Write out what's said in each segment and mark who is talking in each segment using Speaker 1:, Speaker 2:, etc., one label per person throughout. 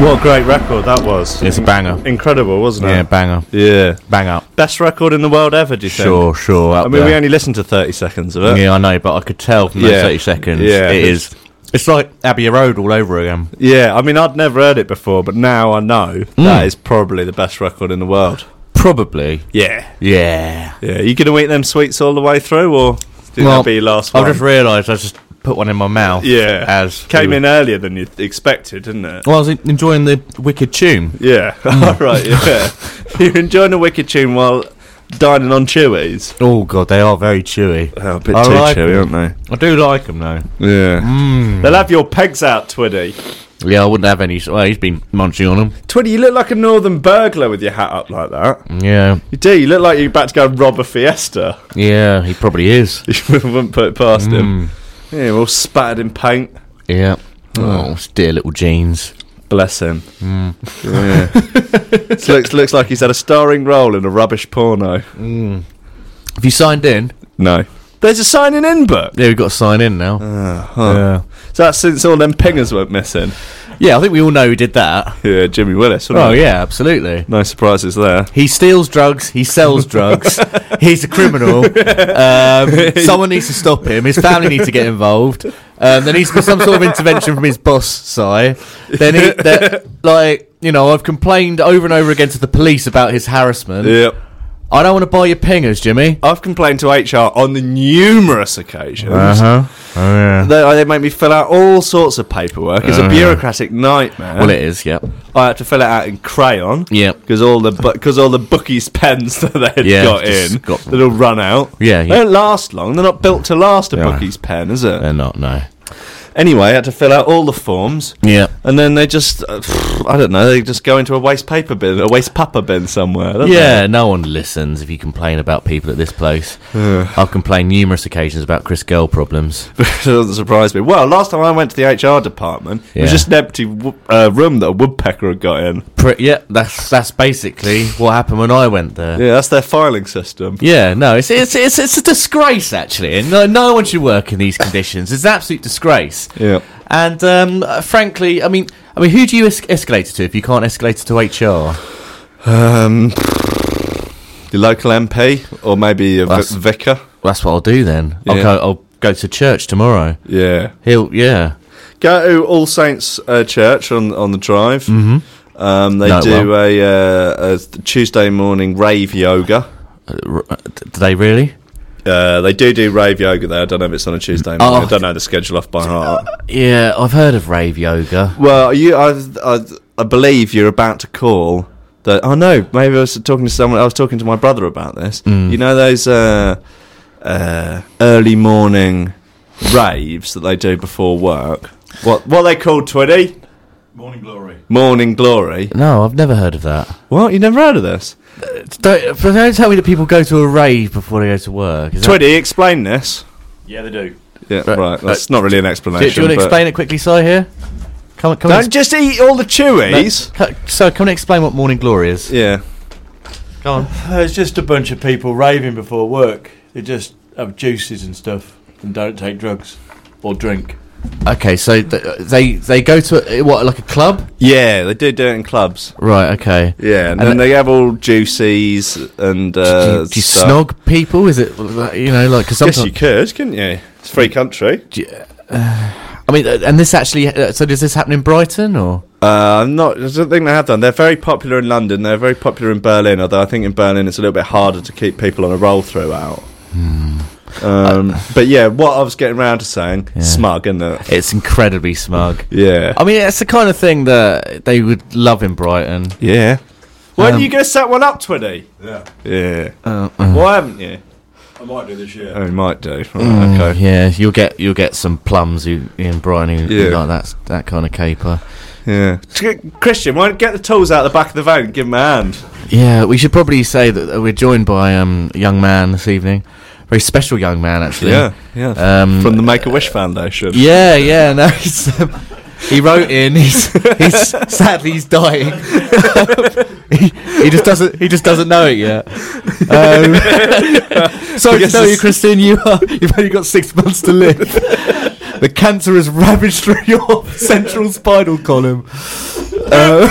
Speaker 1: What a great record that was.
Speaker 2: It's a banger.
Speaker 1: Incredible, wasn't
Speaker 2: Yeah,
Speaker 1: it?
Speaker 2: banger.
Speaker 1: Yeah.
Speaker 2: Bang up.
Speaker 1: Best record in the world ever, do you think?
Speaker 2: Sure, sure.
Speaker 1: I mean, we only listened to 30 seconds of it.
Speaker 2: Yeah, I know, but I could tell from those
Speaker 1: Yeah.
Speaker 2: 30 seconds.
Speaker 1: Yeah.
Speaker 2: It is. It's like Abbey Road all over again.
Speaker 1: Yeah, I mean, I'd never heard it before, but now I know
Speaker 2: Mm.
Speaker 1: that is probably the best record in the world.
Speaker 2: Probably.
Speaker 1: Yeah.
Speaker 2: Yeah.
Speaker 1: Yeah. You going to eat them sweets all the way through, or did
Speaker 2: Well,
Speaker 1: that be your last
Speaker 2: I've
Speaker 1: one?
Speaker 2: just realised I just put one in my mouth.
Speaker 1: yeah.
Speaker 2: As. Mm.
Speaker 1: Came
Speaker 2: we
Speaker 1: in
Speaker 2: were-
Speaker 1: earlier than you expected, didn't it?
Speaker 2: Well, I was en- enjoying the wicked tune.
Speaker 1: Yeah. all right, yeah. You're enjoying a wicked tune while dining on chewies.
Speaker 2: Oh, God, they are very chewy.
Speaker 1: Oh, a bit
Speaker 2: I
Speaker 1: too
Speaker 2: like
Speaker 1: chewy,
Speaker 2: them.
Speaker 1: aren't
Speaker 2: I do like them, though.
Speaker 1: they? Yeah.
Speaker 2: Mm.
Speaker 1: They'll have your pegs out, Twiddy.
Speaker 2: Yeah, I wouldn't have any. Well, he's been munching on them.
Speaker 1: Twiddy, you look like a northern burglar with your hat up like that.
Speaker 2: Yeah.
Speaker 1: You do. You look like you're about to go rob a fiesta.
Speaker 2: Yeah, he probably is.
Speaker 1: You wouldn't put it past
Speaker 2: Mm.
Speaker 1: him. Yeah, all spattered in paint.
Speaker 2: Yeah. Oh, his dear little jeans.
Speaker 1: Bless him.
Speaker 2: Mm.
Speaker 1: Yeah. So looks looks like he's had a starring role in a rubbish porno.
Speaker 2: Have you signed in?
Speaker 1: No. There's a signing in book.
Speaker 2: Yeah, we've got to sign in now. Uh-huh.
Speaker 1: Huh. So that's since all them pingers went missing.
Speaker 2: Yeah. Yeah, I think we all know who did that.
Speaker 1: Yeah, Jimmy Willis. wasn't
Speaker 2: Oh,
Speaker 1: it?
Speaker 2: yeah, absolutely.
Speaker 1: No surprises there.
Speaker 2: He steals drugs. He sells drugs. He's a criminal. Um, someone needs to stop him. His family needs to get involved. Um, there needs to be some sort of intervention from his boss, Si. Then, he, that- like, you know, I've complained over and over again to the police about his harassment.
Speaker 1: Yep.
Speaker 2: I don't want to buy your pingers, Jimmy.
Speaker 1: I've complained to HR on the numerous occasions.
Speaker 2: Oh, yeah.
Speaker 1: They, they make me fill out all sorts of paperwork. It's a bureaucratic nightmare.
Speaker 2: Oh, Well, it is, yep.
Speaker 1: I had to fill it out in crayon.
Speaker 2: Yep.
Speaker 1: Because all the because all the bookies pens that they had
Speaker 2: Yeah,
Speaker 1: got
Speaker 2: just
Speaker 1: in,
Speaker 2: got-
Speaker 1: that will run out.
Speaker 2: Yeah,
Speaker 1: they
Speaker 2: yeah.
Speaker 1: don't last long. They're not built to last a
Speaker 2: Yeah.
Speaker 1: bookies pen, is it?
Speaker 2: They're not, no.
Speaker 1: Anyway, I had to fill out all the forms,
Speaker 2: Yeah.
Speaker 1: and then they just uh, pff, I don't know. They just go into a waste paper bin, a waste paper bin somewhere. don't
Speaker 2: Yeah, no one listens if you complain about people at this place. I've complained numerous occasions about Chris Girl problems.
Speaker 1: they? it doesn't surprise me. Well, last time I went to the HR department, it was
Speaker 2: Yeah.
Speaker 1: just an empty wo- uh, room that a woodpecker had got in.
Speaker 2: Pre- yeah, that's that's basically what happened when I went there. Yeah,
Speaker 1: Yeah, that's their filing system.
Speaker 2: no, it's, it's it's it's a disgrace actually, and no, no one should work in these conditions. It's an absolute disgrace.
Speaker 1: Yeah.
Speaker 2: And um, uh, frankly, I mean, I mean, who do you es- escalate it to if you can't escalate it to HR?
Speaker 1: Um, your local MP or maybe a vi-
Speaker 2: That's-
Speaker 1: vicar.
Speaker 2: That's what I'll do then. I'll
Speaker 1: Yeah.
Speaker 2: go. I'll go to church tomorrow.
Speaker 1: Yeah.
Speaker 2: He'll yeah.
Speaker 1: Go to All Saints uh, Church on on the drive. Mm-hmm. Um, they
Speaker 2: Know it
Speaker 1: do a, uh, a Tuesday morning rave yoga.
Speaker 2: Uh, r- uh, d- Do they really?
Speaker 1: Uh, they do do rave yoga there. I don't know if it's on a Tuesday morning. I don't know the schedule off by heart.
Speaker 2: Yeah, I've heard of rave yoga.
Speaker 1: Well, you, I, I, I believe you're about to call that. Oh no, maybe I was talking to someone. I was talking to my brother about this. You know those uh, uh, early morning raves that they do before work. What what are they called? Twitty
Speaker 3: Morning glory.
Speaker 1: morning glory.
Speaker 2: No, I've never heard of that.
Speaker 1: What you never heard of this?
Speaker 2: Don't, but don't tell me that people go to a rave before they go to work. Is that-
Speaker 1: Twitty, explain this.
Speaker 3: Yeah, they do.
Speaker 1: Yeah,
Speaker 2: Right,
Speaker 1: right. That's not really an explanation.
Speaker 2: Do, do you want to
Speaker 1: but-
Speaker 2: explain it quickly, Si? Here, come on, come on.
Speaker 1: Don't just eat all the chewies.
Speaker 2: exp- co- So, come and explain what morning glory is.
Speaker 1: Yeah.
Speaker 2: Go on.
Speaker 3: Uh, It's just a bunch of people raving before work. They just have juices and stuff and don't take drugs or drink.
Speaker 2: Okay, so th- they they go to a, eh, what like a club,
Speaker 1: Yeah, they do do it in clubs.
Speaker 2: right? Okay.
Speaker 1: Yeah, and,
Speaker 2: And
Speaker 1: then
Speaker 2: the-
Speaker 1: they have all juices and
Speaker 2: Do
Speaker 1: uh,
Speaker 2: you, do you
Speaker 1: stuff.
Speaker 2: snog people? Is it like, you know like because
Speaker 1: Yes,
Speaker 2: sometimes
Speaker 1: you could, couldn't you? It's free country.
Speaker 2: do you- uh, I mean, uh, and this actually uh, so does this happen in Brighton or?
Speaker 1: Uh, I'm not. I don't think they have done. They're very popular in London. They're very popular in Berlin. Although I think in Berlin it's a little bit harder to keep people on a roll throughout. Um, but yeah, what I was getting round to saying, smug, isn't it?
Speaker 2: It's incredibly smug.
Speaker 1: Yeah,
Speaker 2: I mean, it's the kind of thing that they would love in Brighton.
Speaker 1: yeah. When
Speaker 2: Um,
Speaker 1: are you going to set one up, Twiddy?
Speaker 3: Yeah,
Speaker 1: Yeah. Why haven't you?
Speaker 3: I might do this year.
Speaker 1: Oh, you might do. Right, okay.
Speaker 2: Mm, Yeah, you'll get you'll get some plums who, in Brighton who, who
Speaker 1: Yeah.
Speaker 2: like that that kind of caper.
Speaker 1: Yeah. T- Christian, why don't you get the tools out the back of the van and give him a hand?
Speaker 2: Yeah, we should probably say that we're joined by um, a young man this evening, very special young man actually.
Speaker 1: yeah.
Speaker 2: Um,
Speaker 1: From the Make a Wish Foundation.
Speaker 2: yeah, yeah. No, he's, um, he wrote in. He's, he's sadly he's dying. he, he just doesn't he just doesn't know it yet. Um, sorry to
Speaker 1: guess
Speaker 2: tell you,
Speaker 1: it's-
Speaker 2: Christine, you are you've only got six months to live. The cancer has ravaged through your central spinal column.
Speaker 1: well,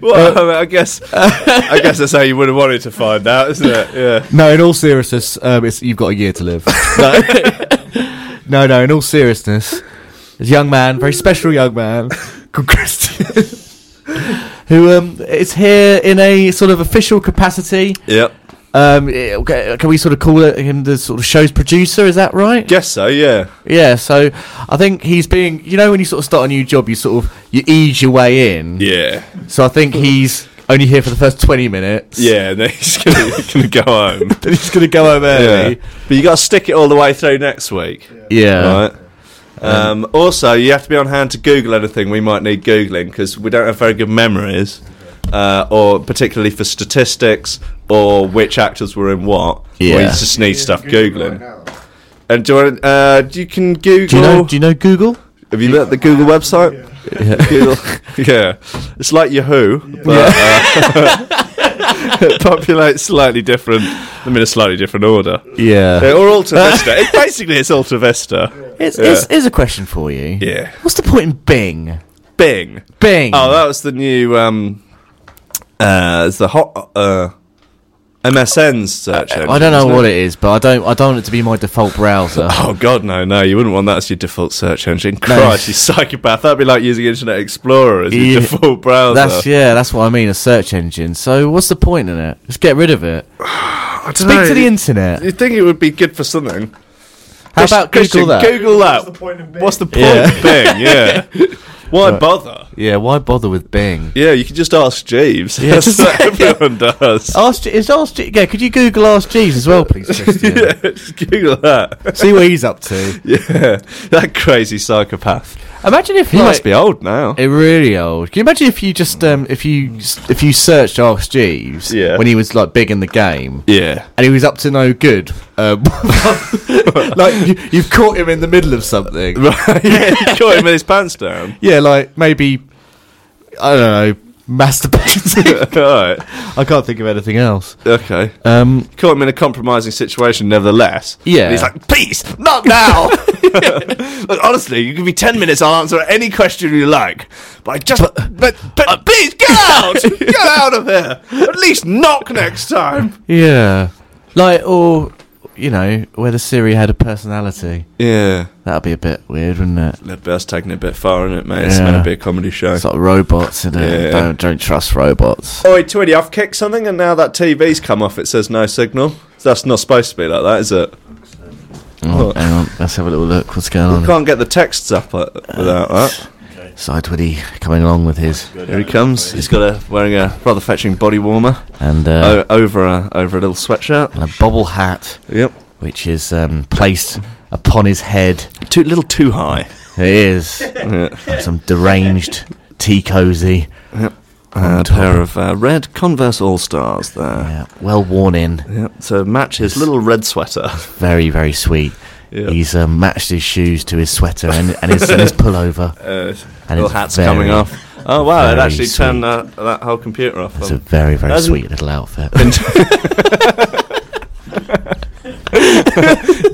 Speaker 1: I, mean, I guess I guess that's how you would have wanted to find out, isn't it? Yeah.
Speaker 2: No, in all seriousness, um, it's, you've got a year to live. No, no, no, in all seriousness, this young man, very special young man, called Christian, who um, is here in a sort of official capacity.
Speaker 1: Yep.
Speaker 2: Um, eh, okay, can we sort of call it him the sort of show's producer? Is that right?
Speaker 1: Guess so. Yeah.
Speaker 2: Yeah. So I think he's being, you know, when you sort of start a new job, you sort of you ease your way in.
Speaker 1: Yeah.
Speaker 2: So I think he's only here for the first twenty minutes.
Speaker 1: Yeah. And then he's gonna, gonna go home.
Speaker 2: Then he's gonna go home
Speaker 1: Yeah.
Speaker 2: early.
Speaker 1: But you got to stick it all the way through next week.
Speaker 2: Yeah.
Speaker 1: Right. Um, also, you have to be on hand to Google anything we might need Googling because we don't have very good memories, uh, or particularly for statistics or which actors were in what.
Speaker 2: Yeah.
Speaker 1: We just need stuff Googling.
Speaker 4: Right now.
Speaker 1: And do you, want, uh, you can Google.
Speaker 2: Do you know? Do you know Google?
Speaker 1: have you looked at the Google website?
Speaker 2: Yeah.
Speaker 1: Google, yeah. It's like Yahoo, but uh, it populates slightly different, I mean, a slightly different order. Yeah, or Alta Vista. It- basically, it's Alta Vista.
Speaker 2: It's,
Speaker 1: Yeah.
Speaker 2: It's, it's a question for you.
Speaker 1: Yeah.
Speaker 2: What's the point in Bing?
Speaker 1: Bing.
Speaker 2: Bing.
Speaker 1: Oh, that was the new. Um, uh, it's the hot uh, MSN's search engine.
Speaker 2: Uh, I don't know
Speaker 1: isn't
Speaker 2: what it is, but I don't. I don't want it to be my default browser.
Speaker 1: Oh God, no, no! You wouldn't want that as your default search engine. Christ, you psychopath! That'd be like using Internet Explorer as your
Speaker 2: Yeah.
Speaker 1: default browser.
Speaker 2: That's yeah. That's what I mean. A search engine. So what's the point in it? Just get rid of it. Speak to the internet.
Speaker 1: You'd think it would be good for something.
Speaker 2: How about
Speaker 1: Christian,
Speaker 2: Google that?
Speaker 1: Google that.
Speaker 4: What's the point of being?
Speaker 1: What's the point
Speaker 2: Yeah.
Speaker 1: of Bing? Yeah. Why bother?
Speaker 2: Yeah. Why bother with Bing?
Speaker 1: Yeah, you can just ask Jeeves.
Speaker 2: Yeah, Oh.
Speaker 1: That's
Speaker 2: just-
Speaker 1: what everyone does.
Speaker 2: Ask G- is Ask G- yeah. Could you Google Ask Jeeves as well, please, Christian?
Speaker 1: Yeah, just Google that.
Speaker 2: See what he's up to.
Speaker 1: Yeah, that crazy psychopath.
Speaker 2: Imagine if
Speaker 1: He
Speaker 2: like,
Speaker 1: must be old now.
Speaker 2: It really old. Can you imagine if you just um, if you if you searched Ask Jeeves
Speaker 1: Yeah.
Speaker 2: when he was like big in the game
Speaker 1: Yeah.
Speaker 2: and he was up to no good? Um, like you, you've caught him in the middle of something.
Speaker 1: Right. Yeah, he caught him with his pants down.
Speaker 2: Yeah, like maybe I don't know, masturbating.
Speaker 1: All right.
Speaker 2: I can't think of anything else.
Speaker 1: Okay.
Speaker 2: Um,
Speaker 1: Caught him in a compromising situation, nevertheless.
Speaker 2: Yeah.
Speaker 1: And he's like, "Peace, not now." Look, honestly, you give me ten minutes, I'll answer any question you like. But I just, but, uh, but, please get out, get out of here. At least knock next time.
Speaker 2: yeah, like or you know whether Siri had a personality.
Speaker 1: Yeah.
Speaker 2: That'd be a bit weird, wouldn't it?
Speaker 1: That's taking it a bit far, isn't it, mate? It's
Speaker 2: Yeah.
Speaker 1: meant to be a comedy show.
Speaker 2: It's like robots, and
Speaker 1: Yeah.
Speaker 2: don't don't trust robots.
Speaker 1: Oi, Twitty, I've kicked something and now that TV's come off, it says no signal. That's not supposed to be like that, is it?
Speaker 2: Oh,
Speaker 1: What?
Speaker 2: hang on, let's have a little look. What's going on?
Speaker 1: We can't get the texts up uh, without that.
Speaker 2: Sidewitty coming along with his
Speaker 1: Here he comes. He's got a wearing a rather fetching body warmer
Speaker 2: and uh,
Speaker 1: o- over a over a little sweatshirt.
Speaker 2: and a bobble hat,
Speaker 1: Yep,
Speaker 2: which is um, placed upon his head.
Speaker 1: too little too high.
Speaker 2: It is
Speaker 1: Yeah.
Speaker 2: some deranged tea cozy,
Speaker 1: A pair of uh, red Converse All Stars there.
Speaker 2: yeah, well worn in,
Speaker 1: Yep, to match his little red sweater.
Speaker 2: very very sweet.
Speaker 1: Yeah.
Speaker 2: He's um, matched his shoes to his sweater and, and, his, and his pullover.
Speaker 1: Uh,
Speaker 2: And
Speaker 1: little
Speaker 2: it's
Speaker 1: hat's
Speaker 2: very-
Speaker 1: coming off. Oh wow! It
Speaker 2: very
Speaker 1: actually
Speaker 2: sweet.
Speaker 1: turned that, that whole computer off.
Speaker 2: It's a
Speaker 1: Um,
Speaker 2: very very
Speaker 1: Hasn't-
Speaker 2: sweet little outfit.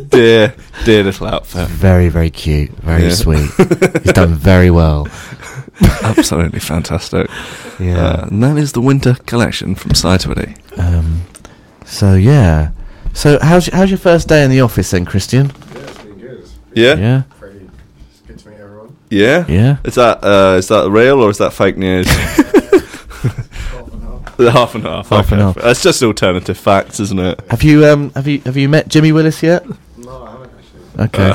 Speaker 1: dear, dear little outfit.
Speaker 2: Very very cute, very
Speaker 1: Yeah.
Speaker 2: sweet. He's done very well.
Speaker 1: Absolutely fantastic.
Speaker 2: Yeah.
Speaker 1: Uh, and that is the winter collection from Cytoity.
Speaker 2: Um, so yeah. So how's how's your first day in the office then, Christian?
Speaker 4: Yeah, it's been good. It's
Speaker 1: Yeah,
Speaker 2: Yeah.
Speaker 4: very- It's good to meet everyone.
Speaker 1: yeah,
Speaker 2: Yeah.
Speaker 1: Is that uh, is that real or is that fake news?
Speaker 4: Half and half.
Speaker 1: half and half.
Speaker 2: Half and
Speaker 1: okay.
Speaker 2: half.
Speaker 1: That's just alternative facts, isn't it?
Speaker 2: Have you um have you have you met Jimmy Willis yet?
Speaker 4: No, I haven't actually.
Speaker 2: Okay.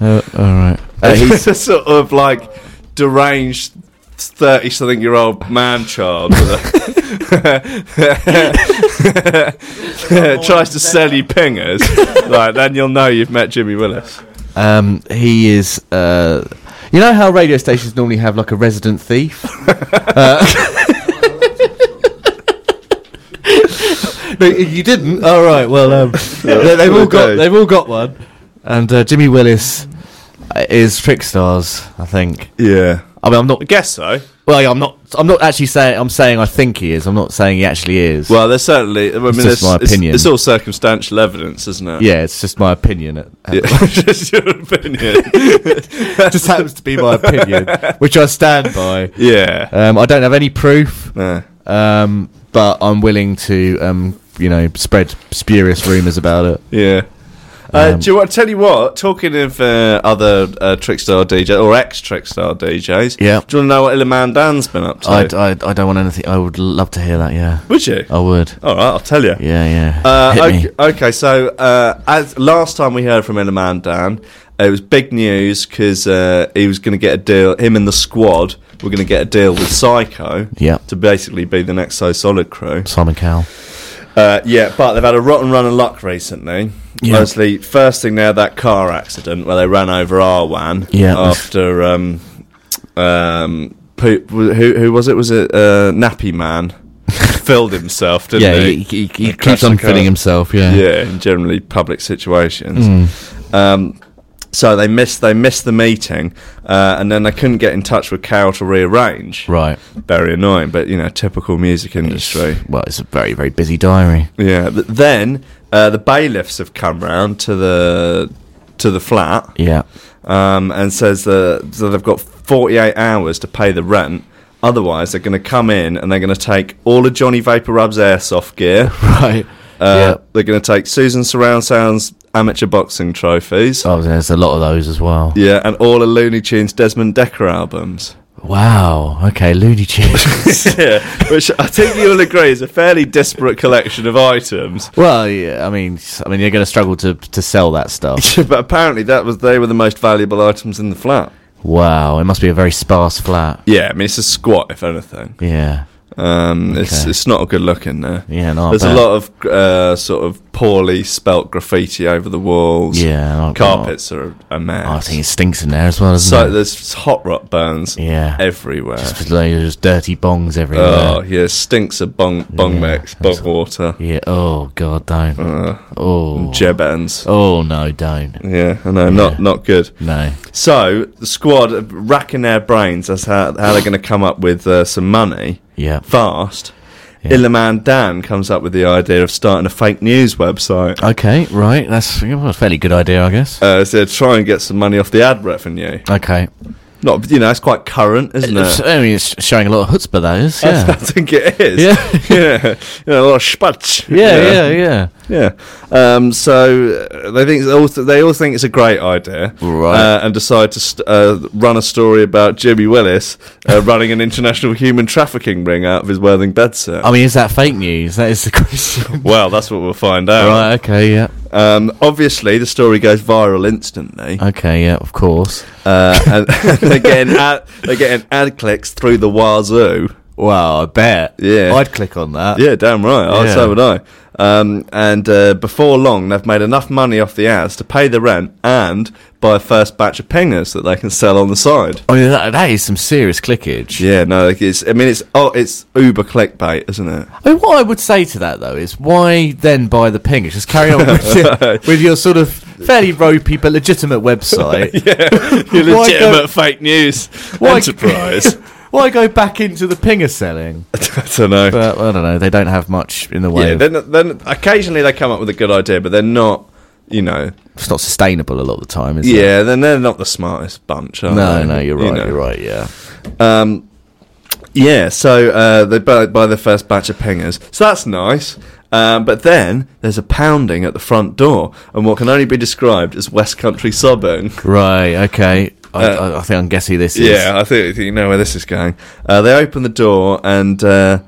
Speaker 1: Uh.
Speaker 2: Uh, all right. Uh,
Speaker 1: It's
Speaker 2: he's
Speaker 1: a sort of like deranged thirty something year old man child that uh, tries to sell you pingers. right, then you'll know you've met Jimmy Willis.
Speaker 2: um he is uh you know how radio stations normally have like a resident thief? Uh, no, you didn't. All right. Well, um, they, they've all got
Speaker 1: Okay.
Speaker 2: they've all got one, and uh, Jimmy Willis uh, is Trickstars, I think.
Speaker 1: Yeah,
Speaker 2: I mean, I'm
Speaker 1: I
Speaker 2: not
Speaker 1: guess so.
Speaker 2: Well, yeah, I'm not. I'm not actually saying. I'm saying I think he is. I'm not saying he actually is.
Speaker 1: Well, there's certainly. I mean,
Speaker 2: just
Speaker 1: there's-
Speaker 2: my
Speaker 1: it's-
Speaker 2: opinion.
Speaker 1: It's, all circumstantial evidence, isn't it?
Speaker 2: yeah, it's just my opinion. It
Speaker 1: Yeah. Just your opinion.
Speaker 2: just happens to be my opinion, which I stand by.
Speaker 1: yeah.
Speaker 2: Um, I don't have any proof,
Speaker 1: No.
Speaker 2: um, but I'm willing to, um, you know, spread spurious rumours about it.
Speaker 1: Yeah. Uh,
Speaker 2: Um,
Speaker 1: do you want tell you what? Talking of uh, other uh, Trickstar DJ or ex Trickstar DJs,
Speaker 2: Yeah.
Speaker 1: Do you want to know what Illiman Dan's been up to?
Speaker 2: I, uh, I, I don't want anything. I would love to hear that. Yeah,
Speaker 1: Would you?
Speaker 2: I would.
Speaker 1: All right, I'll tell you.
Speaker 2: Yeah, yeah.
Speaker 1: Uh,
Speaker 2: Hit
Speaker 1: okay,
Speaker 2: me.
Speaker 1: okay, so uh, as last time we heard from Illiman Dan, it was big news because uh, he was going to get a deal. Him and the squad were going to get a deal with Psycho
Speaker 2: Yeah,
Speaker 1: to basically be the next So Solid crew.
Speaker 2: Simon Cowell.
Speaker 1: Uh, yeah, but they've had a rotten run of luck recently.
Speaker 2: Yeah.
Speaker 1: Mostly, first thing they had that car accident where they ran over Arwan.
Speaker 2: Yeah.
Speaker 1: After um, um, who, who who was it? Was it uh, Nappy Man? Filled himself, didn't
Speaker 2: Yeah,
Speaker 1: he?
Speaker 2: he, he, he
Speaker 1: crashed
Speaker 2: keeps on
Speaker 1: the car.
Speaker 2: filling himself. Yeah. Mm.
Speaker 1: Yeah, in generally public situations. Um, so they missed they missed the meeting, uh, and then they couldn't get in touch with Carol to rearrange.
Speaker 2: Right.
Speaker 1: Very annoying, but you know, typical music industry.
Speaker 2: Well, it's a very, very busy diary.
Speaker 1: Yeah, but then uh, the bailiffs have come round to the to the flat
Speaker 2: Yeah.
Speaker 1: um, and says that so they've got 48 hours to pay the rent. Otherwise, they're going to come in and they're going to take all of Johnny Vapor Rub's airsoft gear.
Speaker 2: Right.
Speaker 1: Uh, They're going to take Susan Surround Sound's amateur boxing trophies.
Speaker 2: Oh, there's a lot of those as well.
Speaker 1: Yeah, and all of Looney Tunes Desmond Decker albums.
Speaker 2: Wow. Okay, Looney Tunes.
Speaker 1: yeah, which I think you'll agree is a fairly disparate collection of items.
Speaker 2: well, yeah. I mean, s- I mean, you're going to struggle to to sell that stuff.
Speaker 1: but apparently, that was they were the most valuable items in the flat.
Speaker 2: wow. It must be a very sparse flat.
Speaker 1: Yeah, I mean it's a squat if anything.
Speaker 2: Yeah.
Speaker 1: Um, it's
Speaker 2: Okay.
Speaker 1: it's not a good look in there.
Speaker 2: Yeah. No, I
Speaker 1: There's a
Speaker 2: bet.
Speaker 1: lot of uh, sort of poorly spelt graffiti over the walls.
Speaker 2: Yeah. I-
Speaker 1: carpets are a mess.
Speaker 2: I think it stinks in there as well, doesn't
Speaker 1: so
Speaker 2: it?
Speaker 1: there's hot rot burns
Speaker 2: yeah.
Speaker 1: everywhere.
Speaker 2: Just, like, there's dirty bongs everywhere.
Speaker 1: oh yeah, stinks of bong bong
Speaker 2: Yeah,
Speaker 1: mix,
Speaker 2: that's-
Speaker 1: bong water,
Speaker 2: Yeah. Oh God, don't.
Speaker 1: uh,
Speaker 2: oh.
Speaker 1: jeb ends.
Speaker 2: oh no, don't.
Speaker 1: Yeah, I know, not
Speaker 2: Yeah.
Speaker 1: not good.
Speaker 2: No.
Speaker 1: So the squad are racking their brains as how how they're going to come up with uh, some money.
Speaker 2: Yeah.
Speaker 1: fast.
Speaker 2: Yeah.
Speaker 1: Illiman Dan comes up with the idea of starting a fake news website.
Speaker 2: Okay. Right. That's well, a fairly good idea, I guess.
Speaker 1: Uh, so try and get some money off the ad revenue.
Speaker 2: Okay.
Speaker 1: Not, you know, it's quite current, isn't
Speaker 2: It's-
Speaker 1: it?
Speaker 2: I mean, it's showing a lot of chutzpah, that is.
Speaker 1: I
Speaker 2: Yeah.
Speaker 1: think it is.
Speaker 2: Yeah.
Speaker 1: yeah, you know, a lot of spatch.
Speaker 2: yeah. Yeah. Yeah.
Speaker 1: yeah. Um, so uh, they think they all, th- they all think it's a great idea,
Speaker 2: Right.
Speaker 1: Uh, and decide to st- uh, run a story about Jimmy Willis uh, running an international human trafficking ring out of his Worthing bedsit.
Speaker 2: I mean, is that fake news? That is the question.
Speaker 1: well, that's what we'll find out.
Speaker 2: right. Okay. Yeah.
Speaker 1: Um, obviously, the story goes viral instantly,
Speaker 2: Okay. Yeah. Of course.
Speaker 1: uh, and they're getting ad, they're getting ad clicks through the wazoo.
Speaker 2: Well, I bet.
Speaker 1: Yeah.
Speaker 2: I'd click on that.
Speaker 1: Yeah, damn right. I
Speaker 2: Yeah.
Speaker 1: So would I. Um, and uh, before long, they've made enough money off the ads to pay the rent and buy a first batch of pingers that they can sell on the side.
Speaker 2: I mean, that, that is some serious clickage.
Speaker 1: Yeah, no, like it's. I mean, it's oh, it's uber clickbait, isn't it?
Speaker 2: I mean, what I would say to that though is, why then buy the ping? It's Just carry on with your, with your sort of fairly ropey but legitimate website.
Speaker 1: Your
Speaker 2: Why go-
Speaker 1: legitimate fake news
Speaker 2: Why-
Speaker 1: enterprise.
Speaker 2: Why go back into the pinger selling?
Speaker 1: I don't know.
Speaker 2: But I don't know. They don't have much in the way.
Speaker 1: yeah,
Speaker 2: of-
Speaker 1: then then occasionally they come up with a good idea, but they're not. You know,
Speaker 2: it's not sustainable a lot of the time, is it?
Speaker 1: Yeah, then they're not the smartest bunch, are
Speaker 2: No,
Speaker 1: they?
Speaker 2: no, you're right.
Speaker 1: know.
Speaker 2: You're right. Yeah.
Speaker 1: Um, yeah, so uh, they buy, buy the first batch of pingers. So that's nice. Um, but then there's a pounding at the front door, and what can only be described as West Country sobbing.
Speaker 2: Right. Okay. I,
Speaker 1: Uh,
Speaker 2: I, I think I'm guessing this is.
Speaker 1: Yeah, I think you know where this is going. Uh, they open the door, and uh,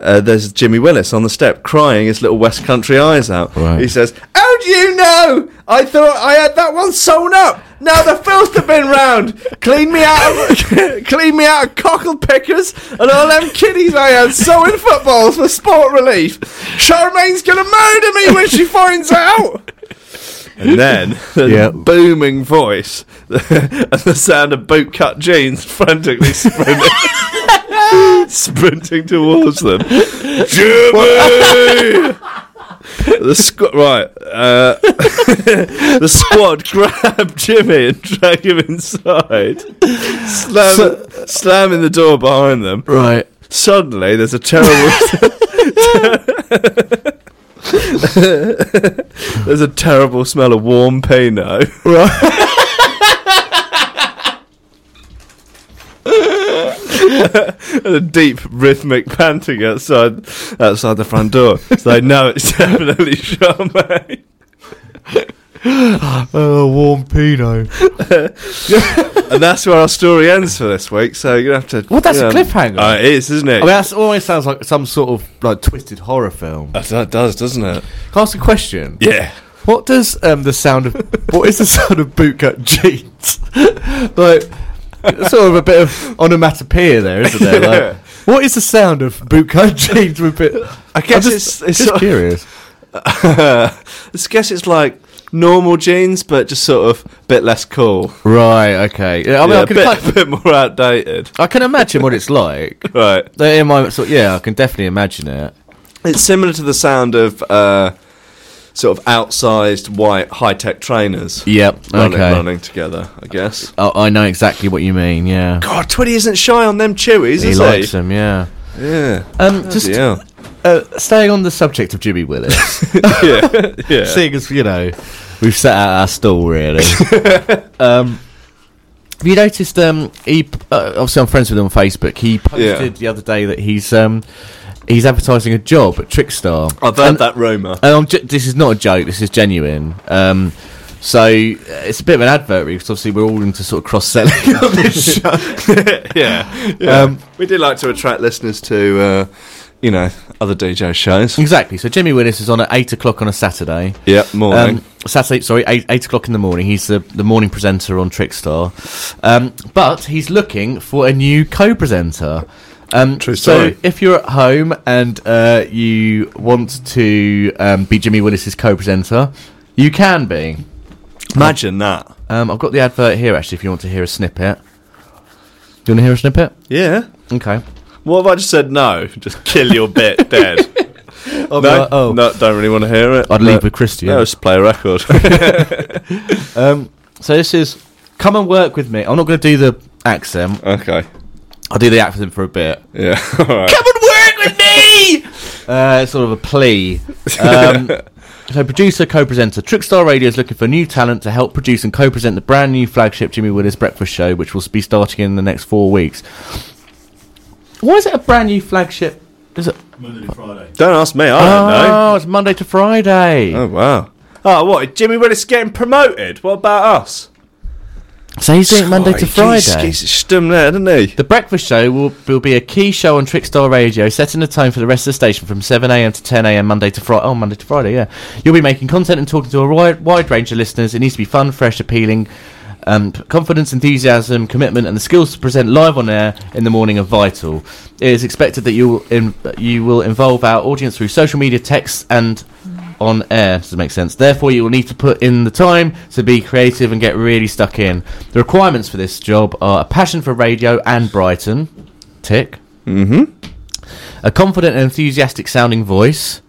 Speaker 1: uh, there's Jimmy Willis on the step crying his little West Country eyes out.
Speaker 2: Right.
Speaker 1: He says, How do you know? I thought I had that one sewn up. Now the filth have been round. Clean me out of clean me out of cockle pickers and all them kiddies I had sewing footballs for sport relief. Charmaine's gonna murder me when she finds out. And then the
Speaker 2: Yeah.
Speaker 1: booming voice and the sound of bootcut jeans frantically sprinting, sprinting towards them. Jimmy! the squad, right? Uh, the squad grabbed Jimmy and dragged him inside, slam,
Speaker 2: So-
Speaker 1: slamming the door behind them.
Speaker 2: Right.
Speaker 1: Suddenly, there's a terrible. there's a terrible smell of warm Pinot. Right. and a deep rhythmic panting outside outside the front door. So they know it's definitely Charmaine.
Speaker 2: Oh, warm Pinot.
Speaker 1: And that's where our story ends for this week. So you're gonna have to.
Speaker 2: Well, that's a
Speaker 1: um,
Speaker 2: cliffhanger.
Speaker 1: Uh, it is, isn't
Speaker 2: I
Speaker 1: it?
Speaker 2: mean, that always sounds like some sort of like twisted horror film. Can
Speaker 1: That- that does, doesn't it?
Speaker 2: I ask a question?
Speaker 1: Yeah.
Speaker 2: What does um, the sound of what is the sound of bootcut jeans? like sort of a bit of onomatopoeia there, isn't there? Like, what is the sound of bootcut jeans with bit?
Speaker 1: I guess
Speaker 2: I'm
Speaker 1: it's, it's
Speaker 2: just
Speaker 1: sort of-
Speaker 2: curious.
Speaker 1: I guess it's like normal jeans, but just sort of a bit less cool.
Speaker 2: Right. Okay. Yeah, I mean,
Speaker 1: Yeah,
Speaker 2: I,
Speaker 1: a
Speaker 2: can,
Speaker 1: bit,
Speaker 2: like,
Speaker 1: bit more outdated.
Speaker 2: I can imagine what it's like.
Speaker 1: Right.
Speaker 2: Like, In my sort, yeah, I can definitely imagine it.
Speaker 1: It's similar to the sound of uh, sort of outsized white high tech trainers
Speaker 2: Yep.
Speaker 1: running,
Speaker 2: okay.
Speaker 1: running together, I guess.
Speaker 2: Oh, I know exactly what you mean. Yeah.
Speaker 1: God, Twitty isn't shy on them chewies,
Speaker 2: he
Speaker 1: is
Speaker 2: likes
Speaker 1: he?
Speaker 2: them. Yeah.
Speaker 1: Yeah.
Speaker 2: Um, just
Speaker 1: yeah.
Speaker 2: uh, staying on the subject of Jimmy Willis,
Speaker 1: yeah. Yeah.
Speaker 2: seeing as you know we've set out our stall really. um, have you noticed? Um, he p- uh, obviously I'm friends with him on Facebook. He posted the other day that he's um he's advertising a job at Trickstar.
Speaker 1: I've heard
Speaker 2: And-
Speaker 1: that rumour.
Speaker 2: And I'm ju- this is not a joke. This is genuine. Um, so uh, it's a bit of an advert, really, because obviously we're all into sort of cross selling on this show.
Speaker 1: yeah. yeah.
Speaker 2: Um,
Speaker 1: we do like to attract listeners to, uh, you know, other DJ shows.
Speaker 2: Exactly. So Jimmy Willis is on at eight o'clock on a Saturday.
Speaker 1: Yeah, morning.
Speaker 2: Um, Saturday, sorry, eight, eight o'clock in the morning. He's the, the morning presenter on Trickstar, um, but he's looking for a new co-presenter. Um,
Speaker 1: True
Speaker 2: so
Speaker 1: story.
Speaker 2: if you're at home and uh, you want to um, be Jimmy Willis's co-presenter, you can be.
Speaker 1: Imagine that.
Speaker 2: Um, I've got the advert here actually. If you want to hear a snippet, do you want to hear a snippet?
Speaker 1: Yeah.
Speaker 2: Okay.
Speaker 1: What if I just said no? Just kill your bit, dead.
Speaker 2: Oh,
Speaker 1: no, no, don't really want to hear it.
Speaker 2: I'd
Speaker 1: no,
Speaker 2: leave with Christian.
Speaker 1: No, just play a record.
Speaker 2: Um, so this is come and work with me. I'm not going to do the accent.
Speaker 1: okay.
Speaker 2: I'll do the accent for a bit.
Speaker 1: Yeah. All right.
Speaker 2: Come and work with me! uh, it's sort of a plea. Um, so, producer, co presenter. Trickstar Radio is looking for new talent to help produce and co present the brand new flagship Jimmy Willis Breakfast Show, which will be starting in the next four weeks. Why is it a brand new flagship? Is it?
Speaker 3: Monday to Friday.
Speaker 1: Don't ask me. I
Speaker 2: oh, it's Monday to Friday.
Speaker 1: don't know. Oh wow. Oh what? Jimmy Willis getting promoted? What about us?
Speaker 2: So, he's doing it Monday to Friday.
Speaker 1: He's stum there, didn't he?
Speaker 2: The Breakfast Show will, will be a key show on Trickstar Radio, setting the tone for the rest of the station from 7am to 10am Monday to Friday. Oh, Monday to Friday, yeah. You'll be making content and talking to a wide, wide range of listeners. It needs to be fun, fresh, appealing. Um, confidence, enthusiasm, commitment, and the skills to present live on air in the morning are vital. It is expected that you will, in, you will involve our audience through social media, text, and on air. Does it make sense? Therefore, you will need to put in the time to be creative and get really stuck in. The requirements for this job are a passion for radio and Brighton, tick.
Speaker 1: Mm-hmm.
Speaker 2: A confident and enthusiastic sounding voice.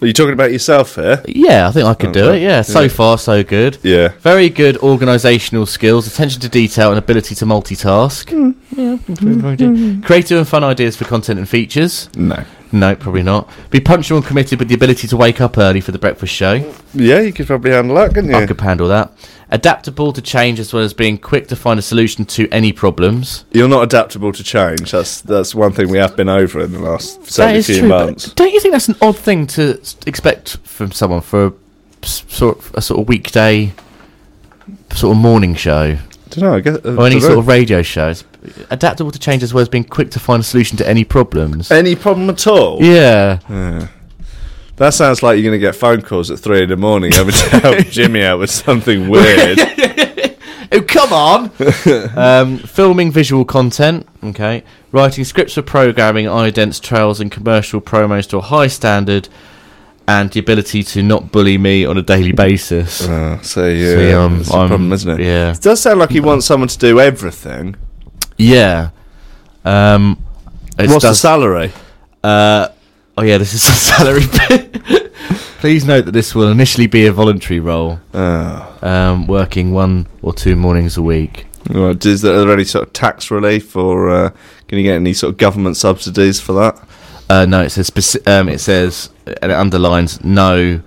Speaker 1: Are you talking about yourself here?
Speaker 2: Yeah, I think I could do
Speaker 1: Okay.
Speaker 2: it. Yeah, so
Speaker 1: Yeah.
Speaker 2: far so good.
Speaker 1: Yeah.
Speaker 2: Very good organisational skills, attention to detail, and ability to multitask.
Speaker 1: Mm. Mm-hmm.
Speaker 2: Creative and fun ideas for content and features.
Speaker 1: No.
Speaker 2: No, probably not. Be punctual and committed with the ability to wake up early for the breakfast show.
Speaker 1: Yeah, you could probably handle that, couldn't you?
Speaker 2: I could handle that. Adaptable to change as well as being quick to find a solution to any problems.
Speaker 1: You're not adaptable to change. That's that's one thing we have been over in the last certainly few months.
Speaker 2: But don't you think that's an odd thing to s- expect from someone for a s- sort of, a sort of weekday, sort of morning show
Speaker 1: don't know. I guess,
Speaker 2: or any sort of radio shows? Adaptable to change as well as being quick to find a solution to any problems.
Speaker 1: any problem at all.
Speaker 2: yeah.
Speaker 1: Yeah. That sounds like you're going to get phone calls at three in the morning having to help Jimmy out with something weird.
Speaker 2: Oh, come on! um, filming visual content, okay. Writing scripts for programming, idents, trails, and commercial promos to a high standard, and the ability to not bully me on a daily basis.
Speaker 1: Uh, so yeah,
Speaker 2: So, um,
Speaker 1: it's a
Speaker 2: I'm-
Speaker 1: problem, isn't it?
Speaker 2: Yeah.
Speaker 1: It does sound like you want someone to do everything.
Speaker 2: Yeah. Um, it
Speaker 1: What's the
Speaker 2: does-
Speaker 1: salary?
Speaker 2: uh,
Speaker 1: Oh yeah, this is the salary bit.
Speaker 2: Please note that this will initially be a voluntary role,
Speaker 1: Oh.
Speaker 2: um, working one or two mornings a week.
Speaker 1: Right, is there any sort of tax relief, or uh, can you get any sort of government subsidies for that?
Speaker 2: Uh, no, it says speci- um, it says and it underlines no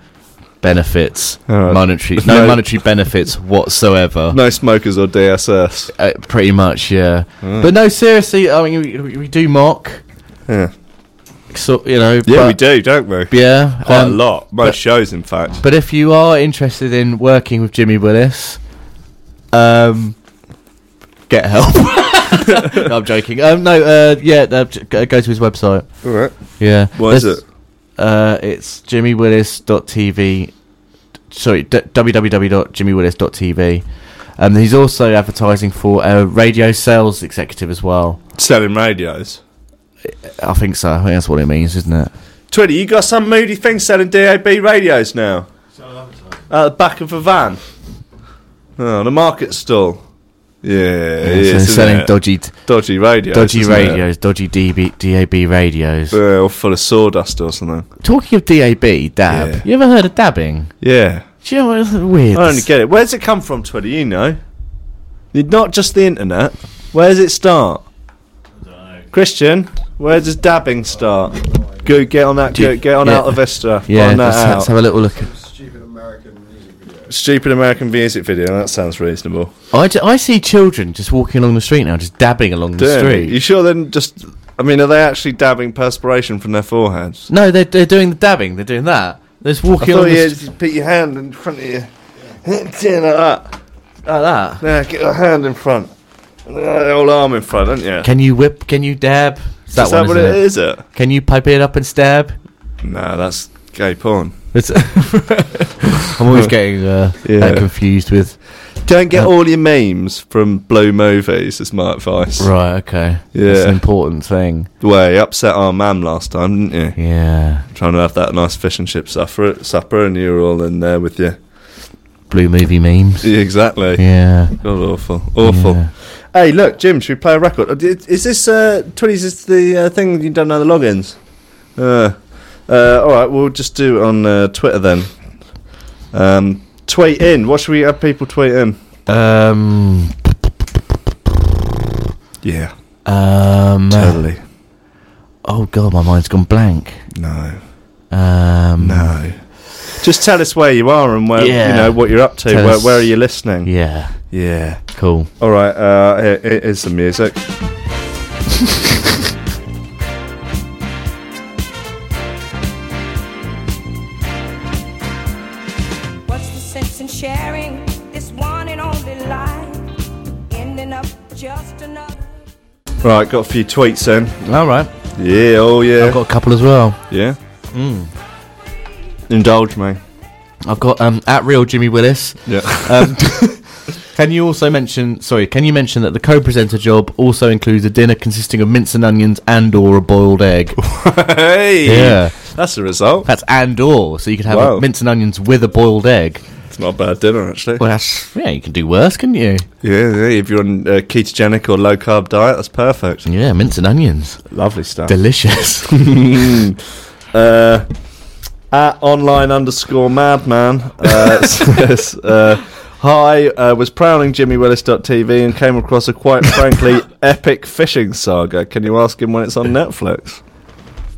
Speaker 2: benefits,
Speaker 1: All right.
Speaker 2: monetary, no,
Speaker 1: No-
Speaker 2: monetary benefits whatsoever.
Speaker 1: No smokers or DSS.
Speaker 2: Uh, pretty much, yeah. But no, seriously, I mean, we, we do mock,
Speaker 1: Yeah,
Speaker 2: so, you know.
Speaker 1: yeah,
Speaker 2: but,
Speaker 1: we do, don't we?
Speaker 2: Yeah,
Speaker 1: Quite
Speaker 2: um,
Speaker 1: a lot. Most
Speaker 2: but-
Speaker 1: shows, in fact.
Speaker 2: But if you are interested in working with Jimmy Willis, um, get help. No, I'm joking. Um, no, uh, yeah, uh, j- go go to his website.
Speaker 1: All right.
Speaker 2: Yeah.
Speaker 1: What is
Speaker 2: There's-
Speaker 1: it?
Speaker 2: Uh, it's jimmywillis.tv. Sorry, d- www.jimmywillis.tv. Um, he's also advertising for a radio sales executive as well.
Speaker 1: Selling radios.
Speaker 2: I think so. I think that's what it means, isn't it?
Speaker 1: Twitter, you got some moody thing selling DAB radios now
Speaker 4: So advertising.
Speaker 1: out the back of a van. Oh, the market stall. Yeah, it
Speaker 2: so
Speaker 1: is,
Speaker 2: they're
Speaker 1: isn't
Speaker 2: selling
Speaker 1: it?
Speaker 2: dodgy, t-
Speaker 1: dodgy radios.
Speaker 2: dodgy
Speaker 1: isn't it?
Speaker 2: radios, dodgy DB, DAB radios.
Speaker 1: Yeah, or full of sawdust or something.
Speaker 2: Talking of DAB, dab.
Speaker 1: Yeah.
Speaker 2: You ever heard of dabbing?
Speaker 1: Yeah.
Speaker 2: Do you know what? It's weird.
Speaker 1: I don't get it. Where's it come from, Twitter? You know, not just the internet. Where does it start, Christian? Where does dabbing start? Go get on that.
Speaker 2: Do you-
Speaker 1: Go, get on
Speaker 2: yeah.
Speaker 1: out of Vista.
Speaker 2: Yeah,
Speaker 1: find that
Speaker 2: let's, let's
Speaker 1: out.
Speaker 2: have a little look. At,
Speaker 4: Some stupid American music video.
Speaker 1: Stupid American music video. That sounds reasonable.
Speaker 2: I, ju- I see children just walking along the street now, just dabbing along the
Speaker 1: Damn,
Speaker 2: street.
Speaker 1: You sure? Then just. I mean, are they actually dabbing perspiration from their foreheads?
Speaker 2: No, they're, they're doing the dabbing. They're doing that. They're just
Speaker 1: I
Speaker 2: walking
Speaker 1: thought
Speaker 2: along
Speaker 1: you
Speaker 2: the
Speaker 1: had
Speaker 2: street
Speaker 1: to put your hand in front of you. Yeah, like that.
Speaker 2: like that.
Speaker 1: Now get your hand in front. And then the whole arm in front, don't you?
Speaker 2: Can you whip? Can you dab? Is that
Speaker 1: is
Speaker 2: one,
Speaker 1: that what
Speaker 2: isn't
Speaker 1: it is? It.
Speaker 2: Can you pipe it up and stab?
Speaker 1: No, that's gay porn.
Speaker 2: It's I'm always getting uh,
Speaker 1: Yeah.
Speaker 2: that confused with.
Speaker 1: Don't get
Speaker 2: Uh,
Speaker 1: all your memes from Blue Movies, is my advice.
Speaker 2: Right, okay. It's
Speaker 1: Yeah.
Speaker 2: an important thing.
Speaker 1: Well, you upset our mam last time, didn't you?
Speaker 2: Yeah.
Speaker 1: Trying to have that nice fish and chip supper, supper and you were all in there with you.
Speaker 2: Blue movie memes.
Speaker 1: Yeah, exactly.
Speaker 2: Yeah.
Speaker 1: God, awful. Awful.
Speaker 2: Yeah.
Speaker 1: Hey, look, Jim, should we play a record? Uh, d- Is this, uh, 20s, is this the uh, thing you don't know the logins? Uh, uh, all right, we'll just do it on uh, Twitter then. Um, tweet in. What should we have people tweet in?
Speaker 2: Um.
Speaker 1: Yeah,
Speaker 2: Um.
Speaker 1: totally.
Speaker 2: Oh god, my mind's gone blank.
Speaker 1: No.
Speaker 2: Um.
Speaker 1: No. Just tell us where you are and where you
Speaker 2: Yeah.
Speaker 1: know what you're up to.
Speaker 2: Tell
Speaker 1: Where,
Speaker 2: us-
Speaker 1: where are you listening?
Speaker 2: Yeah.
Speaker 1: Yeah.
Speaker 2: Cool.
Speaker 1: All right. Uh, here, here- here's some music.
Speaker 5: What's the sense in sharing this one and only life? Ending up just another.
Speaker 1: Right. Got a few tweets in.
Speaker 2: All right.
Speaker 1: Yeah. Oh yeah.
Speaker 2: I've got Mm. a couple as well.
Speaker 1: yeah. Indulge me.
Speaker 2: I've got um at real Jimmy Willis.
Speaker 1: Yeah.
Speaker 2: Um, can you also mention? Sorry, can you mention that the co-presenter job also includes a dinner consisting of mince and onions and/or a boiled egg?
Speaker 1: hey.
Speaker 2: yeah,
Speaker 1: That's the result.
Speaker 2: that's and/or, so you could have
Speaker 1: Wow.
Speaker 2: a mince and onions with a boiled egg.
Speaker 1: It's not a bad dinner actually.
Speaker 2: Well, that's yeah, you can do worse, can you?
Speaker 1: Yeah. yeah if you're on a ketogenic or low carb diet, that's perfect.
Speaker 2: Yeah, mince and onions,
Speaker 1: Lovely stuff. Mm.
Speaker 2: delicious.
Speaker 1: uh, at online underscore madman uh, says, uh, Hi, uh, was prowling JimmyWillis.tv and came across a quite frankly epic fishing saga. Can you ask him when it's on Netflix?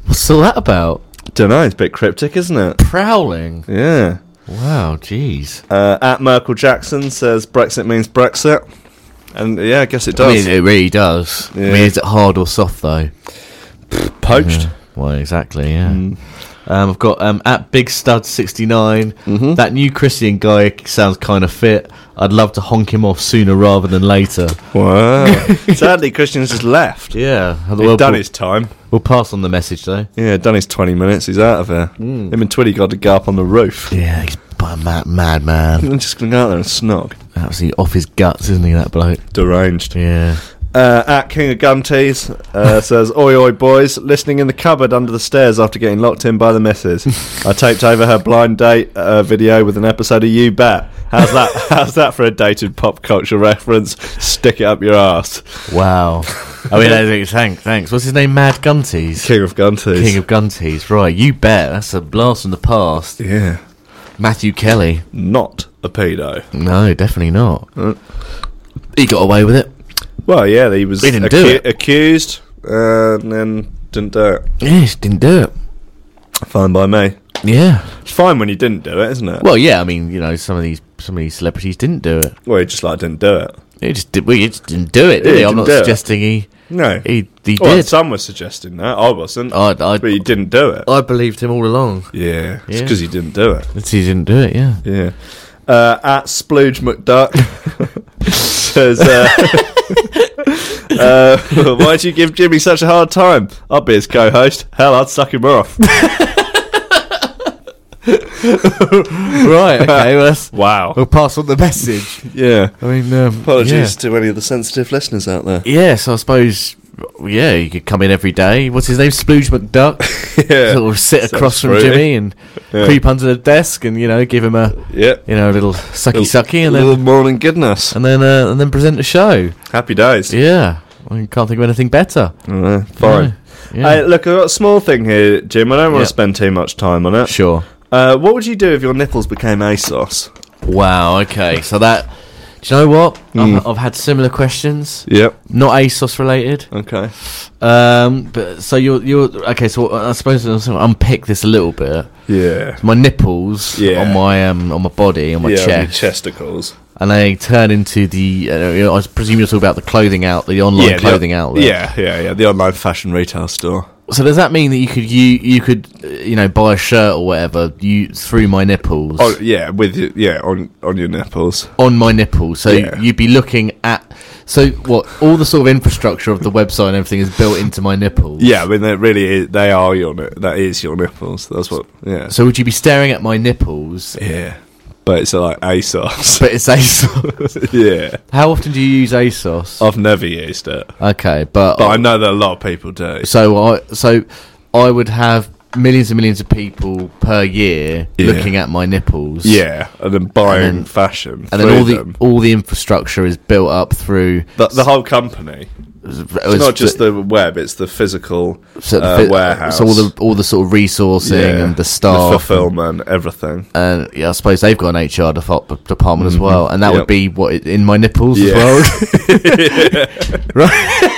Speaker 2: What's all that about?
Speaker 1: Don't know, it's a bit cryptic, isn't it?
Speaker 2: Prowling.
Speaker 1: Yeah.
Speaker 2: Wow, jeez.
Speaker 1: Uh, at Merkel Jackson says Brexit means Brexit. And yeah, I guess it
Speaker 2: I
Speaker 1: does.
Speaker 2: mean, it really does. I
Speaker 1: Yeah.
Speaker 2: mean, is it hard or soft though?
Speaker 1: Poached.
Speaker 2: Well, exactly. Yeah. Um, I've got um, at Big Stud sixty That new Christian guy sounds kind of fit. I'd love to honk him off sooner rather than later.
Speaker 1: Wow. Sadly, Christian's just left.
Speaker 2: Yeah,
Speaker 1: He's
Speaker 2: we'll,
Speaker 1: done
Speaker 2: we'll-
Speaker 1: his time.
Speaker 2: we'll pass on the message though.
Speaker 1: Yeah, done his 20 minutes. He's out of here. Him and Twitty got to go up on the roof.
Speaker 2: Yeah, he's a mad, mad man.
Speaker 1: I'm just going to go out there and snog.
Speaker 2: Absolutely off his guts, isn't he? That bloke.
Speaker 1: Deranged.
Speaker 2: Yeah.
Speaker 1: Uh, at King of Gumtees uh, says, Oi, oi, boys, listening in the cupboard under the stairs after getting locked in by the missus. I taped over her blind date uh, video with an episode of You Bet. How's that? How's that for a dated pop culture reference? Stick it up your ass,
Speaker 2: Wow. I mean, I think- thanks, thanks. What's his name? Mad Gunties.
Speaker 1: King of Gumtees.
Speaker 2: King of Gunties. Right, you bet. That's a blast from the past.
Speaker 1: yeah,
Speaker 2: Matthew Kelly.
Speaker 1: not a pedo.
Speaker 2: No, definitely not. Uh. He got away with it.
Speaker 1: Well, yeah, he was
Speaker 2: He didn't do it.
Speaker 1: accused uh, and then didn't do it.
Speaker 2: Yes, didn't do it.
Speaker 1: Fine by me.
Speaker 2: Yeah.
Speaker 1: It's fine when you didn't do it, isn't it?
Speaker 2: Well, yeah. I mean, you know, some of these some of these celebrities didn't do it.
Speaker 1: Well, he just like didn't do it.
Speaker 2: He just did. We just didn't do it. Did
Speaker 1: Yeah,
Speaker 2: he?
Speaker 1: he
Speaker 2: I'm not
Speaker 1: didn't do it.
Speaker 2: suggesting he
Speaker 1: No,
Speaker 2: he he
Speaker 1: Well,
Speaker 2: did. Oh.
Speaker 1: some were suggesting that. I wasn't.
Speaker 2: I, I,
Speaker 1: but he didn't do it.
Speaker 2: I believed him all along.
Speaker 1: yeah. It's
Speaker 2: Yeah.
Speaker 1: because he didn't do it.
Speaker 2: That he didn't do it. Yeah.
Speaker 1: Yeah. Uh, at Splooge McDuck says, uh, uh, Why'd you give Jimmy such a hard time? I'll be his co host. Hell, I'd suck him off.
Speaker 2: right. Okay. Well, that's,
Speaker 1: wow.
Speaker 2: we'll pass on the message.
Speaker 1: Yeah.
Speaker 2: I mean, um,
Speaker 1: Apologies to any of the sensitive listeners out there.
Speaker 2: Yeah. yeah. So I suppose. Yeah, you could come in every day. What's his name? Splooge McDuck.
Speaker 1: Yeah.
Speaker 2: Sort of sit
Speaker 1: Sounds
Speaker 2: across from
Speaker 1: fruity.
Speaker 2: Jimmy and
Speaker 1: Yeah.
Speaker 2: creep under the desk and you know give him a
Speaker 1: Yeah.
Speaker 2: you know a little sucky sucky and
Speaker 1: Little
Speaker 2: then
Speaker 1: morning goodness.
Speaker 2: and then uh, and then present the show.
Speaker 1: Happy days.
Speaker 2: Yeah, I can't think of anything better.
Speaker 1: Uh, fine.
Speaker 2: Yeah.
Speaker 1: Hey, look, I've got a small thing here, Jim. I don't want
Speaker 2: Yeah.
Speaker 1: to spend too much time on it.
Speaker 2: Sure.
Speaker 1: Uh, what would you do if your nipples became ASOS?
Speaker 2: Wow. Okay. So that. Do you know what? I've, I've had similar questions,
Speaker 1: Yep.
Speaker 2: not ASOS related.
Speaker 1: Okay.
Speaker 2: Um, but so you're you're okay. So I suppose I'll sort of unpick this a little bit.
Speaker 1: Yeah.
Speaker 2: My nipples
Speaker 1: Yeah.
Speaker 2: on my um on my body on my
Speaker 1: yeah,
Speaker 2: chest,
Speaker 1: chesticles.
Speaker 2: and they turn into the. Uh, you know, I presume you're talking about the clothing out, the online clothing
Speaker 1: the,
Speaker 2: outlet.
Speaker 1: Yeah, yeah, yeah. The online fashion retail store.
Speaker 2: So does that mean that you could you you could uh, you know buy a shirt or whatever you through my nipples?
Speaker 1: Oh, yeah, with your, yeah on on your nipples.
Speaker 2: on my nipple. So
Speaker 1: Yeah.
Speaker 2: you'd be looking at. So what? All the sort of infrastructure of the website and everything is built into my nipples.
Speaker 1: Yeah, I mean that really is, they are your ni- that is your nipples. That's what. Yeah.
Speaker 2: So would you be staring at my nipples?
Speaker 1: yeah. But it's like ASOS.
Speaker 2: But it's ASOS.
Speaker 1: yeah.
Speaker 2: How often do you use ASOS?
Speaker 1: I've never used it,
Speaker 2: okay,
Speaker 1: Oh.
Speaker 2: but,
Speaker 1: but I know that a lot of people do.
Speaker 2: so I so I would have millions and millions of people per year
Speaker 1: Yeah.
Speaker 2: looking at my nipples.
Speaker 1: Yeah, and then buying
Speaker 2: And then-
Speaker 1: fashion
Speaker 2: And then
Speaker 1: through
Speaker 2: all the
Speaker 1: them.
Speaker 2: all the infrastructure is built up through.
Speaker 1: The, the whole company. It's not just the web; it's the physical
Speaker 2: Oh, so the
Speaker 1: uh,
Speaker 2: fit-
Speaker 1: warehouse.
Speaker 2: So all the all the sort of resourcing
Speaker 1: Yeah,
Speaker 2: and the staff,
Speaker 1: the fulfillment, everything.
Speaker 2: and yeah, I suppose they've got an HR defo- department as well, and that
Speaker 1: Mm-hmm. Yep.
Speaker 2: would be what i- in my nipples as
Speaker 1: Yeah.
Speaker 2: well.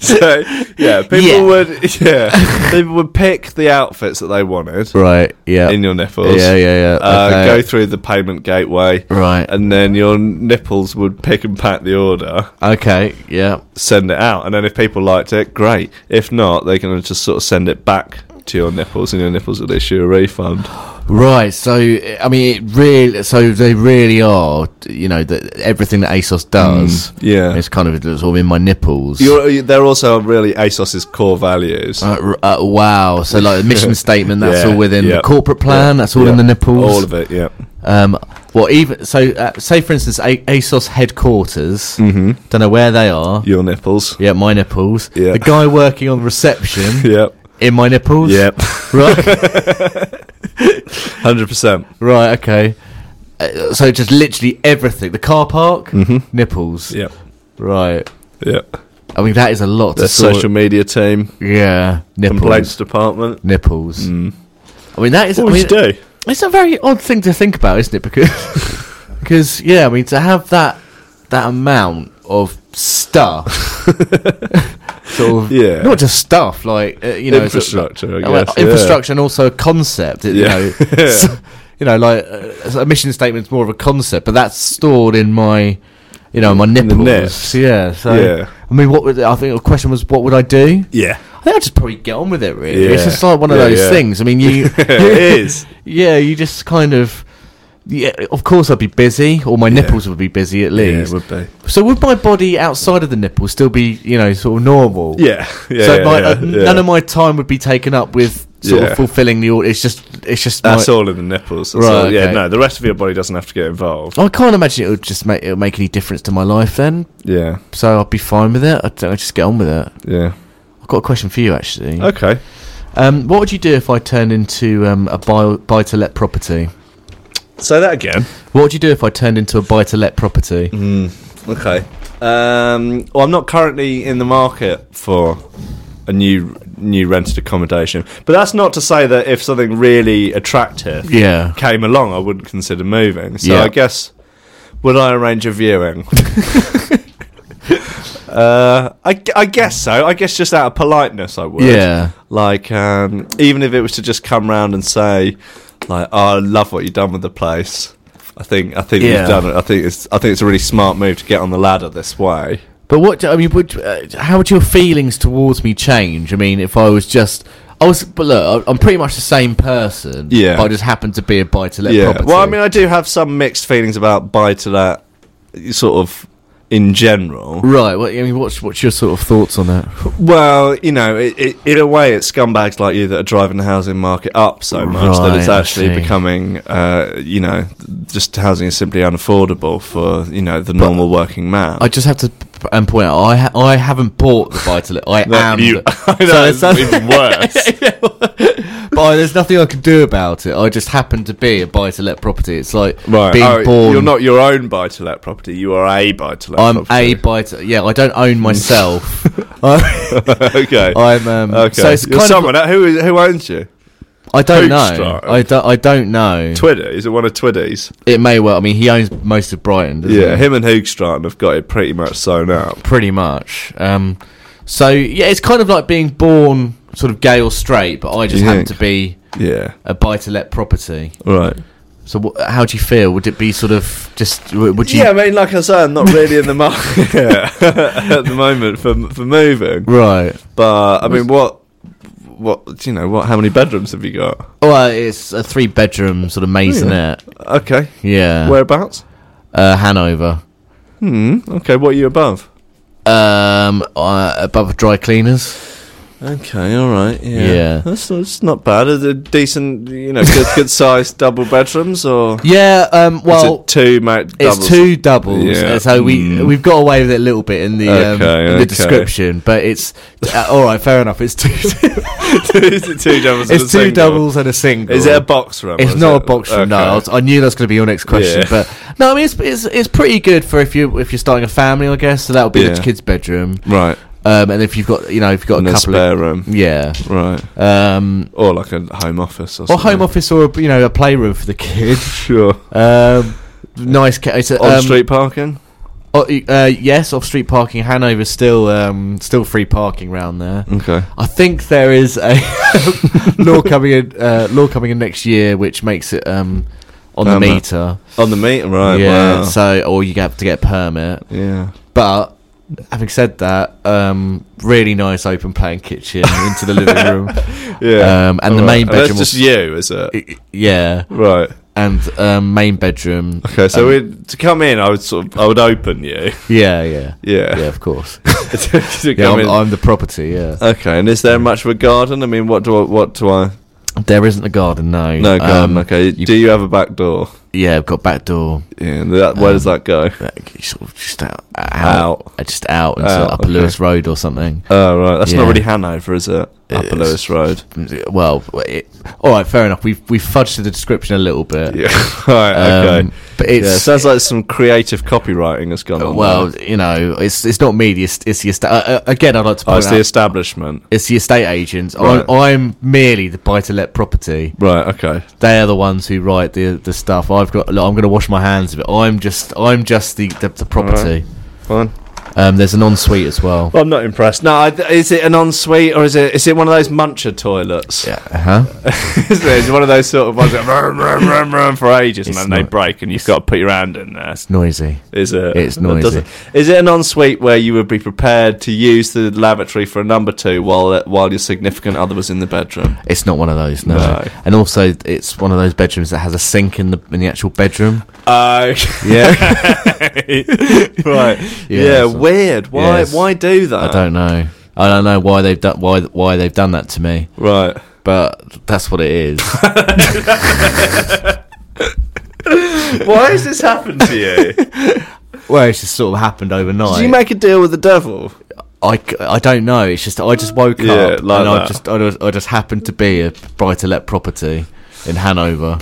Speaker 1: so yeah, people
Speaker 2: Yeah.
Speaker 1: would yeah people would pick the outfits that they wanted
Speaker 2: right? Yeah.
Speaker 1: in your nipples.
Speaker 2: yeah, yeah, yeah.
Speaker 1: Uh,
Speaker 2: okay.
Speaker 1: Go through the payment gateway,
Speaker 2: Right.
Speaker 1: and then your nipples would pick and pack the order,
Speaker 2: okay. Yeah.
Speaker 1: send it out, and then if people liked it, great. If not, they're gonna just sort of send it back to your nipples, and your nipples would issue a refund.
Speaker 2: Right. So I mean, it really. So they really are. You know that everything that ASOS does.
Speaker 1: Mm, yeah.
Speaker 2: It's kind of it's all in my nipples.
Speaker 1: You're, uh, they're also really ASOS's core values.
Speaker 2: uh, r- uh, wow. So like the mission statement. That's
Speaker 1: Yeah,
Speaker 2: all within
Speaker 1: yeah,
Speaker 2: the corporate plan. That's all
Speaker 1: Yeah.
Speaker 2: in the nipples.
Speaker 1: All of it, yeah.
Speaker 2: Um, well, even so, uh, say for instance, a- ASOS headquarters. Mm-hmm. Don't know where they are.
Speaker 1: Your nipples.
Speaker 2: Yeah, my nipples.
Speaker 1: Yeah.
Speaker 2: The guy working on reception
Speaker 1: Yep.
Speaker 2: in my nipples.
Speaker 1: Yep.
Speaker 2: Right.
Speaker 1: Hundred percent.
Speaker 2: right. Okay. Uh, so just literally everything. The car park.
Speaker 1: Mm-hmm.
Speaker 2: Nipples.
Speaker 1: Yep.
Speaker 2: Right.
Speaker 1: Yep.
Speaker 2: I mean that is a lot.
Speaker 1: The
Speaker 2: to sort-
Speaker 1: social media team,
Speaker 2: Yeah. Nipples.
Speaker 1: complaints department.
Speaker 2: Nipples. I mean that is.
Speaker 1: Mm. What
Speaker 2: I
Speaker 1: would
Speaker 2: mean,
Speaker 1: you do?
Speaker 2: It's a very odd thing to think about, isn't it? Because, because yeah, I mean to have that that amount of stuff, sort of,
Speaker 1: Yeah.
Speaker 2: not just stuff like uh, you know it's a-
Speaker 1: Infrastructure, I
Speaker 2: uh, well,
Speaker 1: guess, yeah.
Speaker 2: infrastructure, and also a concept. You
Speaker 1: Yeah.
Speaker 2: know,
Speaker 1: Yeah.
Speaker 2: s- you know, like uh, a mission statement's more of a concept, but that's stored in my. You know my nipples,
Speaker 1: nips.
Speaker 2: yeah. So
Speaker 1: Yeah.
Speaker 2: I mean, what would I think? The question was, what would I do?
Speaker 1: Yeah,
Speaker 2: I think I'd just probably get on with it. Really, it's
Speaker 1: Yeah.
Speaker 2: just like one of
Speaker 1: Yeah,
Speaker 2: those
Speaker 1: yeah.
Speaker 2: things. I mean, you
Speaker 1: it is.
Speaker 2: yeah, you just kind of. Yeah, of course I'd be busy, or my nipples would be busy at
Speaker 1: Yeah, it
Speaker 2: least.
Speaker 1: would be.
Speaker 2: so would my body outside of the nipple still be, you know, sort of normal?
Speaker 1: Yeah, yeah.
Speaker 2: so
Speaker 1: yeah,
Speaker 2: my,
Speaker 1: yeah,
Speaker 2: uh,
Speaker 1: yeah.
Speaker 2: none of my time would be taken up with sort
Speaker 1: Yeah.
Speaker 2: of fulfilling the order. It's just it's just
Speaker 1: That's
Speaker 2: my-
Speaker 1: all in the nipples. That's
Speaker 2: Right,
Speaker 1: all- Yeah,
Speaker 2: okay.
Speaker 1: no, the rest of your body doesn't have to get involved.
Speaker 2: I can't imagine it would just make it would make any difference to my life then.
Speaker 1: Yeah,
Speaker 2: So I'd be fine with it. I don't know, just get on with it.
Speaker 1: yeah.
Speaker 2: I've got a question for you actually.
Speaker 1: Okay.
Speaker 2: Um, what would you do if I turned into um, a buy, buy to let property?
Speaker 1: Say that again.
Speaker 2: What would you do if I turned into a buy to let property?
Speaker 1: Okay. Um, well, I'm not currently in the market for a new new rented accommodation, but that's not to say that if something really attractive
Speaker 2: Yeah.
Speaker 1: came along, I wouldn't consider moving. So
Speaker 2: Yeah.
Speaker 1: I guess would I arrange a viewing? uh, I, gu- I guess so. I guess just out of politeness, I would.
Speaker 2: Yeah.
Speaker 1: Like, um, even if it was to just come round and say, like, oh, I love what you've done with the place. I think I think
Speaker 2: Yeah.
Speaker 1: you've done it. I think it's I think it's a really smart move to get on the ladder this way.
Speaker 2: But what do- I mean, would uh, how would your feelings towards me change? I mean, if I was just I was, but look, I- I'm pretty much the same person.
Speaker 1: Yeah.
Speaker 2: but I just happen to be a buy to let
Speaker 1: yeah.
Speaker 2: property.
Speaker 1: Well, I mean, I do have some mixed feelings about buy to that sort of in general.
Speaker 2: right. Well, I mean, what's what's your sort of thoughts on that?
Speaker 1: Well, you know, it, it, in a way, it's scumbags like you that are driving the housing market up so much that it's
Speaker 2: Right, I
Speaker 1: actually
Speaker 2: see.
Speaker 1: becoming, uh, you know, just housing is simply unaffordable for you know the normal working man.
Speaker 2: I just have to p- um, point out I ha- I haven't bought the buy to let. I
Speaker 1: That
Speaker 2: am.
Speaker 1: you- I know,
Speaker 2: So
Speaker 1: it's
Speaker 2: it's-
Speaker 1: even worse.
Speaker 2: but there's nothing I can do about it. I just happen to be a buy to let property. It's like
Speaker 1: Right,
Speaker 2: being
Speaker 1: oh,
Speaker 2: born.
Speaker 1: you're not your own buy-to-let property. You are a buy-to-let.
Speaker 2: I'm a
Speaker 1: property.
Speaker 2: buy to. Yeah, I don't own myself. I'm.
Speaker 1: okay.
Speaker 2: um,
Speaker 1: okay.
Speaker 2: So it's
Speaker 1: You're
Speaker 2: kind of
Speaker 1: someone who is, who owns you?
Speaker 2: I don't know.
Speaker 1: Hoogstraat.
Speaker 2: I don't. I don't know.
Speaker 1: Twitter is it one of Twiddy's?
Speaker 2: it may well. I mean, he owns most of Brighton. Doesn't
Speaker 1: Yeah,
Speaker 2: he?
Speaker 1: him and Hoogstraten have got it pretty much sewn up.
Speaker 2: pretty much. Um, so yeah, it's kind of like being born sort of gay or straight, but I just
Speaker 1: You
Speaker 2: happen
Speaker 1: think?
Speaker 2: to be
Speaker 1: Yeah,
Speaker 2: a buy-to-let property.
Speaker 1: right.
Speaker 2: So wh- how do you feel? Would it be sort of just? w- Would you?
Speaker 1: Yeah, I mean, like I said, I'm not really in the market at the moment for for moving.
Speaker 2: Right.
Speaker 1: But I mean, what what do you know? What how many bedrooms have you got?
Speaker 2: Well, it's a three-bedroom sort of maisonette.
Speaker 1: Okay,
Speaker 2: Yeah.
Speaker 1: whereabouts?
Speaker 2: Uh, Hanover.
Speaker 1: Hmm. Okay, what are you above?
Speaker 2: Um, uh, above dry cleaners.
Speaker 1: Okay, all right, yeah,
Speaker 2: Yeah.
Speaker 1: That's, that's not bad. Are there decent, you know, good good sized double bedrooms or
Speaker 2: Yeah. Um. Well,
Speaker 1: is it two ma-
Speaker 2: It's
Speaker 1: doubles?
Speaker 2: two doubles,
Speaker 1: Yeah.
Speaker 2: uh, so we
Speaker 1: Mm.
Speaker 2: we've got away with it a little bit in the um,
Speaker 1: Okay,
Speaker 2: in the
Speaker 1: okay.
Speaker 2: description, but it's uh, all right. Fair enough. It's two.
Speaker 1: Is it two doubles. and a
Speaker 2: it's two
Speaker 1: single?
Speaker 2: doubles and a single.
Speaker 1: Is it a box room?
Speaker 2: It's
Speaker 1: or is
Speaker 2: not a
Speaker 1: it-
Speaker 2: box room. No,
Speaker 1: okay.
Speaker 2: I, was- I knew that's going to be your next question,
Speaker 1: Yeah.
Speaker 2: but no, I mean it's, it's it's pretty good for if you if you're starting a family, I guess. So that would be
Speaker 1: Yeah.
Speaker 2: the kid's bedroom,
Speaker 1: right.
Speaker 2: um, and if you've got you know if you've got
Speaker 1: And
Speaker 2: a
Speaker 1: a
Speaker 2: couple
Speaker 1: spare
Speaker 2: of
Speaker 1: room,
Speaker 2: yeah,
Speaker 1: right?
Speaker 2: um,
Speaker 1: Or like a home office or,
Speaker 2: or
Speaker 1: something.
Speaker 2: home office or you know a playroom for the kid.
Speaker 1: Sure.
Speaker 2: Um, nice. Ca- it's a,
Speaker 1: On
Speaker 2: um,
Speaker 1: street parking.
Speaker 2: Oh, y- uh, yes, off street parking. Hanover's still um, still free parking round there.
Speaker 1: Okay.
Speaker 2: I think there is a law coming in uh, law coming in next year, which makes it um, on the
Speaker 1: Um, uh,
Speaker 2: meter.
Speaker 1: On the meter, right?
Speaker 2: yeah,
Speaker 1: Wow.
Speaker 2: so or you have to get a permit.
Speaker 1: yeah.
Speaker 2: But having said that, um, really nice open plan kitchen into the living room.
Speaker 1: Yeah.
Speaker 2: Um, and the
Speaker 1: All
Speaker 2: main
Speaker 1: And
Speaker 2: bedroom
Speaker 1: That's just
Speaker 2: was-
Speaker 1: you, is it?
Speaker 2: I- Yeah,
Speaker 1: Right.
Speaker 2: and um, main bedroom.
Speaker 1: Okay. So
Speaker 2: um,
Speaker 1: we to come in, I would sort of, I would open you.
Speaker 2: yeah, yeah,
Speaker 1: Yeah.
Speaker 2: yeah, of course.
Speaker 1: to come
Speaker 2: yeah, I'm,
Speaker 1: in.
Speaker 2: I'm the property. Yeah.
Speaker 1: okay. And is there much of a garden? I mean, what do I? What do I?
Speaker 2: There isn't a garden, no.
Speaker 1: No garden.
Speaker 2: Um,
Speaker 1: okay.
Speaker 2: you-
Speaker 1: do you have a back door?
Speaker 2: yeah, I've got back door.
Speaker 1: Yeah. and That, where does that go?
Speaker 2: uh, Sort of just out, out,
Speaker 1: Out.
Speaker 2: uh, just out and sort
Speaker 1: Out,
Speaker 2: of up a
Speaker 1: okay.
Speaker 2: Lewis Road or something.
Speaker 1: Oh right. That's not
Speaker 2: yeah.
Speaker 1: really Hanover, is it? Upper Lewis
Speaker 2: is.
Speaker 1: Road.
Speaker 2: Well, it, all right, fair enough. We've we've fudged the description a little bit.
Speaker 1: Yeah. right. Okay.
Speaker 2: Um, but
Speaker 1: yeah,
Speaker 2: it's
Speaker 1: it sounds like some creative copywriting has gone on.
Speaker 2: well,
Speaker 1: there.
Speaker 2: you know, it's it's not me. It's, it's the esta- uh, uh, again. I'd like to
Speaker 1: oh,
Speaker 2: point
Speaker 1: it's
Speaker 2: out
Speaker 1: the establishment.
Speaker 2: it's the estate agents.
Speaker 1: Right.
Speaker 2: I'm, I'm merely the buy to let property.
Speaker 1: Right. Okay.
Speaker 2: They are the ones who write the the stuff. I've got. Look, I'm going to wash my hands of it. I'm just I'm just the the, the property.
Speaker 1: Fine.
Speaker 2: Um, there's an ensuite as well.
Speaker 1: Well, I'm not impressed. No, I, is it an ensuite or is it is it one of those muncher toilets?
Speaker 2: Yeah. Huh.
Speaker 1: is it? It's one of those sort of ones that vroom, vroom, vroom, vroom for ages
Speaker 2: It's
Speaker 1: and then they
Speaker 2: not-
Speaker 1: break and you've got to put your hand in there.
Speaker 2: Noisy.
Speaker 1: Is it?
Speaker 2: it's
Speaker 1: That doesn't-
Speaker 2: noisy.
Speaker 1: Is it an ensuite where you would be prepared to use the lavatory for a number two while uh, while your significant other was in the bedroom?
Speaker 2: It's not one of those, no.
Speaker 1: No.
Speaker 2: And also, it's one of those bedrooms that has a sink in the in the actual bedroom.
Speaker 1: Uh,
Speaker 2: Yeah,
Speaker 1: right. Yeah,
Speaker 2: that's-
Speaker 1: weird. Why
Speaker 2: Yes.
Speaker 1: why do that?
Speaker 2: I don't know. I don't know why they've done why why they've done that to me.
Speaker 1: Right.
Speaker 2: but that's what it is.
Speaker 1: Why has this happened to you?
Speaker 2: well, it's just sort of happened overnight.
Speaker 1: Did you make a deal with the devil?
Speaker 2: I, c- I don't know. It's just I just woke
Speaker 1: Yeah,
Speaker 2: up
Speaker 1: like
Speaker 2: and I
Speaker 1: that.
Speaker 2: just I just I just happened to be a buy to let property in Hanover.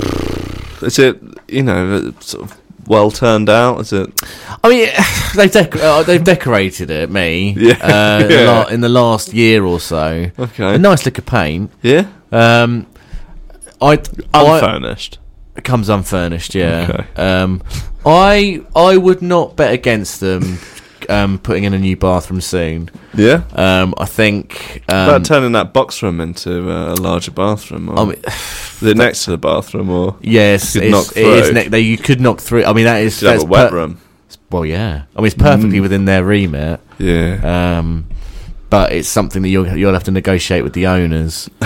Speaker 1: Is it you know uh, sort of well turned out? Is it?
Speaker 2: I mean, they've dec- uh, they've decorated it. Me,
Speaker 1: Yeah.
Speaker 2: uh, in the
Speaker 1: Yeah.
Speaker 2: la- in the last year or so.
Speaker 1: Okay.
Speaker 2: A nice lick of paint.
Speaker 1: Yeah,
Speaker 2: Um, I I-
Speaker 1: unfurnished.
Speaker 2: it comes unfurnished. Yeah.
Speaker 1: Okay.
Speaker 2: Um, I I would not bet against them. Um, putting in a new bathroom soon.
Speaker 1: Yeah,
Speaker 2: Um, I think. Um,
Speaker 1: about turning that box room into uh, a larger bathroom, or
Speaker 2: I mean,
Speaker 1: is it next to the bathroom, or
Speaker 2: Yes,
Speaker 1: You could
Speaker 2: it's,
Speaker 1: knock
Speaker 2: it is
Speaker 1: through.
Speaker 2: ne- they, you could knock through. I mean, that is
Speaker 1: do you have
Speaker 2: that's
Speaker 1: a wet
Speaker 2: per-
Speaker 1: room?
Speaker 2: Well, yeah. I mean, it's perfectly
Speaker 1: Mm.
Speaker 2: within their remit,
Speaker 1: Yeah,
Speaker 2: um, but it's something that you'll you'll have to negotiate with the owners.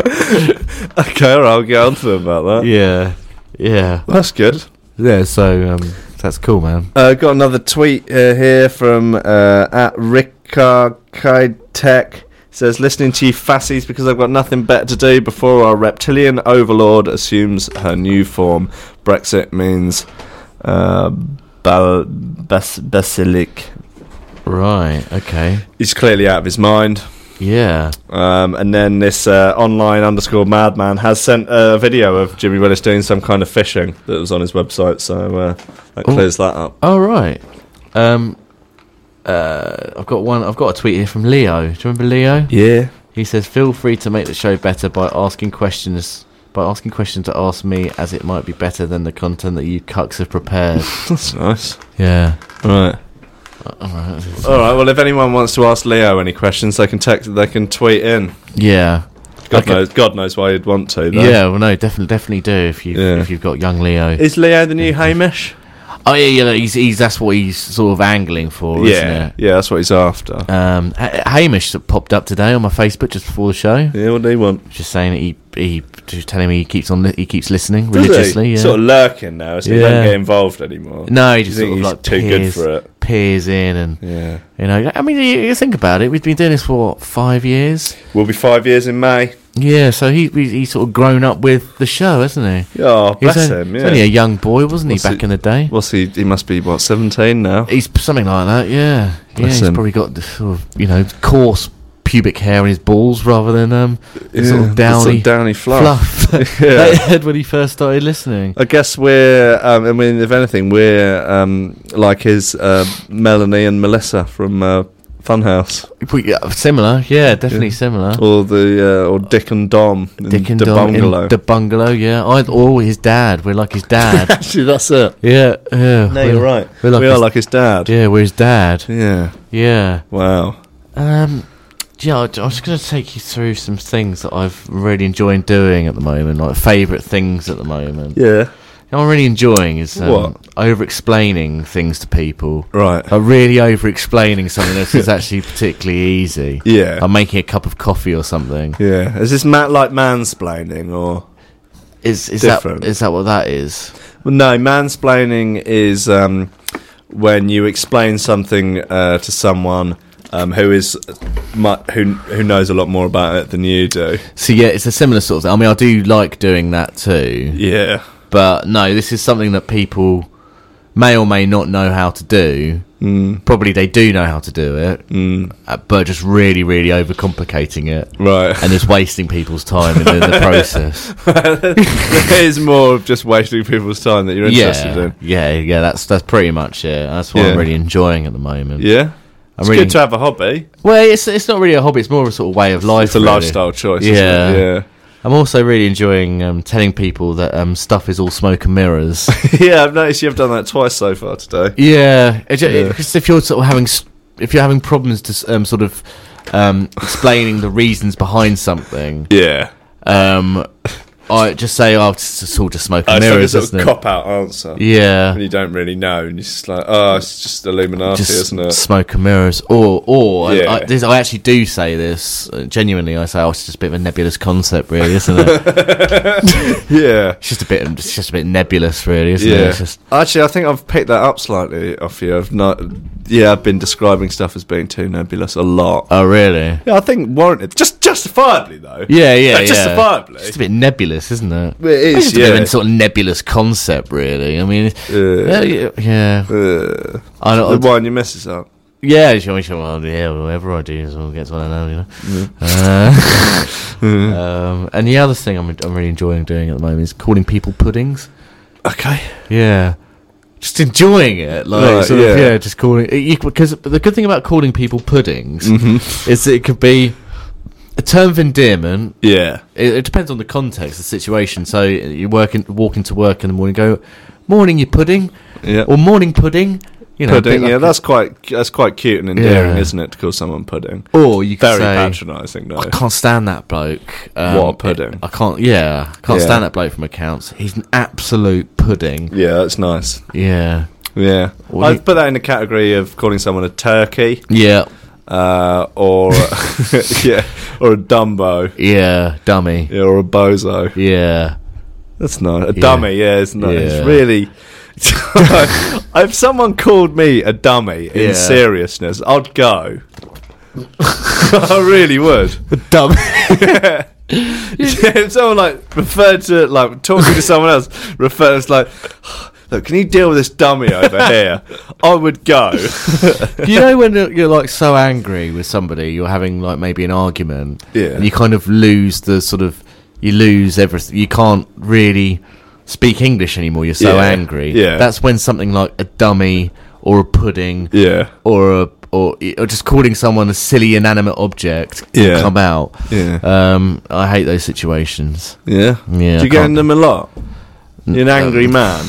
Speaker 1: okay, all right, I'll get on to them about that.
Speaker 2: yeah, yeah,
Speaker 1: That's good.
Speaker 2: yeah. So um, that's cool, man.
Speaker 1: Uh, got another tweet uh, here from uh, at Rickard Tech. Says, listening to you fascies because I've got nothing better to do before our reptilian overlord assumes her new form. Brexit means uh, bal- bas- basilic.
Speaker 2: Right. Okay.
Speaker 1: He's clearly out of his mind.
Speaker 2: Yeah.
Speaker 1: Um, and then this uh, online underscore madman has sent a video of Jimmy Willis doing some kind of fishing that was on his website, so uh, that
Speaker 2: Ooh.
Speaker 1: clears that up.
Speaker 2: All right. Um, uh, I've got one. I've got a tweet here from Leo. Do you remember Leo?
Speaker 1: Yeah.
Speaker 2: He says, "Feel free to make the show better by asking questions." By asking questions to ask me, as it might be better than the content that you cucks have prepared.
Speaker 1: That's nice.
Speaker 2: yeah.
Speaker 1: Right. All right. Well, if anyone wants to ask Leo any questions, they can text. They can tweet in.
Speaker 2: Yeah.
Speaker 1: God
Speaker 2: Okay.
Speaker 1: knows. God knows why you'd want to. Though.
Speaker 2: Yeah. Well, no, definitely, definitely do if you
Speaker 1: Yeah.
Speaker 2: if you've got young Leo.
Speaker 1: Is Leo the new Hamish?
Speaker 2: Oh yeah, yeah. He's, he's that's what he's sort of angling for,
Speaker 1: yeah.
Speaker 2: isn't it?
Speaker 1: Yeah. That's what he's after.
Speaker 2: Um, H- Hamish that popped up today on my Facebook just before the show,
Speaker 1: yeah. What do you want?
Speaker 2: just saying that he he just telling me he keeps on li- he keeps listening
Speaker 1: Does he?
Speaker 2: religiously. Yeah.
Speaker 1: Sort of lurking now. So he
Speaker 2: Yeah.
Speaker 1: don't get involved anymore.
Speaker 2: no, he
Speaker 1: You
Speaker 2: just
Speaker 1: think
Speaker 2: sort of
Speaker 1: he's
Speaker 2: like
Speaker 1: too good
Speaker 2: peers,
Speaker 1: for it.
Speaker 2: peers in and
Speaker 1: Yeah.
Speaker 2: You know, I mean, you, you think about it. We've been doing this for what, five years.
Speaker 1: We'll be five years in May.
Speaker 2: Yeah, so he, he he's sort of grown up with the show, hasn't he?
Speaker 1: Oh,
Speaker 2: He was
Speaker 1: bless
Speaker 2: only-
Speaker 1: him.
Speaker 2: he was
Speaker 1: Yeah.
Speaker 2: only a young boy, wasn't
Speaker 1: What's
Speaker 2: he, back
Speaker 1: it-
Speaker 2: in the day?
Speaker 1: What's he? He must be what seventeen now.
Speaker 2: He's p- something like that. Yeah, yeah.
Speaker 1: Bless
Speaker 2: He's
Speaker 1: him.
Speaker 2: probably got the sort of you know coarse pubic hair in his balls rather than um the sort
Speaker 1: Yeah,
Speaker 2: of
Speaker 1: the sort
Speaker 2: downy
Speaker 1: of downy fluff.
Speaker 2: fluff
Speaker 1: Yeah.
Speaker 2: that he had when he first started listening.
Speaker 1: I guess we're. Um, I mean, if anything, we're um, like his uh, Melanie and Melissa from uh, Funhouse,
Speaker 2: Uh, We- yeah, similar, yeah, definitely
Speaker 1: Yeah.
Speaker 2: similar.
Speaker 1: or the uh, or Dick and Dom, in
Speaker 2: Dick and
Speaker 1: the
Speaker 2: Dom in
Speaker 1: Bungalow.
Speaker 2: the bungalow, yeah. I or his dad. We're like his dad.
Speaker 1: Actually, that's it.
Speaker 2: yeah, yeah.
Speaker 1: No, you're
Speaker 2: we're-
Speaker 1: right.
Speaker 2: we're like
Speaker 1: we
Speaker 2: his-
Speaker 1: are like his dad.
Speaker 2: Yeah, we're his dad.
Speaker 1: Yeah.
Speaker 2: Yeah.
Speaker 1: Wow.
Speaker 2: Um, yeah, I I was going to take you through some things that I've really enjoying doing at the moment, like favourite things at the moment.
Speaker 1: Yeah.
Speaker 2: You know What I'm really enjoying is um,
Speaker 1: What?
Speaker 2: over explaining things to people.
Speaker 1: Right.
Speaker 2: I'm really over explaining something that's is actually particularly easy.
Speaker 1: Yeah.
Speaker 2: I'm making a cup of coffee or something.
Speaker 1: yeah. Is this Matt like mansplaining or?
Speaker 2: Is is
Speaker 1: Different.
Speaker 2: that is that what that is?
Speaker 1: Well, no, mansplaining is um, when you explain something uh, to someone um, who is mu- who who knows a lot more about it than you do.
Speaker 2: So yeah, it's a similar sort of thing. I mean, I do like doing that too.
Speaker 1: Yeah.
Speaker 2: But no, this is something that people may or may not know how to do.
Speaker 1: Mm.
Speaker 2: Probably they do know how to do it,
Speaker 1: Mm.
Speaker 2: uh, but just really, really overcomplicating it
Speaker 1: Right.
Speaker 2: and just wasting people's time in the, in the process.
Speaker 1: it is more of just wasting people's time that you're interested
Speaker 2: yeah,
Speaker 1: in.
Speaker 2: yeah, yeah. That's that's pretty much it. That's what
Speaker 1: Yeah.
Speaker 2: I'm really enjoying at the moment.
Speaker 1: Yeah. It's
Speaker 2: really-
Speaker 1: good to have a hobby.
Speaker 2: Well, it's it's not really a hobby. It's more of a sort of way of life.
Speaker 1: It's a
Speaker 2: really.
Speaker 1: lifestyle choice.
Speaker 2: Yeah.
Speaker 1: Isn't it?
Speaker 2: I'm also really enjoying um, telling people that um, stuff is all smoke and mirrors.
Speaker 1: Yeah. yeah, I've noticed you've done that twice so far today.
Speaker 2: Yeah, it, ju-
Speaker 1: Yeah.
Speaker 2: it- 'cause if you're sort of having s- if you're having problems to s- um, sort of
Speaker 1: Uh,
Speaker 2: um, explaining the reasons behind something,
Speaker 1: Yeah.
Speaker 2: um, I just say, oh, it's, it's all just smoke
Speaker 1: Uh, it's
Speaker 2: and
Speaker 1: like a
Speaker 2: mirrors,
Speaker 1: sort
Speaker 2: isn't
Speaker 1: of
Speaker 2: it?
Speaker 1: cop out answer.
Speaker 2: yeah.
Speaker 1: And you don't really know, and you're just like, oh, it's just Illuminati,
Speaker 2: just
Speaker 1: isn't it?
Speaker 2: smoke and mirrors, or or I-
Speaker 1: Yeah.
Speaker 2: I, this, I actually do say this uh, genuinely. I say, oh, it's just a bit of a nebulous concept, really, isn't it?
Speaker 1: yeah.
Speaker 2: it's just a bit, it's just a bit nebulous, really, isn't it?
Speaker 1: Yeah.
Speaker 2: It's just,
Speaker 1: Actually, I think I've picked that up slightly off you. I've not. Yeah, I've been describing stuff as being too nebulous a lot.
Speaker 2: oh, really?
Speaker 1: yeah, I think warranted. Just justifiably though.
Speaker 2: Yeah, yeah, yeah.
Speaker 1: Justifiably.
Speaker 2: It's just a bit nebulous, isn't it?
Speaker 1: It is,
Speaker 2: It's just a bit of
Speaker 1: yeah.
Speaker 2: a sort of nebulous concept, really. I mean, yeah, yeah, yeah.
Speaker 1: Uh,
Speaker 2: I
Speaker 1: the
Speaker 2: don't.
Speaker 1: one you messes up.
Speaker 2: Yeah, sure, sure. Well, yeah, whatever I do, someone gets one I know, you know. Uh,
Speaker 1: Mm.
Speaker 2: um, and the other thing I'm, I'm really enjoying doing at the moment is calling people puddings.
Speaker 1: Okay.
Speaker 2: Yeah. Just enjoying it, like
Speaker 1: Right,
Speaker 2: sort of,
Speaker 1: yeah.
Speaker 2: yeah, just calling. Because the good thing about calling people puddings
Speaker 1: Mm-hmm.
Speaker 2: is that it could be a term of endearment.
Speaker 1: Yeah.
Speaker 2: It, it depends on the context, the situation. So you're working, walking to work in the morning, go, "Morning, you pudding,"
Speaker 1: Yeah.
Speaker 2: or "Morning pudding." You know, a bit
Speaker 1: pudding.
Speaker 2: like
Speaker 1: yeah,
Speaker 2: a-
Speaker 1: that's quite that's quite cute and endearing,
Speaker 2: Yeah.
Speaker 1: isn't it? To call someone pudding.
Speaker 2: or you
Speaker 1: Very
Speaker 2: could say,
Speaker 1: patronising though.
Speaker 2: I can't stand that bloke. Um,
Speaker 1: What a pudding.
Speaker 2: I can't. Yeah, I can't
Speaker 1: Yeah.
Speaker 2: stand that bloke from accounts. He's an absolute pudding.
Speaker 1: Yeah, that's nice.
Speaker 2: Yeah.
Speaker 1: Yeah,
Speaker 2: What do
Speaker 1: I'd
Speaker 2: you-
Speaker 1: put that in the category of calling someone a turkey,
Speaker 2: Yeah.
Speaker 1: uh, or yeah, or a Dumbo,
Speaker 2: Yeah. Dummy.
Speaker 1: yeah, or a bozo.
Speaker 2: Yeah.
Speaker 1: That's nice. A dummy, yeah, it's nice.
Speaker 2: Yeah.
Speaker 1: It's really. if someone called me a dummy in
Speaker 2: Yeah.
Speaker 1: seriousness, I'd go. I really would.
Speaker 2: Dummy.
Speaker 1: Yeah, if someone like referred to like talking to someone else, refers like, look, can you deal with this dummy over here? I would go.
Speaker 2: you know when you're you're, like so angry with somebody, you're having like maybe an argument,
Speaker 1: Yeah.
Speaker 2: and you kind of lose the sort of you lose everything. You can't really speak English anymore. You're so
Speaker 1: Yeah.
Speaker 2: angry.
Speaker 1: Yeah.
Speaker 2: that's when something like a dummy or a pudding,
Speaker 1: Yeah.
Speaker 2: or a or, or just calling someone a silly inanimate object can
Speaker 1: Yeah.
Speaker 2: come out.
Speaker 1: Yeah.
Speaker 2: Um, I hate those situations.
Speaker 1: Yeah.
Speaker 2: Yeah,
Speaker 1: Do you
Speaker 2: I
Speaker 1: get
Speaker 2: can't-
Speaker 1: in them a lot? You're an angry man.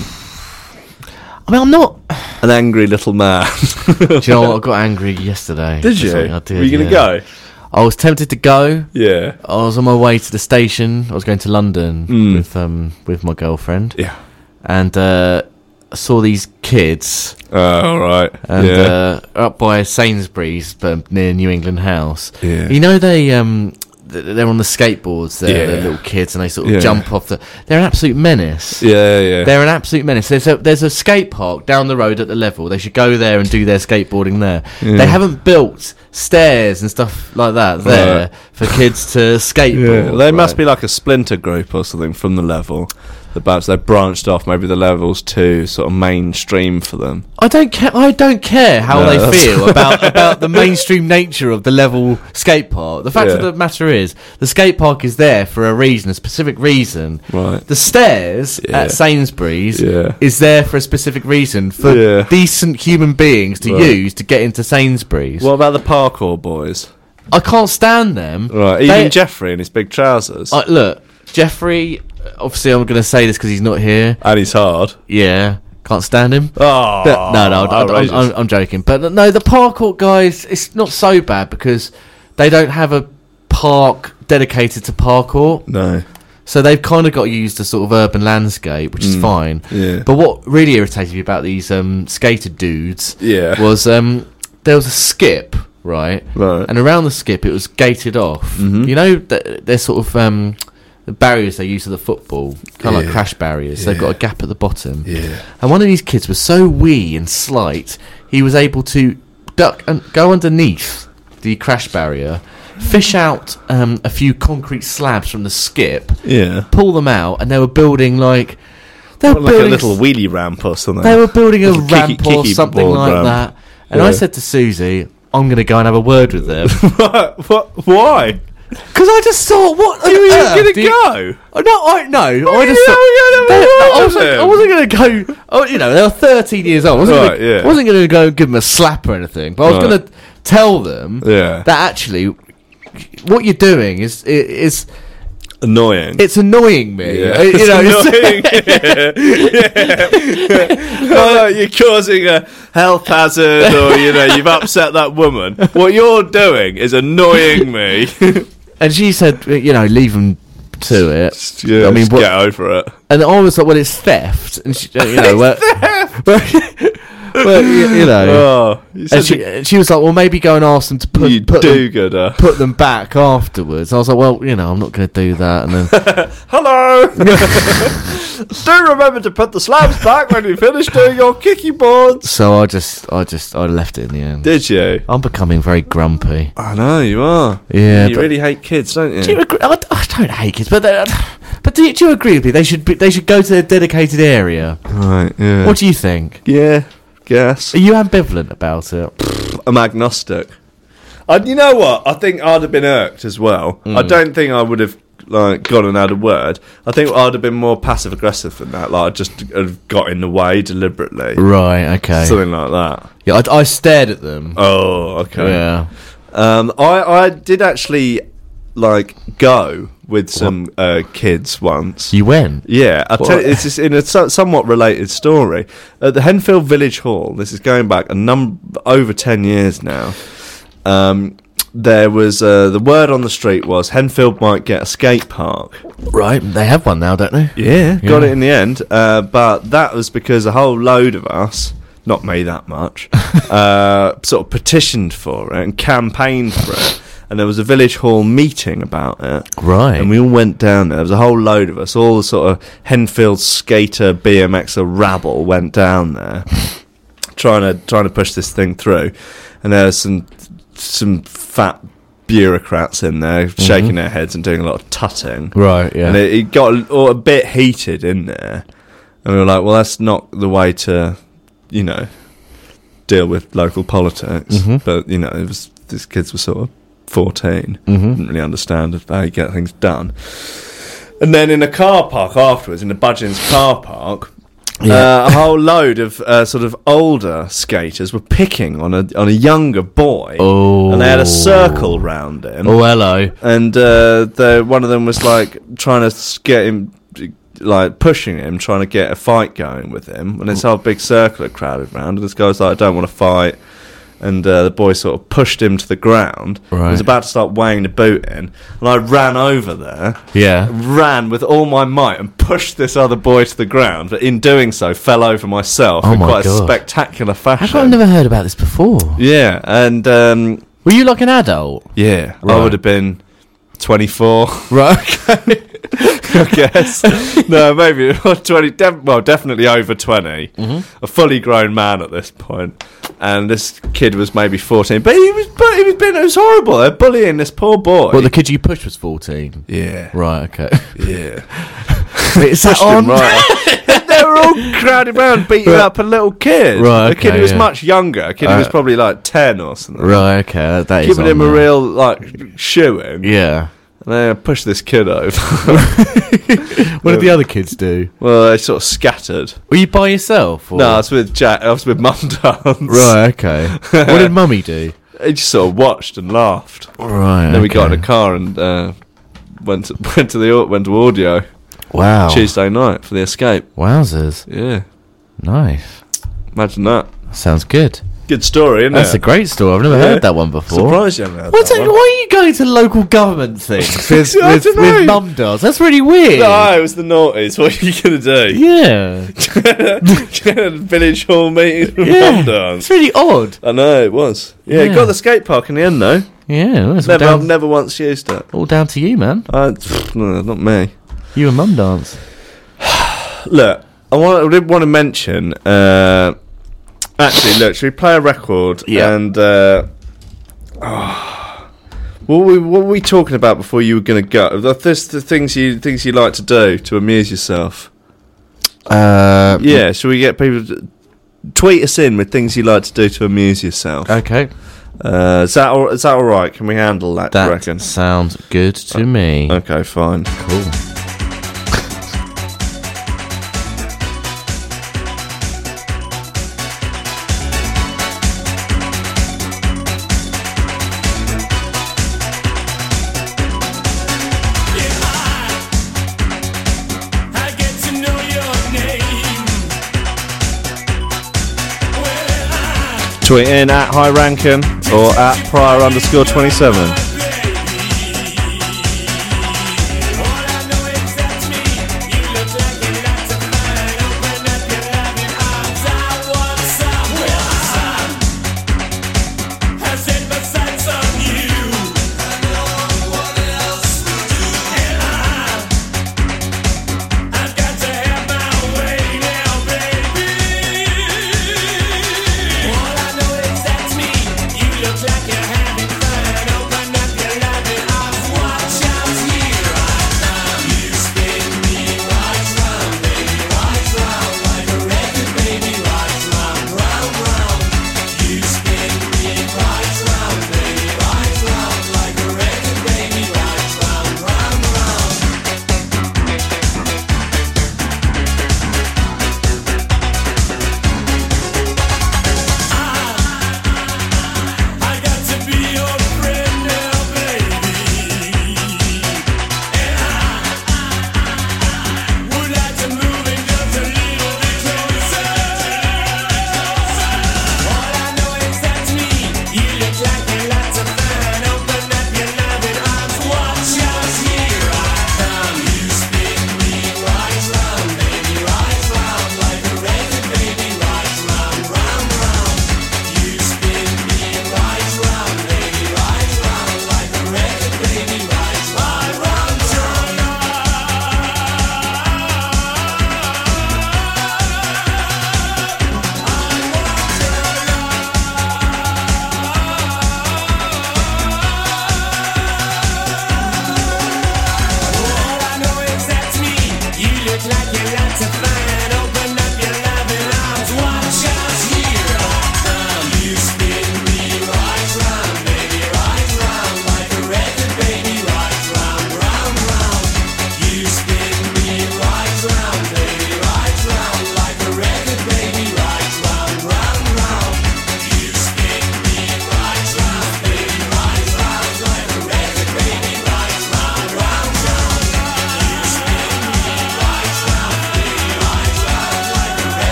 Speaker 2: I mean, I'm not.
Speaker 1: An angry little man.
Speaker 2: Do you know what? I got angry yesterday.
Speaker 1: Did
Speaker 2: That's
Speaker 1: you?
Speaker 2: something I did,
Speaker 1: Were you
Speaker 2: yeah.
Speaker 1: going to go?
Speaker 2: I was tempted to go.
Speaker 1: Yeah.
Speaker 2: I was on my way to the station. I was going to London
Speaker 1: Hmm.
Speaker 2: with um with my girlfriend,
Speaker 1: Yeah.
Speaker 2: and uh, I saw these kids
Speaker 1: Uh, all right.
Speaker 2: and
Speaker 1: yeah.
Speaker 2: uh, up by Sainsbury's, but near New England House.
Speaker 1: Yeah.
Speaker 2: You know they um th- they're on the skateboards. They're,
Speaker 1: Yeah.
Speaker 2: they're little kids, and they sort of
Speaker 1: Yeah.
Speaker 2: jump off the. They're an absolute menace.
Speaker 1: yeah, yeah.
Speaker 2: They're an absolute menace. There's a there's a skate park down the road at the level. They should go there and do their skateboarding there. They haven't built stairs and stuff like that there
Speaker 1: Right.
Speaker 2: for kids to skateboard.
Speaker 1: Yeah, they must
Speaker 2: Oh, right?
Speaker 1: be like a splinter group or something from the level. The bats they branched off. Maybe the levels too sort of mainstream for them.
Speaker 2: I don't care. I don't care how
Speaker 1: No,
Speaker 2: they
Speaker 1: that's-
Speaker 2: feel about about the mainstream nature of the level skate park. The fact of
Speaker 1: Yeah.
Speaker 2: the matter is, the skate park is there for a reason, a specific reason.
Speaker 1: Right.
Speaker 2: The stairs
Speaker 1: Yeah.
Speaker 2: at Sainsbury's
Speaker 1: Yeah.
Speaker 2: is there for a specific reason for
Speaker 1: Yeah.
Speaker 2: decent human beings to
Speaker 1: Right.
Speaker 2: use to get into Sainsbury's.
Speaker 1: What about the parkour boys?
Speaker 2: I can't stand them.
Speaker 1: Right,
Speaker 2: They-
Speaker 1: even Jeffrey in his big trousers,
Speaker 2: I- look, Jeffrey. Obviously, I'm going to say this because he's not here.
Speaker 1: and he's hard.
Speaker 2: Yeah, can't stand him.
Speaker 1: Oh,
Speaker 2: But- no, no, I, I, I'm, I'm joking. But no, the parkour guys, it's not so bad because they don't have a park dedicated to parkour.
Speaker 1: no.
Speaker 2: So they've kind of got used to sort of urban landscape, which
Speaker 1: Mm.
Speaker 2: is fine.
Speaker 1: yeah.
Speaker 2: But what really irritated me about these um, skater dudes
Speaker 1: Yeah.
Speaker 2: was um, there was a skip, right?
Speaker 1: Right.
Speaker 2: And around the skip, it was gated off.
Speaker 1: Mm-hmm.
Speaker 2: You know, th- they're sort of um, the barriers they use for the football, kind of like
Speaker 1: Yeah.
Speaker 2: crash barriers. They've got a gap at the bottom.
Speaker 1: Yeah.
Speaker 2: And one of these kids was so wee and slight, he was able to duck and go underneath the crash barrier, fish out um, a few concrete slabs from the skip,
Speaker 1: Yeah.
Speaker 2: pull them out, and they were building like they were
Speaker 1: Like a
Speaker 2: building
Speaker 1: little wheelie ramp or something.
Speaker 2: they were building a
Speaker 1: Little kiki-
Speaker 2: ramp or
Speaker 1: kiki
Speaker 2: something
Speaker 1: board
Speaker 2: like
Speaker 1: ramp.
Speaker 2: that. And I
Speaker 1: Yeah.
Speaker 2: said to Susie, "I'm going to go and have a word with them."
Speaker 1: what? what? Why?
Speaker 2: Because I just thought, what on
Speaker 1: Who are you
Speaker 2: earth
Speaker 1: gonna
Speaker 2: do you-
Speaker 1: go?
Speaker 2: Oh, no, I no. I
Speaker 1: do
Speaker 2: just
Speaker 1: you
Speaker 2: thought,
Speaker 1: know? You're gonna have a
Speaker 2: They-
Speaker 1: word
Speaker 2: I,
Speaker 1: with
Speaker 2: wasn't, I
Speaker 1: them.
Speaker 2: wasn't gonna go. Oh, you know, they were thirteen years old. I wasn't
Speaker 1: Right,
Speaker 2: gonna,
Speaker 1: yeah.
Speaker 2: I wasn't gonna go and give them a slap or anything. But I was
Speaker 1: Right.
Speaker 2: gonna tell them
Speaker 1: Yeah.
Speaker 2: that actually, what you're doing is i- is
Speaker 1: Annoying.
Speaker 2: it's annoying me.
Speaker 1: yeah.
Speaker 2: Uh, You know,
Speaker 1: It's
Speaker 2: it's-
Speaker 1: annoying. Yeah. Oh, you're causing a health hazard, or you know, you've upset that woman. What you're doing is annoying me.
Speaker 2: and she said, you know, leave them to it.
Speaker 1: Yeah,
Speaker 2: I mean,
Speaker 1: just
Speaker 2: what-
Speaker 1: get over it.
Speaker 2: And I was like, well, it's theft. And she, you know, well, well, you, you know.
Speaker 1: Oh, you
Speaker 2: and
Speaker 1: such
Speaker 2: she,
Speaker 1: a
Speaker 2: and she was like, well, maybe go and ask them to put,
Speaker 1: you
Speaker 2: put, them,
Speaker 1: do-gooder.
Speaker 2: put them back afterwards. I was like, well, you know, I'm not going to do that. And then,
Speaker 1: Hello. do remember to put the slabs back when you finish doing your kicky boards.
Speaker 2: so I just, I just, I left it in the end.
Speaker 1: Did you?
Speaker 2: I'm becoming very grumpy.
Speaker 1: I know you are.
Speaker 2: Yeah,
Speaker 1: you
Speaker 2: but-
Speaker 1: really hate kids, don't you?
Speaker 2: Do you agree? I, I don't hate kids, but they- but do you, do you agree with me? They should be, they should go to their dedicated area.
Speaker 1: right. Yeah.
Speaker 2: What do you think?
Speaker 1: yeah. Guess.
Speaker 2: Are you ambivalent about it?
Speaker 1: I'm agnostic. And you know what? I think I'd have been irked as well. I don't think I would have like gone and had a word. I think I'd have been more passive aggressive than that. Like I just have got in the way deliberately,
Speaker 2: Right. Okay.
Speaker 1: something like that.
Speaker 2: yeah, I, I stared at them.
Speaker 1: Oh, okay.
Speaker 2: Yeah.
Speaker 1: Um, I I did actually like go with some uh, kids once.
Speaker 2: You went.
Speaker 1: Yeah, I'll tell
Speaker 2: What?
Speaker 1: you, it's just in a so- somewhat related story. At the Henfield Village Hall, this is going back a num- over 10 years now, um, there was uh, the word on the street was Henfield might get a skate park.
Speaker 2: Right. They have one now, don't they?
Speaker 1: Yeah, got
Speaker 2: Yeah.
Speaker 1: it in the end. Uh, but that was because a whole load of us, not me that much, uh, sort of petitioned for it and campaigned for it. And there was a village hall meeting about it.
Speaker 2: Right.
Speaker 1: And we all went down there. There was a whole load of us, all the sort of Henfield skater, BMXer rabble went down there trying to trying to push this thing through, and there are some some fat bureaucrats in there shaking their heads and doing a lot of tutting.
Speaker 2: Right.
Speaker 1: And it, it got a, or a bit heated in there, and we were like, "Well, that's not the way to, you know, deal with local politics." But you know, it was these kids were sort of 14
Speaker 2: Mm-hmm.
Speaker 1: didn't really understand how you get things done. And then in a car park afterwards, in the Budgeon's car park, uh, a whole load of uh, sort of older skaters were picking on a on a younger boy,
Speaker 2: Oh.
Speaker 1: and they had a circle round him
Speaker 2: Oh, hello.
Speaker 1: and uh, the one of them was like trying to s- get him, like pushing him, trying to get a fight going with him. And this
Speaker 2: Mm.
Speaker 1: whole big circle had crowded round, and this guy was like, "I don't want to fight." And uh, the boy sort of pushed him to the ground. He
Speaker 2: Right.
Speaker 1: was about to start weighing the boot in, and I ran over there,
Speaker 2: Yeah.
Speaker 1: ran with all my might, and pushed this other boy to the ground. But in doing so, fell over myself
Speaker 2: Oh
Speaker 1: in
Speaker 2: my
Speaker 1: quite a
Speaker 2: God.
Speaker 1: spectacular
Speaker 2: How
Speaker 1: fashion.
Speaker 2: come I've never heard about this before?
Speaker 1: yeah, and um,
Speaker 2: Were you like an adult?
Speaker 1: yeah, I
Speaker 2: Right.
Speaker 1: would have been twenty-four.
Speaker 2: Right.
Speaker 1: guess. no, maybe or twenty. def- well, definitely over 20
Speaker 2: Mm-hmm.
Speaker 1: A fully grown man at this point, and this kid was maybe fourteen. But he was, but he was being, it was horrible. They're bullying this poor boy.
Speaker 2: well, the kid you pushed was 14.
Speaker 1: yeah,
Speaker 2: Right. Okay.
Speaker 1: yeah.
Speaker 2: Is that
Speaker 1: Pushed him
Speaker 2: on?
Speaker 1: right. they were all crowded round, beating up a little kid.
Speaker 2: Right,
Speaker 1: a kid
Speaker 2: okay,
Speaker 1: who was
Speaker 2: yeah.
Speaker 1: much younger. A kid who was
Speaker 2: Uh,
Speaker 1: probably like ten or something.
Speaker 2: Right. Okay. That, that is
Speaker 1: Giving
Speaker 2: on
Speaker 1: him a
Speaker 2: there.
Speaker 1: real like shoeing,
Speaker 2: Yeah.
Speaker 1: and then I pushed this kid over.
Speaker 2: What did the other kids do?
Speaker 1: well, they sort of scattered.
Speaker 2: Were you by yourself? Or?
Speaker 1: No, I was with Jack. I was with Mum Dance.
Speaker 2: Right, okay. what did mummy do?
Speaker 1: He just sort of watched and laughed.
Speaker 2: Right.
Speaker 1: Then we got in a car and uh, went to, went to the au- went to audio
Speaker 2: Wow.
Speaker 1: Tuesday night for the escape.
Speaker 2: Wowzers.
Speaker 1: Yeah,
Speaker 2: Nice.
Speaker 1: imagine that.
Speaker 2: Sounds good.
Speaker 1: Good story, isn't
Speaker 2: That's
Speaker 1: it?
Speaker 2: a great story. I've never heard that one before.
Speaker 1: surprise, young man.
Speaker 2: What's that- why are you going to local government things with,
Speaker 1: I
Speaker 2: with,
Speaker 1: dunno.
Speaker 2: with mum does? That's really weird.
Speaker 1: No, it was the noughties. What are you gonna do?
Speaker 2: Yeah.
Speaker 1: Village hall meeting with
Speaker 2: Yeah.
Speaker 1: Mum Dance.
Speaker 2: It's really odd.
Speaker 1: I know it was. Yeah,
Speaker 2: Yeah.
Speaker 1: got the skate park in the end though.
Speaker 2: Yeah. well, It's all
Speaker 1: Never, I've
Speaker 2: down,
Speaker 1: never once used it.
Speaker 2: all down to you, man.
Speaker 1: I, no, not me.
Speaker 2: You and mum dance.
Speaker 1: look, I, want, I did want to mention. Uh, actually, look, should we play a record?
Speaker 2: Yeah.
Speaker 1: And uh, ah, what, were we, what were we talking about before you were going to go? The, this, the things you things you like to do to amuse yourself.
Speaker 2: Uh,
Speaker 1: Yeah. Should we get people? To, Tweet us in with things you like to do to amuse yourself.
Speaker 2: Okay.
Speaker 1: Uh, is that all, is that all right? Can we handle that? do you
Speaker 2: That
Speaker 1: reckon? Uh,
Speaker 2: sounds good to me.
Speaker 1: Okay, fine.
Speaker 2: Cool.
Speaker 6: I get to know your name. Well, I
Speaker 1: Tweet in at high rankin or at prior underscore twenty seven.
Speaker 6: baby, all I know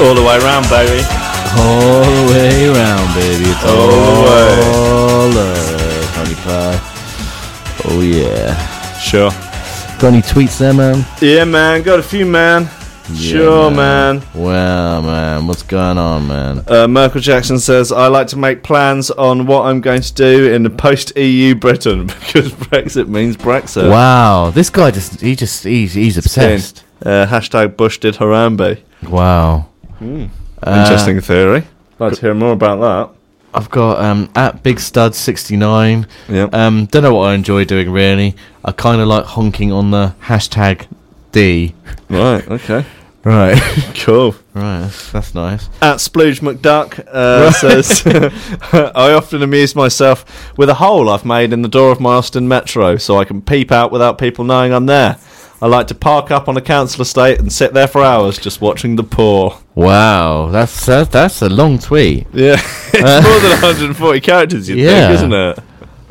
Speaker 1: All the way round, baby.
Speaker 2: All the way round, baby. It's all,
Speaker 1: the way.
Speaker 2: All the honey pie. Oh yeah.
Speaker 1: Sure.
Speaker 2: Got any tweets there, man?
Speaker 1: Yeah, man. Got a few, man.
Speaker 2: Yeah,
Speaker 1: sure, man.
Speaker 2: Wow, man. What's going on, man?
Speaker 1: Uh, Merkel Jackson says, I like to make plans on what I'm going to do in the post EU Britain because Brexit means Brexit.
Speaker 2: Wow, this guy just—he just—he's he's obsessed.
Speaker 1: Uh, hashtag Bush did Harambe.
Speaker 2: Wow. Uh,
Speaker 1: Interesting theory. Like to hear more about
Speaker 2: I've got um, at Big Stud sixty nine.
Speaker 1: that. Uh, Yep.
Speaker 2: Um, don't know what I enjoy doing really. I kind of like honking on the hashtag D.
Speaker 1: right, okay.
Speaker 2: Right,
Speaker 1: Cool.
Speaker 2: right. That's, that's nice.
Speaker 1: At Splooge McDuck uh, says, I often amuse myself with a hole I've made in the door of my Austin Metro so I can peep out without people knowing I'm there. I like to park up on a council estate and sit there for hours just watching the poor.
Speaker 2: Wow, that's that's, that's a long tweet.
Speaker 1: Yeah, it's more than 140 characters, you'd
Speaker 2: Yeah.
Speaker 1: think, isn't it?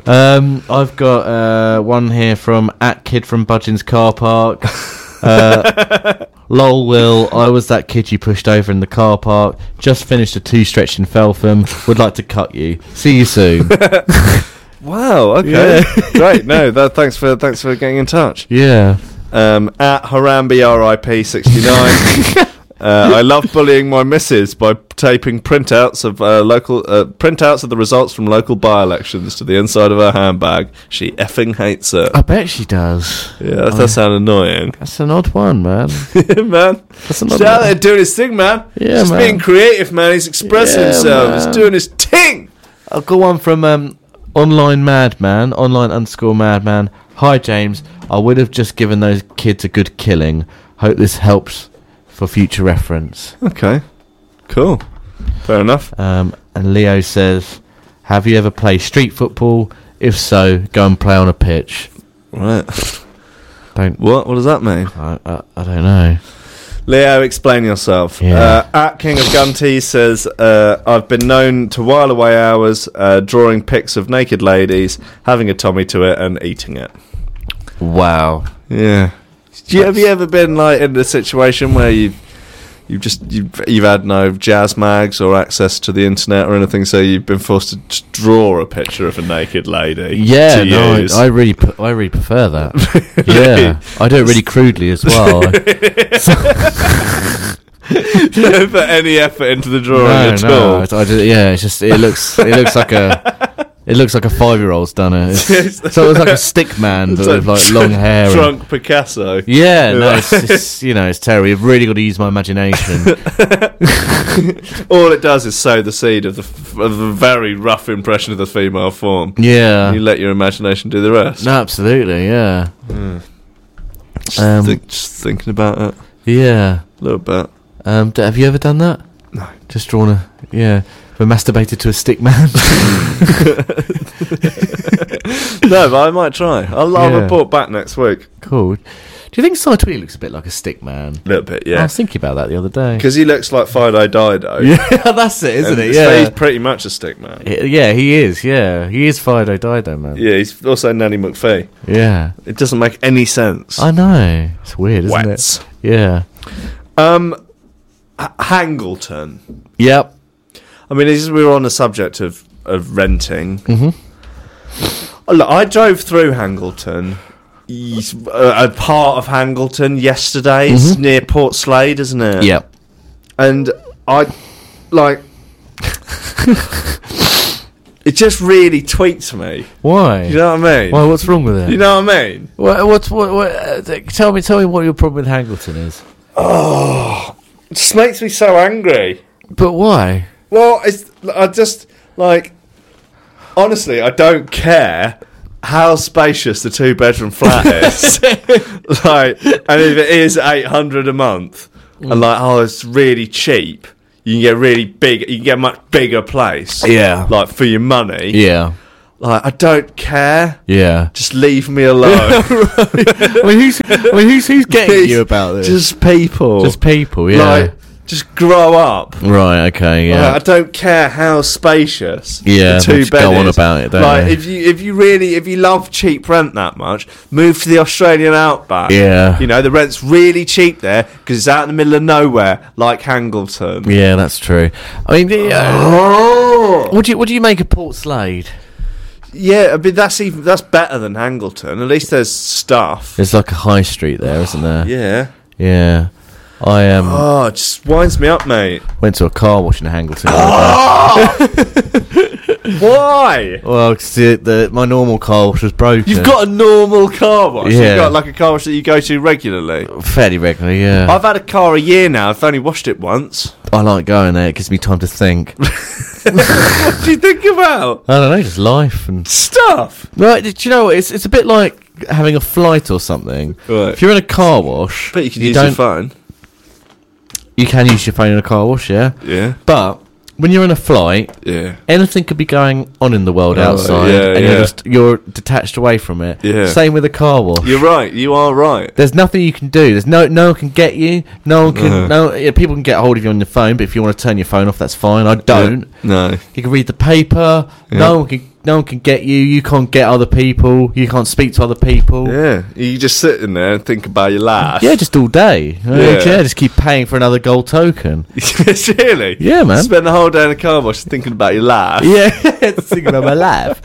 Speaker 2: Um, I've got uh, one here from at kid from Budgeon's car park. Uh, lol, Will. I was that kid you pushed over in the car park. Just finished a two stretch in Feltham. Would like to cut you. See you soon.
Speaker 1: Wow. Okay. Great. No. That, thanks for thanks for getting in touch.
Speaker 2: yeah.
Speaker 1: Um, at Harambe RIP sixty nine. Uh, I love bullying my missus by taping printouts of uh, local uh, printouts of the results from local by-elections to the inside of her handbag. She effing hates it.
Speaker 2: I bet she does.
Speaker 1: Yeah, that does sound annoying,
Speaker 2: That's an odd one, man.
Speaker 1: man.
Speaker 2: That's an
Speaker 1: He's
Speaker 2: odd
Speaker 1: out
Speaker 2: one.
Speaker 1: there doing his thing, man.
Speaker 2: Yeah,
Speaker 1: He's
Speaker 2: man.
Speaker 1: being creative, man. He's expressing
Speaker 2: Yeah,
Speaker 1: himself.
Speaker 2: man.
Speaker 1: He's doing his ting.
Speaker 2: I've got one from um, online madman, online underscore madman. Hi James, I would have just given those kids a good killing. Hope this helps for future reference.
Speaker 1: Okay, cool. Fair enough.
Speaker 2: Um, and Leo says, "Have you ever played street football? If so, go and play on a pitch."
Speaker 1: Right.
Speaker 2: Don't
Speaker 1: What? What does that mean?
Speaker 2: I? I, I don't know.
Speaker 1: Leo, explain yourself.
Speaker 2: Yeah.
Speaker 1: Uh, at King of Gunty says, uh, I've been known to while away hours uh, drawing pics of naked ladies, having a Tommy to it, and eating it.
Speaker 2: Wow.
Speaker 1: Yeah. Do you, have you ever been like in a situation where you you've just you've, you've had no jazz mags or access to the internet or anything, so you've been forced to t- draw a picture of a naked lady?
Speaker 2: Yeah,
Speaker 1: to
Speaker 2: no,
Speaker 1: use?
Speaker 2: I, I really, p- I really prefer that. yeah, I do it really crudely as well.
Speaker 1: Don't put any effort into the drawing
Speaker 2: no,
Speaker 1: at
Speaker 2: no,
Speaker 1: all.
Speaker 2: I, I just, yeah, it's just it looks, it looks like a, it looks like a five-year-old's done it. It's- so it was like a stick man but with like long hair. and-
Speaker 1: Drunk Picasso.
Speaker 2: yeah, no, it's, it's you know, it's terrible. You've really got to use my imagination.
Speaker 1: All it does is sow the seed of the, f- of the very rough impression of the female form.
Speaker 2: Yeah,
Speaker 1: you let your imagination do the rest.
Speaker 2: No, absolutely, yeah.
Speaker 1: just,
Speaker 2: um,
Speaker 1: think- just thinking about it
Speaker 2: Yeah.
Speaker 1: a little bit.
Speaker 2: Um, d- have you ever done that?
Speaker 1: No.
Speaker 2: Just drawn a, yeah, but masturbated to a stick man?
Speaker 1: no, but I might try. I'll, I'll
Speaker 2: Yeah.
Speaker 1: report back next week.
Speaker 2: cool. Do you think Cy Tweedy looks a bit like a stick man?
Speaker 1: A little bit,
Speaker 2: I
Speaker 1: yeah.
Speaker 2: was thinking about that the other day.
Speaker 1: Because he looks like Fido Dido.
Speaker 2: yeah, that's it, isn't
Speaker 1: And
Speaker 2: it?
Speaker 1: so
Speaker 2: Yeah.
Speaker 1: He's pretty much a stick man.
Speaker 2: I- Yeah, he is, yeah. He is Fido Dido, man. Yeah.
Speaker 1: Yeah, he's also Nanny McPhee. It doesn't make any sense.
Speaker 2: I know. It's weird, isn't
Speaker 1: Wets.
Speaker 2: it? Yeah.
Speaker 1: Um, H- Hangleton.
Speaker 2: Yep.
Speaker 1: I mean, as we were on the subject of, of renting. Oh, Look, I drove through Hangleton, y- uh, a part of Hangleton yesterday. It's near Port Slade, isn't it?
Speaker 2: Yep.
Speaker 1: And I, like, it just really tweaks me.
Speaker 2: Why?
Speaker 1: You know what I mean?
Speaker 2: Why, what's wrong with it?
Speaker 1: you know what I mean?
Speaker 2: What, what's what, what, uh, th- tell me, tell me what your problem with Hangleton is.
Speaker 1: It just makes me so angry.
Speaker 2: But why?
Speaker 1: Well, it's I just like honestly, I don't care how spacious the two bedroom flat is. like, and if it is eight hundred a month, and like, oh, it's really cheap. You can get really big. You can get a much bigger place.
Speaker 2: Yeah.
Speaker 1: like for your money.
Speaker 2: Yeah.
Speaker 1: Like, I don't care.
Speaker 2: Yeah.
Speaker 1: Just leave me alone.
Speaker 2: I mean, who's, I mean, who's, who's getting you about this?
Speaker 1: Just people.
Speaker 2: Just people, yeah.
Speaker 1: Like, Just grow up.
Speaker 2: Right. Okay. Yeah.
Speaker 1: Like, I don't care how spacious.
Speaker 2: Yeah,
Speaker 1: the
Speaker 2: they
Speaker 1: two
Speaker 2: just
Speaker 1: bed
Speaker 2: go on
Speaker 1: is.
Speaker 2: about it, don't
Speaker 1: like
Speaker 2: they?
Speaker 1: if you if you really if you love cheap rent that much, move to the Australian outback.
Speaker 2: Yeah.
Speaker 1: you know the rent's really cheap there because it's out in the middle of nowhere, like Hangleton.
Speaker 2: yeah, that's true. I mean, yeah.
Speaker 1: Oh.
Speaker 2: Would you would you make a Port Slade?
Speaker 1: Yeah, I mean that's even that's better than Hangleton. At least there's stuff.
Speaker 2: There's like a high street there, isn't there?
Speaker 1: Yeah.
Speaker 2: Yeah. I um,
Speaker 1: Oh, it just winds me up, mate.
Speaker 2: went to a car wash in Hangleton.
Speaker 1: Why?
Speaker 2: Well, 'cause the, the my normal car wash was broken.
Speaker 1: You've got a normal car wash.
Speaker 2: Yeah.
Speaker 1: You've got like a car wash that you go to regularly.
Speaker 2: fairly regularly, yeah.
Speaker 1: I've had a car a year now. I've only washed it once.
Speaker 2: I like going there. It gives me time to think.
Speaker 1: What do you think about
Speaker 2: I don't know, just life and
Speaker 1: stuff?
Speaker 2: right. Do you know what? It's it's a bit like having a flight or something.
Speaker 1: Right.
Speaker 2: If you're in a car wash,
Speaker 1: But you can use your phone.
Speaker 2: You can use your phone in a car wash, yeah.
Speaker 1: Yeah,
Speaker 2: But when you're in a flight,
Speaker 1: yeah,
Speaker 2: anything could be going on in the world
Speaker 1: Oh,
Speaker 2: outside,
Speaker 1: yeah,
Speaker 2: and you're
Speaker 1: yeah.
Speaker 2: just you're detached away from it.
Speaker 1: Yeah.
Speaker 2: Same with a car wash.
Speaker 1: you're right. You are right.
Speaker 2: There's nothing you can do. There's no no one can get you. No one can. No yeah, people can get hold of you on your phone, but if you want to turn your phone off, that's fine. I don't.
Speaker 1: No.
Speaker 2: You can read the paper.
Speaker 1: Yeah.
Speaker 2: No one can. No one can get you. You can't get other people. You can't speak to other people. Yeah,
Speaker 1: Yeah, you just sit in there and think about your life.
Speaker 2: just all day. Yeah.
Speaker 1: Yeah.
Speaker 2: yeah, just keep paying for another gold token.
Speaker 1: really.
Speaker 2: Yeah, man.
Speaker 1: Spend the whole day in a car wash thinking about your life.
Speaker 2: yeah, thinking about my life.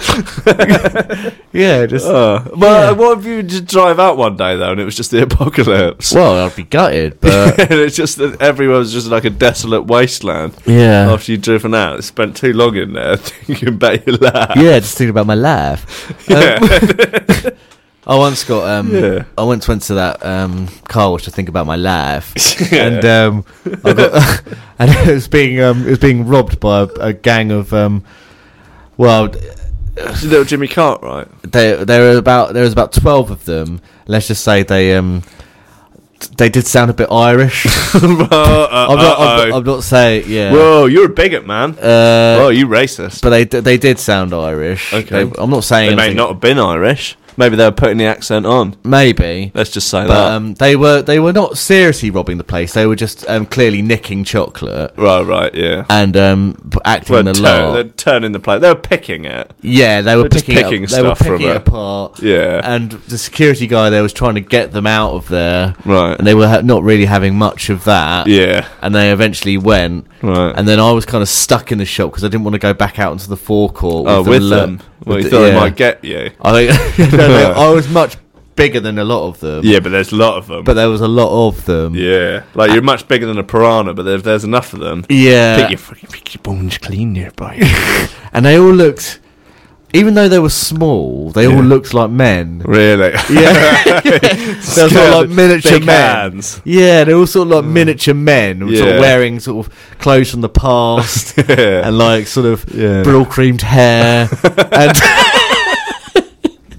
Speaker 2: yeah, just
Speaker 1: Uh, well,
Speaker 2: Yeah.
Speaker 1: what if you just drive out one day though, and it was just the apocalypse?
Speaker 2: well, I'd be gutted, but
Speaker 1: and it's just that everywhere was just like a desolate wasteland.
Speaker 2: yeah,
Speaker 1: After you'd driven out, spent too long in there thinking about your life.
Speaker 2: yeah, just thinking about my life. Um, I once got um,
Speaker 1: Yeah.
Speaker 2: I once went to that um car wash to think about my life, and um, I got and it was being um, it was being robbed by a, a gang of um, well,
Speaker 1: Little Jimmy Cartwright.
Speaker 2: they there were about there was about twelve of them. Let's just say they um, they did sound a bit Irish.
Speaker 1: Well, uh,
Speaker 2: I'm not, I'm,
Speaker 1: uh-oh.
Speaker 2: not- I'm not saying yeah.
Speaker 1: Whoa, you're a bigot, man.
Speaker 2: uh,
Speaker 1: oh, you racist.
Speaker 2: but they d- they did sound Irish.
Speaker 1: Okay.
Speaker 2: They- I'm not saying
Speaker 1: They may
Speaker 2: anything-
Speaker 1: not have been Irish. Maybe they were putting the accent on.
Speaker 2: maybe.
Speaker 1: Let's just say
Speaker 2: But
Speaker 1: that.
Speaker 2: um, they were they were not seriously robbing the place. They were just um, clearly nicking chocolate
Speaker 1: right, right, yeah.
Speaker 2: and um, p- acting
Speaker 1: Well,
Speaker 2: the
Speaker 1: tur-
Speaker 2: lot.
Speaker 1: they're turning the plate. They were picking it.
Speaker 2: yeah, they
Speaker 1: they're
Speaker 2: were
Speaker 1: just
Speaker 2: picking, it up-
Speaker 1: picking
Speaker 2: they were
Speaker 1: stuff from
Speaker 2: picking
Speaker 1: it.
Speaker 2: it apart.
Speaker 1: Yeah.
Speaker 2: and the security guy there was trying to get them out of there.
Speaker 1: Right.
Speaker 2: and they were ha- not really having much of that.
Speaker 1: Yeah.
Speaker 2: and they eventually went.
Speaker 1: Right.
Speaker 2: and then I was kind of stuck in the shop because I didn't want to go back out into the forecourt.
Speaker 1: Oh,
Speaker 2: the
Speaker 1: with
Speaker 2: lo-
Speaker 1: them. Well,
Speaker 2: with
Speaker 1: you
Speaker 2: the-
Speaker 1: thought they
Speaker 2: yeah.
Speaker 1: might get you.
Speaker 2: I think no, no, I was much bigger than a lot of them.
Speaker 1: Yeah, but there's a lot of them.
Speaker 2: but there was a lot of them.
Speaker 1: yeah. Like, you're much bigger than a piranha, but if there's enough of them,
Speaker 2: Yeah.
Speaker 1: pick, your, fucking- pick your bones clean nearby.
Speaker 2: and they all looked, even though they were small, they all looked like men.
Speaker 1: really?
Speaker 2: Yeah, they were sort of like miniature
Speaker 1: Big
Speaker 2: men.
Speaker 1: hands.
Speaker 2: Yeah, they're all sort of like miniature men, sort of
Speaker 1: Yeah.
Speaker 2: wearing sort of clothes from the past
Speaker 1: Yeah.
Speaker 2: and like sort of
Speaker 1: Yeah.
Speaker 2: brill creamed hair. and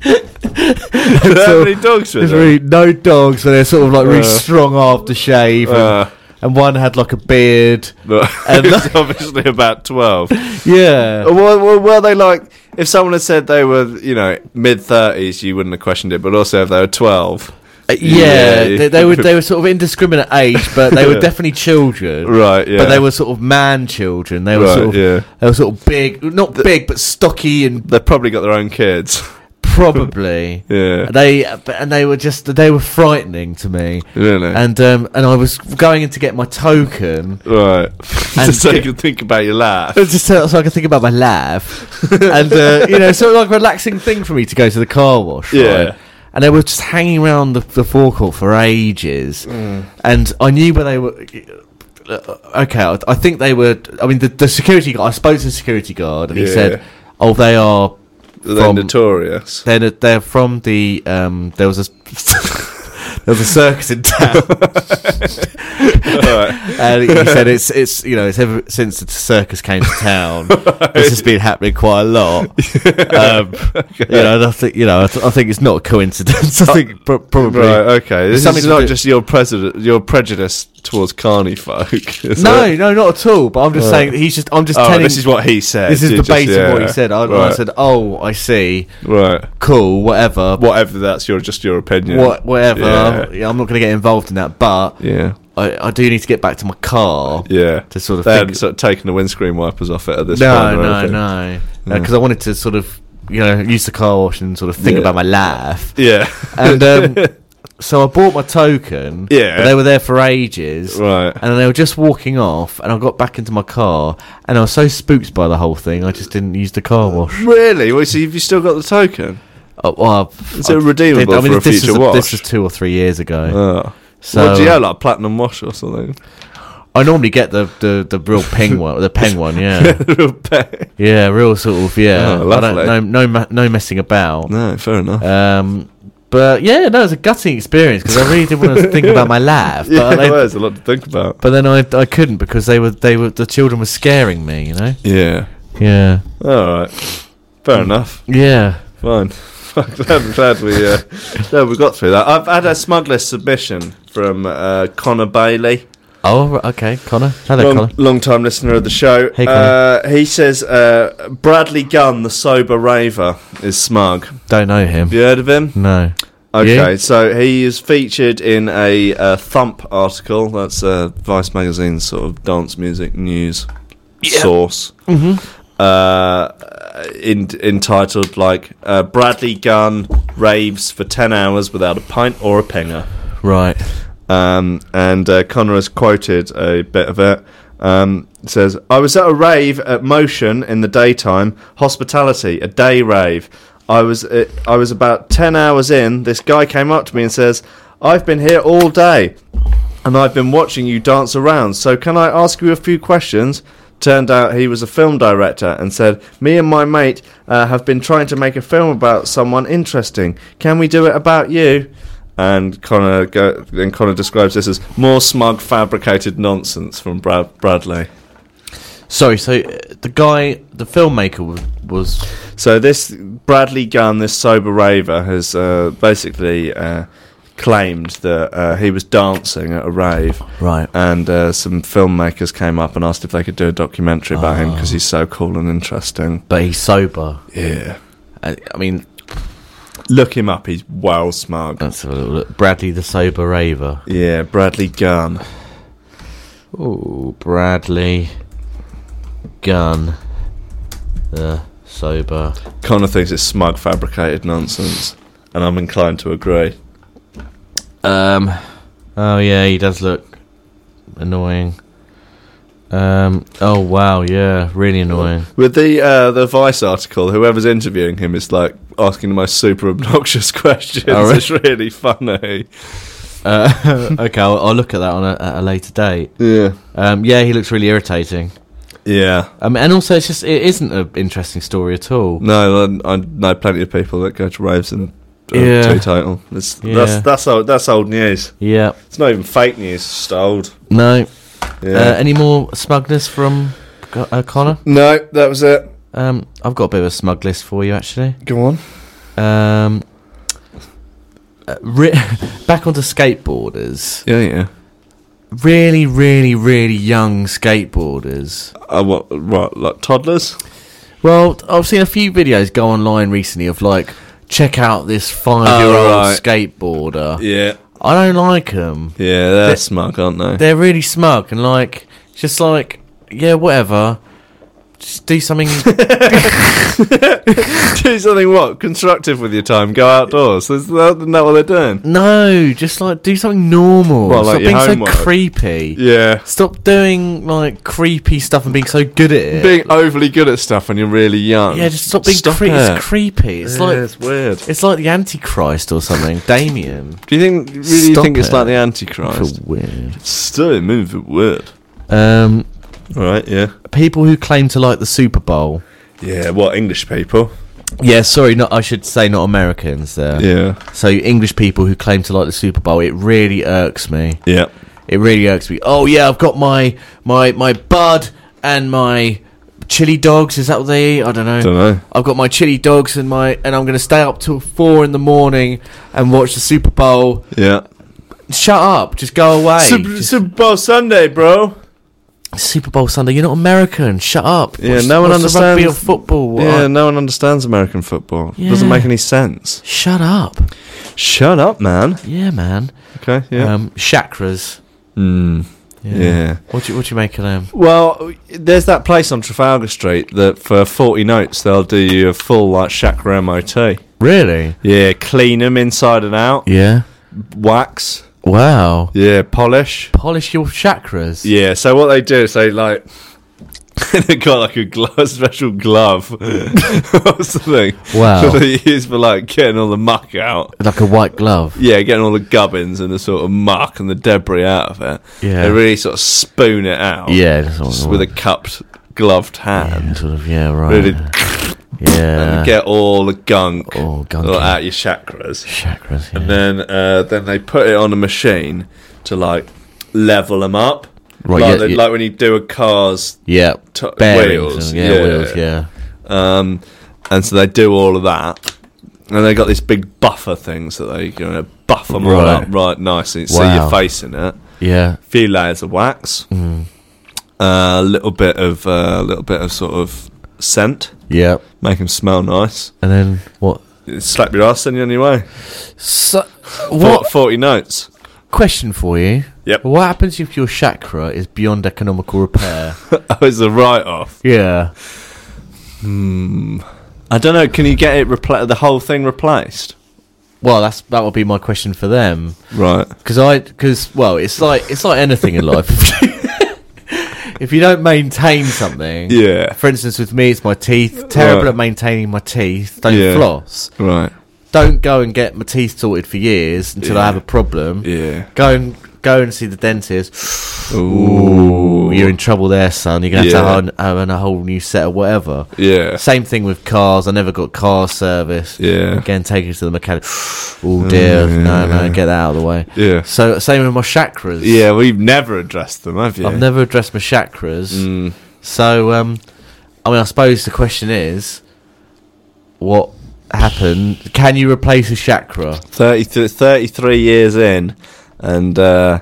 Speaker 1: How
Speaker 2: so-
Speaker 1: many dogs were
Speaker 2: there's
Speaker 1: there?
Speaker 2: really no dogs, but they're sort of like really
Speaker 1: Uh.
Speaker 2: strong aftershave. and-
Speaker 1: Uh.
Speaker 2: and one had like a beard.
Speaker 1: But
Speaker 2: And
Speaker 1: it's obviously about 12.
Speaker 2: Yeah.
Speaker 1: Well, well, were they like if someone had said they were, you know, mid thirties, you wouldn't have questioned it. But also, if they were twelve,
Speaker 2: Uh,
Speaker 1: Yeah.
Speaker 2: yeah, They, they were they were sort of indiscriminate age, but they were definitely children.
Speaker 1: Right, yeah.
Speaker 2: But they were sort of man children. They were
Speaker 1: Right,
Speaker 2: sort of
Speaker 1: yeah.
Speaker 2: they were sort of big, not big, but stocky and
Speaker 1: they've probably got their own kids.
Speaker 2: probably.
Speaker 1: Yeah.
Speaker 2: They but- and they were just they were frightening to me.
Speaker 1: Really?
Speaker 2: And um and I was going in to get my token.
Speaker 1: Right,
Speaker 2: And-
Speaker 1: just so you can think about your life.
Speaker 2: Just so, so I could think about my laugh, and uh, you know, sort of like a relaxing thing for me to go to the car wash. right?
Speaker 1: Yeah.
Speaker 2: And they were just hanging around the, the forecourt for ages,
Speaker 1: Mm.
Speaker 2: and I knew where they were. uh, Okay, I, I think they were. I mean, the, the security guard. I spoke to the security guard, and he
Speaker 1: Yeah.
Speaker 2: said, "Oh, they are.
Speaker 1: They're
Speaker 2: from-
Speaker 1: notorious.
Speaker 2: They're they're from the. Um, there was a there was a circus in town."
Speaker 1: Right.
Speaker 2: and he said it's it's you know it's ever since the circus came to town this has been happening quite a lot um, you know and I think you know I, th- I think it's not a coincidence I think pro- probably
Speaker 1: Right, uh, okay. This
Speaker 2: something
Speaker 1: is
Speaker 2: to
Speaker 1: not
Speaker 2: do-
Speaker 1: just your president, your prejudice towards carny folk. is
Speaker 2: no
Speaker 1: it?
Speaker 2: no not at all but I'm just saying he's just I'm just
Speaker 1: Oh,
Speaker 2: telling
Speaker 1: this is what he said.
Speaker 2: this is
Speaker 1: You
Speaker 2: the
Speaker 1: just-
Speaker 2: base of what he
Speaker 1: yeah.
Speaker 2: said I, I
Speaker 1: Right,
Speaker 2: said oh I see
Speaker 1: right.
Speaker 2: cool whatever
Speaker 1: Whatever. That's your just your opinion.
Speaker 2: what whatever
Speaker 1: Yeah.
Speaker 2: Yeah, I'm not going to get involved in that but
Speaker 1: yeah.
Speaker 2: I, I do need to get back to my car.
Speaker 1: Yeah.
Speaker 2: To sort of
Speaker 1: they
Speaker 2: think-
Speaker 1: hadn't sort of taken the windscreen wipers off it at this point.
Speaker 2: No,
Speaker 1: or
Speaker 2: no,
Speaker 1: anything.
Speaker 2: no.
Speaker 1: Mm.
Speaker 2: Because I wanted to sort of, you know, use the car wash and sort of think
Speaker 1: Yeah.
Speaker 2: about my laugh.
Speaker 1: Yeah.
Speaker 2: And um, so I bought my token.
Speaker 1: Yeah.
Speaker 2: But they were there for ages.
Speaker 1: right.
Speaker 2: And they were just walking off, and I got back into my car, and I was so spooked by the whole thing, I just didn't use the car wash.
Speaker 1: Really? Well, so you've you still got the token?
Speaker 2: Uh, well,
Speaker 1: Is it redeemable for a
Speaker 2: this
Speaker 1: future
Speaker 2: was,
Speaker 1: wash?
Speaker 2: This was two or three years ago.
Speaker 1: Oh.
Speaker 2: so uh,
Speaker 1: well, do you have like platinum wash or something?
Speaker 2: I normally get the, the, the real ping one, the peng one, yeah, yeah, real sort of, yeah.
Speaker 1: Oh,
Speaker 2: I don't-
Speaker 1: lovely.
Speaker 2: no, no, ma- no messing about.
Speaker 1: no, fair enough.
Speaker 2: Um, but yeah, no, it was a gutting experience because I really did want to think about my laugh, but,
Speaker 1: yeah,
Speaker 2: I-
Speaker 1: well, there's a lot to think about.
Speaker 2: but then I I couldn't because they were they were the children were scaring me, you know.
Speaker 1: Yeah.
Speaker 2: Yeah,
Speaker 1: All right. Fair enough.
Speaker 2: yeah.
Speaker 1: Fine. I'm glad, I'm glad we uh, glad we got through that. I've had a smuggler submission from uh, Connor Bailey,
Speaker 2: Oh, r- okay, Connor. Hello,
Speaker 1: long,
Speaker 2: Connor.
Speaker 1: long-time listener of the show.
Speaker 2: Hey, Connor.
Speaker 1: uh, he says uh, Bradley Gunn, the sober raver, is smug. Have
Speaker 2: Don't know him.
Speaker 1: you heard of him?
Speaker 2: No.
Speaker 1: Okay, so he is featured in a uh, Thump article. That's uh, Vice magazine's sort of dance music news source.
Speaker 2: Mm-hmm.
Speaker 1: Uh, in, entitled like uh, Bradley Gunn raves for ten hours without a pint or a pinger.
Speaker 2: Right.
Speaker 1: Um, and uh, Connor has quoted a bit of it. Um, it says, I was at a rave at Motion in the daytime, hospitality, a day rave. I was uh, I was about 10 hours in. This guy came up to me and says, I've been here all day and I've been watching you dance around, so can I ask you a few questions? Turned out he was a film director and said, Me and my mate uh, have been trying to make a film about someone interesting. Can we do it about you? And Connor, go, then Connor describes this as more smug, fabricated nonsense from Brad, Bradley.
Speaker 2: Sorry. So uh, the guy, the filmmaker, was, was
Speaker 1: So this Bradley Gunn, this sober raver, has uh, basically uh, claimed that uh, he was dancing at a rave,
Speaker 2: Right.
Speaker 1: And uh, some filmmakers came up and asked if they could do a documentary about him 'cause him because he's so cool and interesting.
Speaker 2: but he's sober.
Speaker 1: Yeah,
Speaker 2: I, I mean,
Speaker 1: look him up. He's well smug.
Speaker 2: that's a little look. Bradley the sober raver.
Speaker 1: Yeah, Bradley Gunn.
Speaker 2: Oh, Bradley Gun, the sober.
Speaker 1: Connor thinks it's smug, fabricated nonsense, and I'm inclined to agree.
Speaker 2: Um. Oh yeah, he does look annoying. Um. Oh wow, yeah, really annoying.
Speaker 1: With the uh, the Vice article, whoever's interviewing him is like asking the most super obnoxious questions.
Speaker 2: Oh, really?
Speaker 1: It's really funny.
Speaker 2: Uh, okay, I'll, I'll look at that on a, at a later date.
Speaker 1: Yeah,
Speaker 2: Um. Yeah, he looks really irritating.
Speaker 1: yeah.
Speaker 2: Um. And also, it's just it isn't an interesting story at all.
Speaker 1: No, I, I know plenty of people that go to raves and uh,
Speaker 2: Yeah.
Speaker 1: two total. It's,
Speaker 2: Yeah.
Speaker 1: That's that's old. That's old news.
Speaker 2: Yeah.
Speaker 1: It's not even fake news. It's just old.
Speaker 2: No.
Speaker 1: Yeah.
Speaker 2: Uh, any more smugness from Co- uh, Connor?
Speaker 1: no, that was it.
Speaker 2: Um. I've got a bit of a smug list for you actually.
Speaker 1: Go on.
Speaker 2: Um, uh, re- back onto skateboarders.
Speaker 1: Yeah, yeah.
Speaker 2: Really, really, really young skateboarders.
Speaker 1: Uh, what, what? Like toddlers?
Speaker 2: Well, I've seen a few videos go online recently of like, check out this five-year-old
Speaker 1: Oh, right.
Speaker 2: skateboarder.
Speaker 1: Yeah,
Speaker 2: I don't like them.
Speaker 1: yeah. They're, smug, aren't they?
Speaker 2: They're really smug and like, just like, yeah, whatever. Just do something.
Speaker 1: Do something what constructive with your time. Go outdoors. Is that, isn't that what they're doing?
Speaker 2: no, just like do something normal.
Speaker 1: Well, like
Speaker 2: Stop
Speaker 1: your
Speaker 2: being
Speaker 1: homework.
Speaker 2: so creepy.
Speaker 1: Yeah.
Speaker 2: Stop doing like creepy stuff and being so good at it.
Speaker 1: Being overly good at stuff when you're really young.
Speaker 2: Yeah, just stop being
Speaker 1: Stop
Speaker 2: creepy.
Speaker 1: it.
Speaker 2: It's creepy. It's
Speaker 1: Yeah,
Speaker 2: like
Speaker 1: it's weird.
Speaker 2: it's like the Antichrist or something. Damien.
Speaker 1: Do you think really
Speaker 2: Stop
Speaker 1: think it's
Speaker 2: it.
Speaker 1: like the
Speaker 2: I feel
Speaker 1: Antichrist?
Speaker 2: weird.
Speaker 1: Still, move it weird.
Speaker 2: Um,
Speaker 1: All right, yeah.
Speaker 2: people who claim to like the Super Bowl.
Speaker 1: Yeah, what English people?
Speaker 2: Yeah, sorry, not I should say not Americans there.
Speaker 1: Yeah,
Speaker 2: So English people who claim to like the Super Bowl, it really irks me.
Speaker 1: yeah,
Speaker 2: It really irks me. Oh yeah, I've got my my my bud and my chili dogs. Is that what they eat? I don't know.
Speaker 1: Don't know.
Speaker 2: I've got my chili dogs and my and I'm gonna stay up till four in the morning and watch the Super Bowl.
Speaker 1: yeah.
Speaker 2: Shut up! Just go away.
Speaker 1: Super,
Speaker 2: Just-
Speaker 1: Super Bowl Sunday, bro.
Speaker 2: Super Bowl Sunday. You're not American. Shut up.
Speaker 1: Yeah,
Speaker 2: Watch-
Speaker 1: no one
Speaker 2: watch the Rugby
Speaker 1: understands-
Speaker 2: or football. What?
Speaker 1: Yeah, no one understands American football. It Doesn't
Speaker 2: Yeah.
Speaker 1: make any sense.
Speaker 2: Shut up.
Speaker 1: Shut up, man.
Speaker 2: Yeah, man.
Speaker 1: Okay, yeah.
Speaker 2: Um, chakras.
Speaker 1: Mm, yeah.
Speaker 2: What do you, um? what do you make of them?
Speaker 1: Well, there's that place on Trafalgar Street that for 40 notes they'll do you a full like chakra MOT.
Speaker 2: Really?
Speaker 1: Yeah, clean them inside and out,
Speaker 2: Yeah.
Speaker 1: wax,
Speaker 2: Wow.
Speaker 1: yeah, polish.
Speaker 2: Polish your chakras.
Speaker 1: Yeah, so what they do is they like they got like a, glove, a special glove or something.
Speaker 2: Wow.
Speaker 1: that they use for like getting all the muck out.
Speaker 2: Like a white glove.
Speaker 1: Yeah, getting all the gubbins and the sort of muck and the debris out of it.
Speaker 2: Yeah.
Speaker 1: They really sort of spoon it out.
Speaker 2: Yeah. That's what I
Speaker 1: Just
Speaker 2: want.
Speaker 1: with a cupped gloved hand.
Speaker 2: Yeah, Um, sort of. Yeah. Right.
Speaker 1: Really
Speaker 2: Yeah.
Speaker 1: get all the gunk
Speaker 2: Oh, gunk.
Speaker 1: all out your chakras.
Speaker 2: chakras. Yeah.
Speaker 1: And then uh, then they put it on a machine to like level them up.
Speaker 2: Right,
Speaker 1: like,
Speaker 2: yeah,
Speaker 1: they-
Speaker 2: yeah.
Speaker 1: like when you do a car's
Speaker 2: yeah.
Speaker 1: t-
Speaker 2: Bearings
Speaker 1: wheels,
Speaker 2: and- yeah,
Speaker 1: yeah.
Speaker 2: Wheels. Yeah.
Speaker 1: Um, and so they do all of that. And they got this big buffer things that they going to buff them all
Speaker 2: Right.
Speaker 1: up right nicely. So
Speaker 2: Wow.
Speaker 1: you're facing it.
Speaker 2: Yeah.
Speaker 1: few layers of wax, a little bit of uh, little bit of sort of scent,
Speaker 2: Yeah.
Speaker 1: make them smell nice.
Speaker 2: And then what?
Speaker 1: Slap your ass and you're on your way.
Speaker 2: So,
Speaker 1: What
Speaker 2: what
Speaker 1: forty notes?
Speaker 2: question for you?
Speaker 1: Yep.
Speaker 2: What happens if your chakra is beyond economical repair?
Speaker 1: Oh, it's a write off.
Speaker 2: yeah.
Speaker 1: I don't know. Can you get it repla- the whole thing replaced?
Speaker 2: Well, that's that would be my question for them.
Speaker 1: Right.
Speaker 2: Because I, because well, it's like it's like anything in life. if you don't maintain something,
Speaker 1: Yeah.
Speaker 2: For instance, with me, it's my teeth. Terrible
Speaker 1: Right.
Speaker 2: at maintaining my teeth. Don't
Speaker 1: Yeah.
Speaker 2: floss.
Speaker 1: Right.
Speaker 2: Don't go and get my teeth sorted for years until I
Speaker 1: Yeah.
Speaker 2: have a problem.
Speaker 1: Yeah.
Speaker 2: Go and go and see the dentist.
Speaker 1: Ooh.
Speaker 2: You're in trouble there, son. You're gonna
Speaker 1: Yeah.
Speaker 2: have to have an- have a whole new set of whatever.
Speaker 1: Yeah.
Speaker 2: Same thing with cars. I never got car service.
Speaker 1: Yeah.
Speaker 2: Again, taking it to the mechanic. Oh dear. No, no, get that out of the way.
Speaker 1: Yeah.
Speaker 2: So same with my chakras.
Speaker 1: Yeah, we've never addressed them, have you?
Speaker 2: I've never addressed my chakras. So, um, I mean, I suppose the question is, what happened? Can you replace a chakra?
Speaker 1: 33, 33 years in, and uh,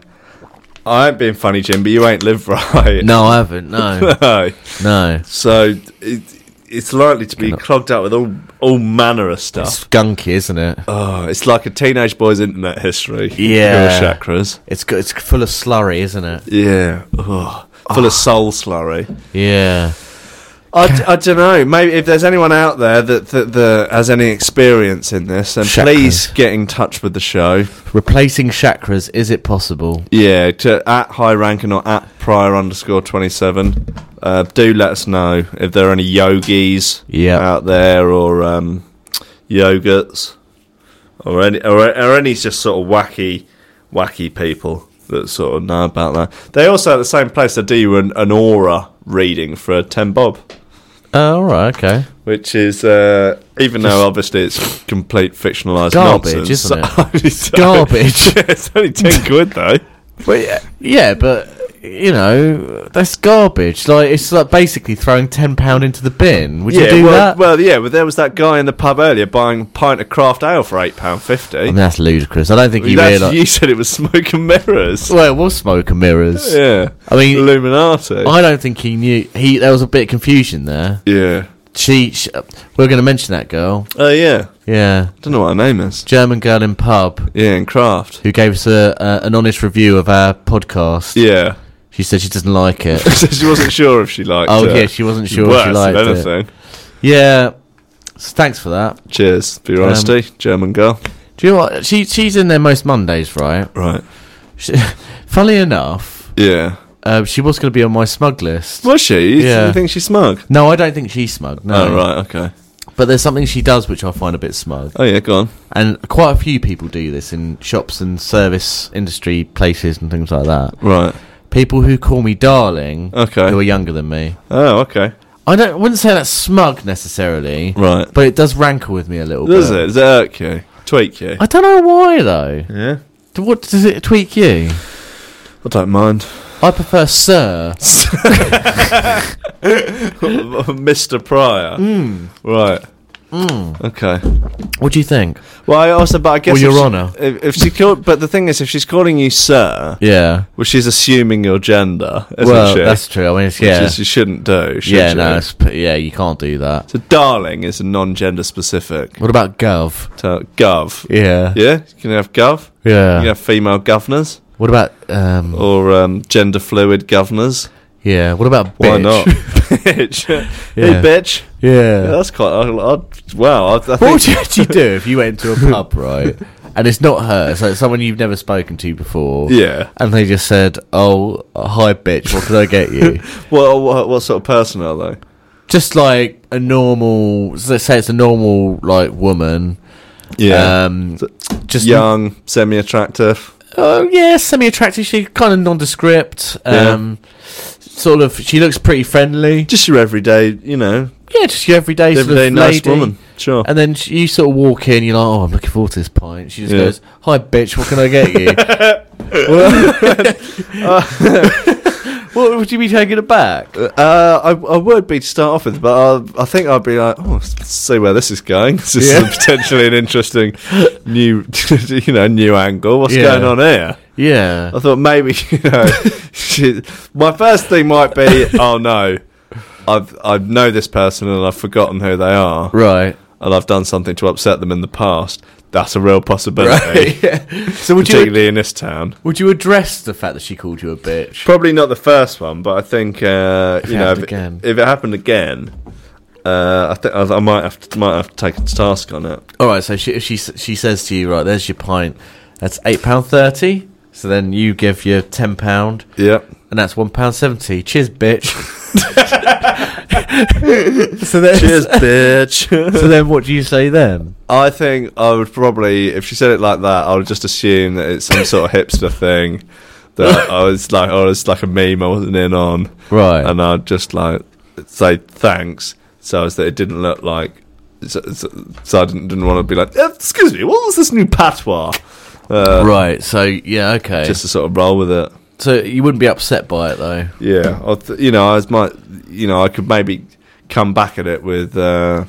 Speaker 1: I ain't being funny, Jim, but you ain't lived right.
Speaker 2: No, I haven't. No,
Speaker 1: No.
Speaker 2: no.
Speaker 1: so it, it's likely to be clogged up with all all manner of
Speaker 2: It's
Speaker 1: stuff.
Speaker 2: gunky, isn't it?
Speaker 1: oh, it's like a teenage boy's internet history.
Speaker 2: Yeah.
Speaker 1: Your chakras.
Speaker 2: It's got, it's full of slurry, isn't it?
Speaker 1: Yeah. Oh, full of soul slurry.
Speaker 2: Yeah.
Speaker 1: I, I don't know. Maybe if there's anyone out there that that, that has any experience in this, then
Speaker 2: Chakras.
Speaker 1: please get in touch with the show.
Speaker 2: Replacing chakras, is it possible?
Speaker 1: Yeah, to, at high ranking or at prior underscore twenty seven. Uh, do let us know if there are any yogis
Speaker 2: Yeah.
Speaker 1: out there or um, yogurts or any or, or any just sort of wacky wacky people that sort of know about that. They also at the same place they do an, an aura reading for a ten bob,
Speaker 2: Oh, all right, okay.
Speaker 1: which is uh, even though obviously it's complete fictionalized
Speaker 2: Garbage,
Speaker 1: nonsense,
Speaker 2: isn't it?
Speaker 1: it's
Speaker 2: Garbage.
Speaker 1: it's only ten quid though.
Speaker 2: Well, yeah, yeah, but you know that's garbage. Like it's like basically throwing ten pound into the bin. Would you do
Speaker 1: well,
Speaker 2: that?
Speaker 1: well, yeah, but there was that guy in the pub earlier buying a pint of craft ale for eight pound fifty.
Speaker 2: I mean, that's ludicrous. I don't think you
Speaker 1: That's-
Speaker 2: realise.
Speaker 1: you said it was smoke and mirrors.
Speaker 2: Well, it was smoke and mirrors.
Speaker 1: yeah,
Speaker 2: I mean-
Speaker 1: Illuminati.
Speaker 2: I don't think he knew. He there was a bit of confusion there.
Speaker 1: yeah.
Speaker 2: She, sh we are going to mention that girl.
Speaker 1: Oh yeah.
Speaker 2: Yeah,
Speaker 1: Don't know what her name is.
Speaker 2: German girl in pub
Speaker 1: Yeah, in craft.
Speaker 2: who gave us a, a an honest review of our podcast.
Speaker 1: Yeah.
Speaker 2: She said she doesn't like it.
Speaker 1: so she wasn't sure if she liked.
Speaker 2: oh
Speaker 1: it.
Speaker 2: yeah, she wasn't sure
Speaker 1: uh, Worse
Speaker 2: if she liked
Speaker 1: than
Speaker 2: it.
Speaker 1: anything.
Speaker 2: Yeah, so thanks for that.
Speaker 1: Cheers for your
Speaker 2: Um,
Speaker 1: honesty, German girl.
Speaker 2: Do you know what? She she's in there most Mondays, right?
Speaker 1: Right.
Speaker 2: She, funnily enough,
Speaker 1: Yeah.
Speaker 2: uh, she was going to be on my smug list.
Speaker 1: Was she? You
Speaker 2: Yeah.
Speaker 1: You think she's smug?
Speaker 2: No, I don't think she's smug. No,
Speaker 1: Oh right. Okay.
Speaker 2: But there's something she does which I find a bit smug,
Speaker 1: Oh yeah. Go on.
Speaker 2: and quite a few people do this in shops and service industry places and things like that.
Speaker 1: Right.
Speaker 2: People who call me darling,
Speaker 1: Okay.
Speaker 2: who are younger than me.
Speaker 1: Oh okay.
Speaker 2: I don't I wouldn't say that's smug necessarily,
Speaker 1: Right.
Speaker 2: but it does rankle with me a little
Speaker 1: Does
Speaker 2: bit.
Speaker 1: it? Does it irk you? Tweak you?
Speaker 2: I don't know why though.
Speaker 1: yeah.
Speaker 2: Do- What does it tweak you?
Speaker 1: I don't mind.
Speaker 2: I prefer sir.
Speaker 1: Mr. Pryor.
Speaker 2: Hmm.
Speaker 1: Right. Okay.
Speaker 2: What do you think?
Speaker 1: Well, I also, but I guess.
Speaker 2: Hmm. Or
Speaker 1: if
Speaker 2: Your
Speaker 1: she-
Speaker 2: Honour.
Speaker 1: If, if she call, but the thing is, if she's calling you sir,
Speaker 2: Yeah.
Speaker 1: well, she's assuming your gender, isn't
Speaker 2: well,
Speaker 1: she?
Speaker 2: that's true. I mean, it's,
Speaker 1: Which
Speaker 2: yeah,
Speaker 1: is, you shouldn't do. Should
Speaker 2: yeah,
Speaker 1: you?
Speaker 2: no, it's, p- yeah, you can't do that.
Speaker 1: So, darling is non-gender specific.
Speaker 2: What about gov?
Speaker 1: So, gov.
Speaker 2: Yeah,
Speaker 1: Yeah, you can have gov. You
Speaker 2: yeah.
Speaker 1: can have female governors.
Speaker 2: What about um?
Speaker 1: or um, gender fluid governors.
Speaker 2: Yeah. What about
Speaker 1: Why
Speaker 2: bitch?
Speaker 1: not? bitch.
Speaker 2: Yeah.
Speaker 1: Hey, bitch.
Speaker 2: Yeah.
Speaker 1: Yeah, that's quite. I, I, wow. I, I think,
Speaker 2: what would you actually do if you went into a pub, right? And it's not her, so it's someone you've never spoken to before.
Speaker 1: Yeah.
Speaker 2: And they just said, "Oh, hi, bitch. What can I get you?"
Speaker 1: Well, what, what sort of person are they?
Speaker 2: just like a normal. so Let's say it's a normal like woman. Um,
Speaker 1: So-
Speaker 2: just
Speaker 1: Young, semi-attractive.
Speaker 2: Oh yeah, semi-attractive. She kind of nondescript. Um, Sort of. She looks pretty friendly.
Speaker 1: Just your everyday, you know,
Speaker 2: Yeah, just your everyday, sort
Speaker 1: everyday
Speaker 2: of
Speaker 1: nice
Speaker 2: lady.
Speaker 1: woman. Oh. Sure.
Speaker 2: And then she, you sort of walk in, you're like, oh, I'm looking forward to this pint. She just
Speaker 1: Yeah.
Speaker 2: goes, hi, bitch, what can I get you? what would you be taking aback?
Speaker 1: Uh, I, I would be to start off with, but I, I think I'd be like, oh, s- see where this is going. This is
Speaker 2: Yeah.
Speaker 1: potentially an interesting new, you know, new angle. What's
Speaker 2: Yeah.
Speaker 1: going on here?
Speaker 2: Yeah.
Speaker 1: I thought maybe you know. shit. My first thing might be, oh no, I've I know this person and I've forgotten who they are,
Speaker 2: Right.
Speaker 1: and I've done something to upset them in the past. That's a real possibility,
Speaker 2: Right. yeah. So would you
Speaker 1: particularly in this town.
Speaker 2: would you address the fact that she called you a bitch?
Speaker 1: Probably not the first one, but I think uh,
Speaker 2: If it
Speaker 1: you know if
Speaker 2: happened
Speaker 1: it,
Speaker 2: again.
Speaker 1: if it happened again, uh, I think I, I might have to might have to take a task on it.
Speaker 2: All right. So she if she s- she says to you, right, there's your pint. That's eight pound thirty. So then you give your ten pound,
Speaker 1: Yeah.
Speaker 2: and that's one pound seventy. Cheers, bitch. so then,
Speaker 1: Cheers, bitch.
Speaker 2: So then, what do you say then?
Speaker 1: I think I would probably, if she said it like that, I would just assume that it's some sort of hipster thing that I was like, oh, it's like a meme I wasn't in on,
Speaker 2: Right.
Speaker 1: and I'd just like say thanks, so as that it didn't look like, so, so, so I didn't, didn't want to be like, "Eh, excuse me, what was this new patois? Uh,
Speaker 2: right. So yeah. Okay.
Speaker 1: Just to sort of roll with it.
Speaker 2: so you wouldn't be upset by it though.
Speaker 1: Yeah, I th- you know, I was might, you know, I could maybe come back at it with, uh,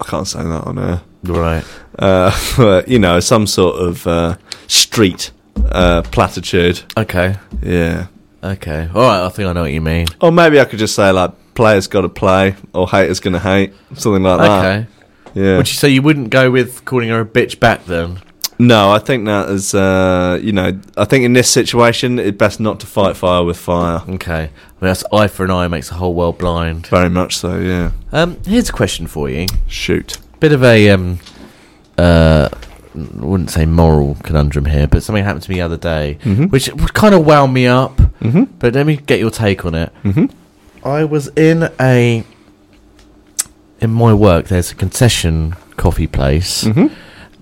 Speaker 1: I can't say that on air.
Speaker 2: Right.
Speaker 1: uh, you know, some sort of uh, street uh, platitude.
Speaker 2: Okay.
Speaker 1: Yeah.
Speaker 2: Okay. All right. I think I know what you mean.
Speaker 1: Or maybe I could just say like, "Players got to play," or "Haters gonna hate," something like that.
Speaker 2: Okay.
Speaker 1: Ah, Yeah.
Speaker 2: Would you say you wouldn't go with calling her a bitch back then?
Speaker 1: no, I think that is, uh, you know, I think in this situation, it's best not to fight fire with fire.
Speaker 2: Okay. I mean, that's eye for an eye makes the whole world blind.
Speaker 1: Very much so. Yeah.
Speaker 2: Um, here's a question for you.
Speaker 1: Shoot.
Speaker 2: Bit of a um, uh, n- wouldn't say moral conundrum here, but something happened to me the other day, which would kind of wound me up. Mm-hmm. But let me get your take on it. Mm-hmm. I was in a in my work. There's a concession coffee place,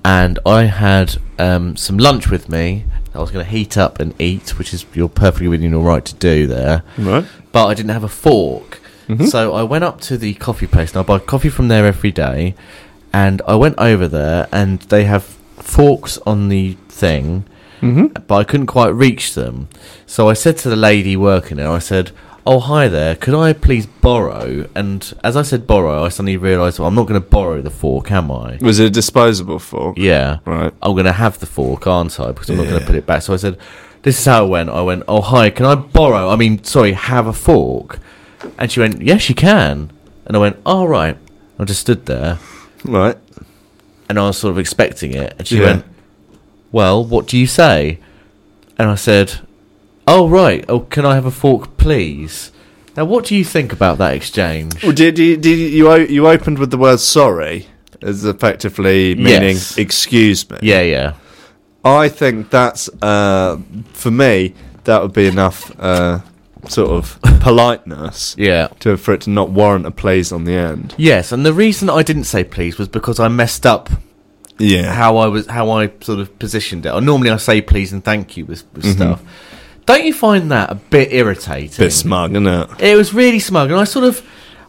Speaker 2: and I had um, some lunch with me. I was going to heat up and eat, which is you're perfectly within your right to do there
Speaker 1: Right.
Speaker 2: but I didn't have a fork. So I went up to the coffee place and I buy coffee from there every day. And I went over there and they have forks on the thing, but I couldn't quite reach them. So I said to the lady working there, I said, Oh, hi there, could I please borrow? And as I said borrow, I suddenly realised, well, I'm not going to borrow the fork, am I?
Speaker 1: Was it a disposable fork?
Speaker 2: Yeah.
Speaker 1: Right.
Speaker 2: I'm going to have the fork, aren't I? Because I'm not going to
Speaker 1: Yeah.
Speaker 2: put it back. So I said, This is how it went. I went, Oh, hi, can I borrow? I mean, sorry, have a fork. And she went, Yes, you can. And I went, All right. I just stood there
Speaker 1: Right.
Speaker 2: and I was sort of expecting it. And she
Speaker 1: Yeah.
Speaker 2: went, Well, what do you say? And I said, Oh, right. Oh, can I have a fork, please? Now, what do you think about that exchange?
Speaker 1: Well, did you did you you, o- you opened with the word "sorry" as effectively meaning
Speaker 2: Yes.
Speaker 1: "excuse me"?
Speaker 2: Yeah, yeah.
Speaker 1: I think that's uh, for me. That would be enough uh, sort of politeness
Speaker 2: Yeah.
Speaker 1: to for it to not warrant a please on the end.
Speaker 2: Yes, and the reason I didn't say please was because I messed up
Speaker 1: Yeah,
Speaker 2: how I was how I sort of positioned it. Normally I say please and thank you with, with stuff. Don't you find that a bit irritating?
Speaker 1: Mm-hmm. bit smug, isn't it?
Speaker 2: It was really smug, and I sort of,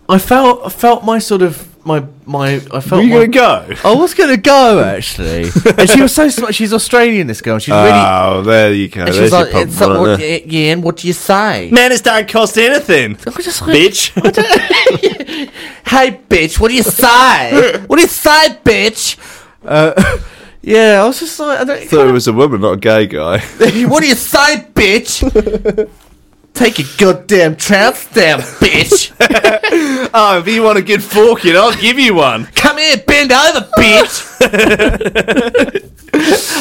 Speaker 2: I felt I felt my sort of my my I felt.
Speaker 1: Were you
Speaker 2: my,
Speaker 1: gonna go?
Speaker 2: I was gonna go actually, and she was so smart. She's Australian, this girl. and She's really.
Speaker 1: Oh, there you go.
Speaker 2: and she
Speaker 1: There's
Speaker 2: was
Speaker 1: your
Speaker 2: like,
Speaker 1: problem
Speaker 2: it's like,
Speaker 1: right
Speaker 2: what,
Speaker 1: there.
Speaker 2: yeah, and what do you say?
Speaker 1: Man, this don't cost anything,
Speaker 2: I was just like,
Speaker 1: bitch.
Speaker 2: hey bitch, what do you say? what do you say, bitch? Uh, yeah, I was just like, I don't,
Speaker 1: Thought it was a woman, not a gay guy.
Speaker 2: what do you say, bitch? Take your goddamn trounce down, bitch.
Speaker 1: oh, if you want a good forking, I'll give you one.
Speaker 2: Come here, bend over, bitch.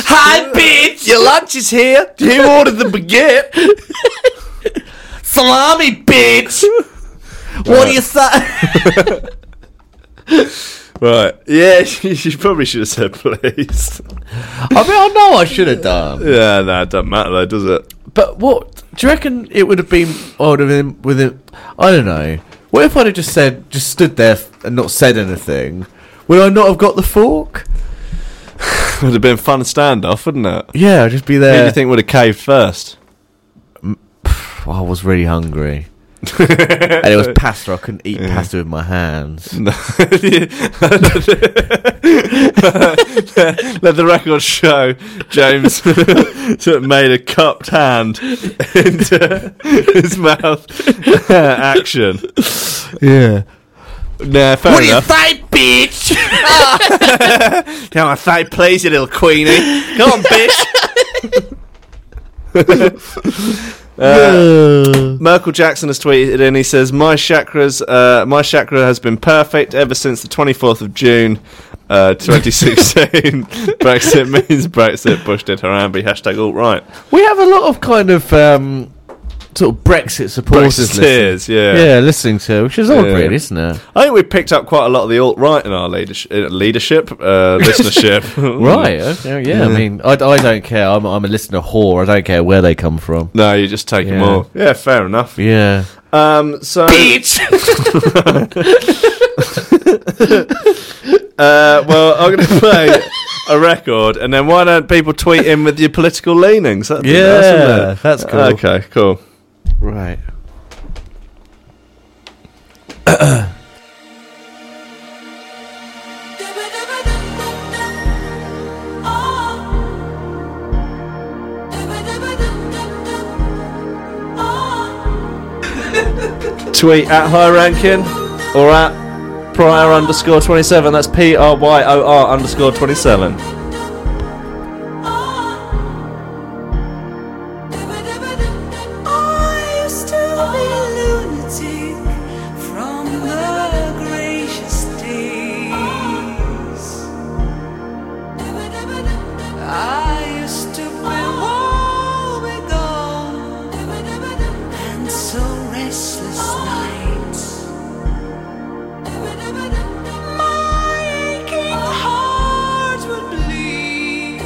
Speaker 2: Hi, bitch. Your lunch
Speaker 1: lunch is here. You ordered the baguette.
Speaker 2: Salami, bitch! what do you say?
Speaker 1: Right. Yeah, you probably should have said please.
Speaker 2: I mean, I know I should have done.
Speaker 1: Yeah, no, it doesn't matter though, does it?
Speaker 2: But what do you reckon it would have been? I would have been with it. I don't know. What if I'd have just said, just stood there and not said anything? Would I not have got the fork?
Speaker 1: It would have been a fun standoff, wouldn't it?
Speaker 2: Yeah, I'd just be
Speaker 1: Who do
Speaker 2: there.
Speaker 1: you think would have caved first?
Speaker 2: I was really hungry, and it was pasta. I couldn't eat pasta with my hands.
Speaker 1: No. Let the record show James sort of made a cupped hand into his mouth action.
Speaker 2: Yeah.
Speaker 1: Nah, fair
Speaker 2: What do you
Speaker 1: enough. Uh,
Speaker 2: say, bitch?
Speaker 1: Now I fight, please, you little queenie. Come on, bitch. Uh, Merkel Jackson has tweeted and he says, "My chakras, uh, my chakra has been perfect ever since the 24th of June, uh, 2016. Brexit means Brexit. Bush did Harambe. Hashtag alt right.
Speaker 2: we have a lot of kind of um, sort of Brexit supporters. listening.
Speaker 1: Brexiteers, yeah.
Speaker 2: Yeah, listening to, which is odd,
Speaker 1: Yeah.
Speaker 2: really, isn't it?
Speaker 1: I think we picked up quite a lot of the alt right in our leadership, uh, leadership, uh, listenership.
Speaker 2: Right. Okay, yeah, I mean, I, I don't care. I'm, I'm a listener whore. I don't care where they come from.
Speaker 1: No, you just take them
Speaker 2: Yeah.
Speaker 1: all. Yeah, fair enough.
Speaker 2: Yeah.
Speaker 1: Um, so Uh, well, I'm going to play a record, and then why don't people tweet in with your political leanings? That'd be nice, wouldn't
Speaker 2: Yeah.
Speaker 1: it?
Speaker 2: That's cool.
Speaker 1: Okay, cool.
Speaker 2: Right.
Speaker 1: Tweet at high ranking or at prior underscore twenty seven. That's P R Y O R underscore twenty seven.
Speaker 5: I used to be a lunatic from the gracious days. I used to be warm and gone and so restless nights. My aching heart would bleed.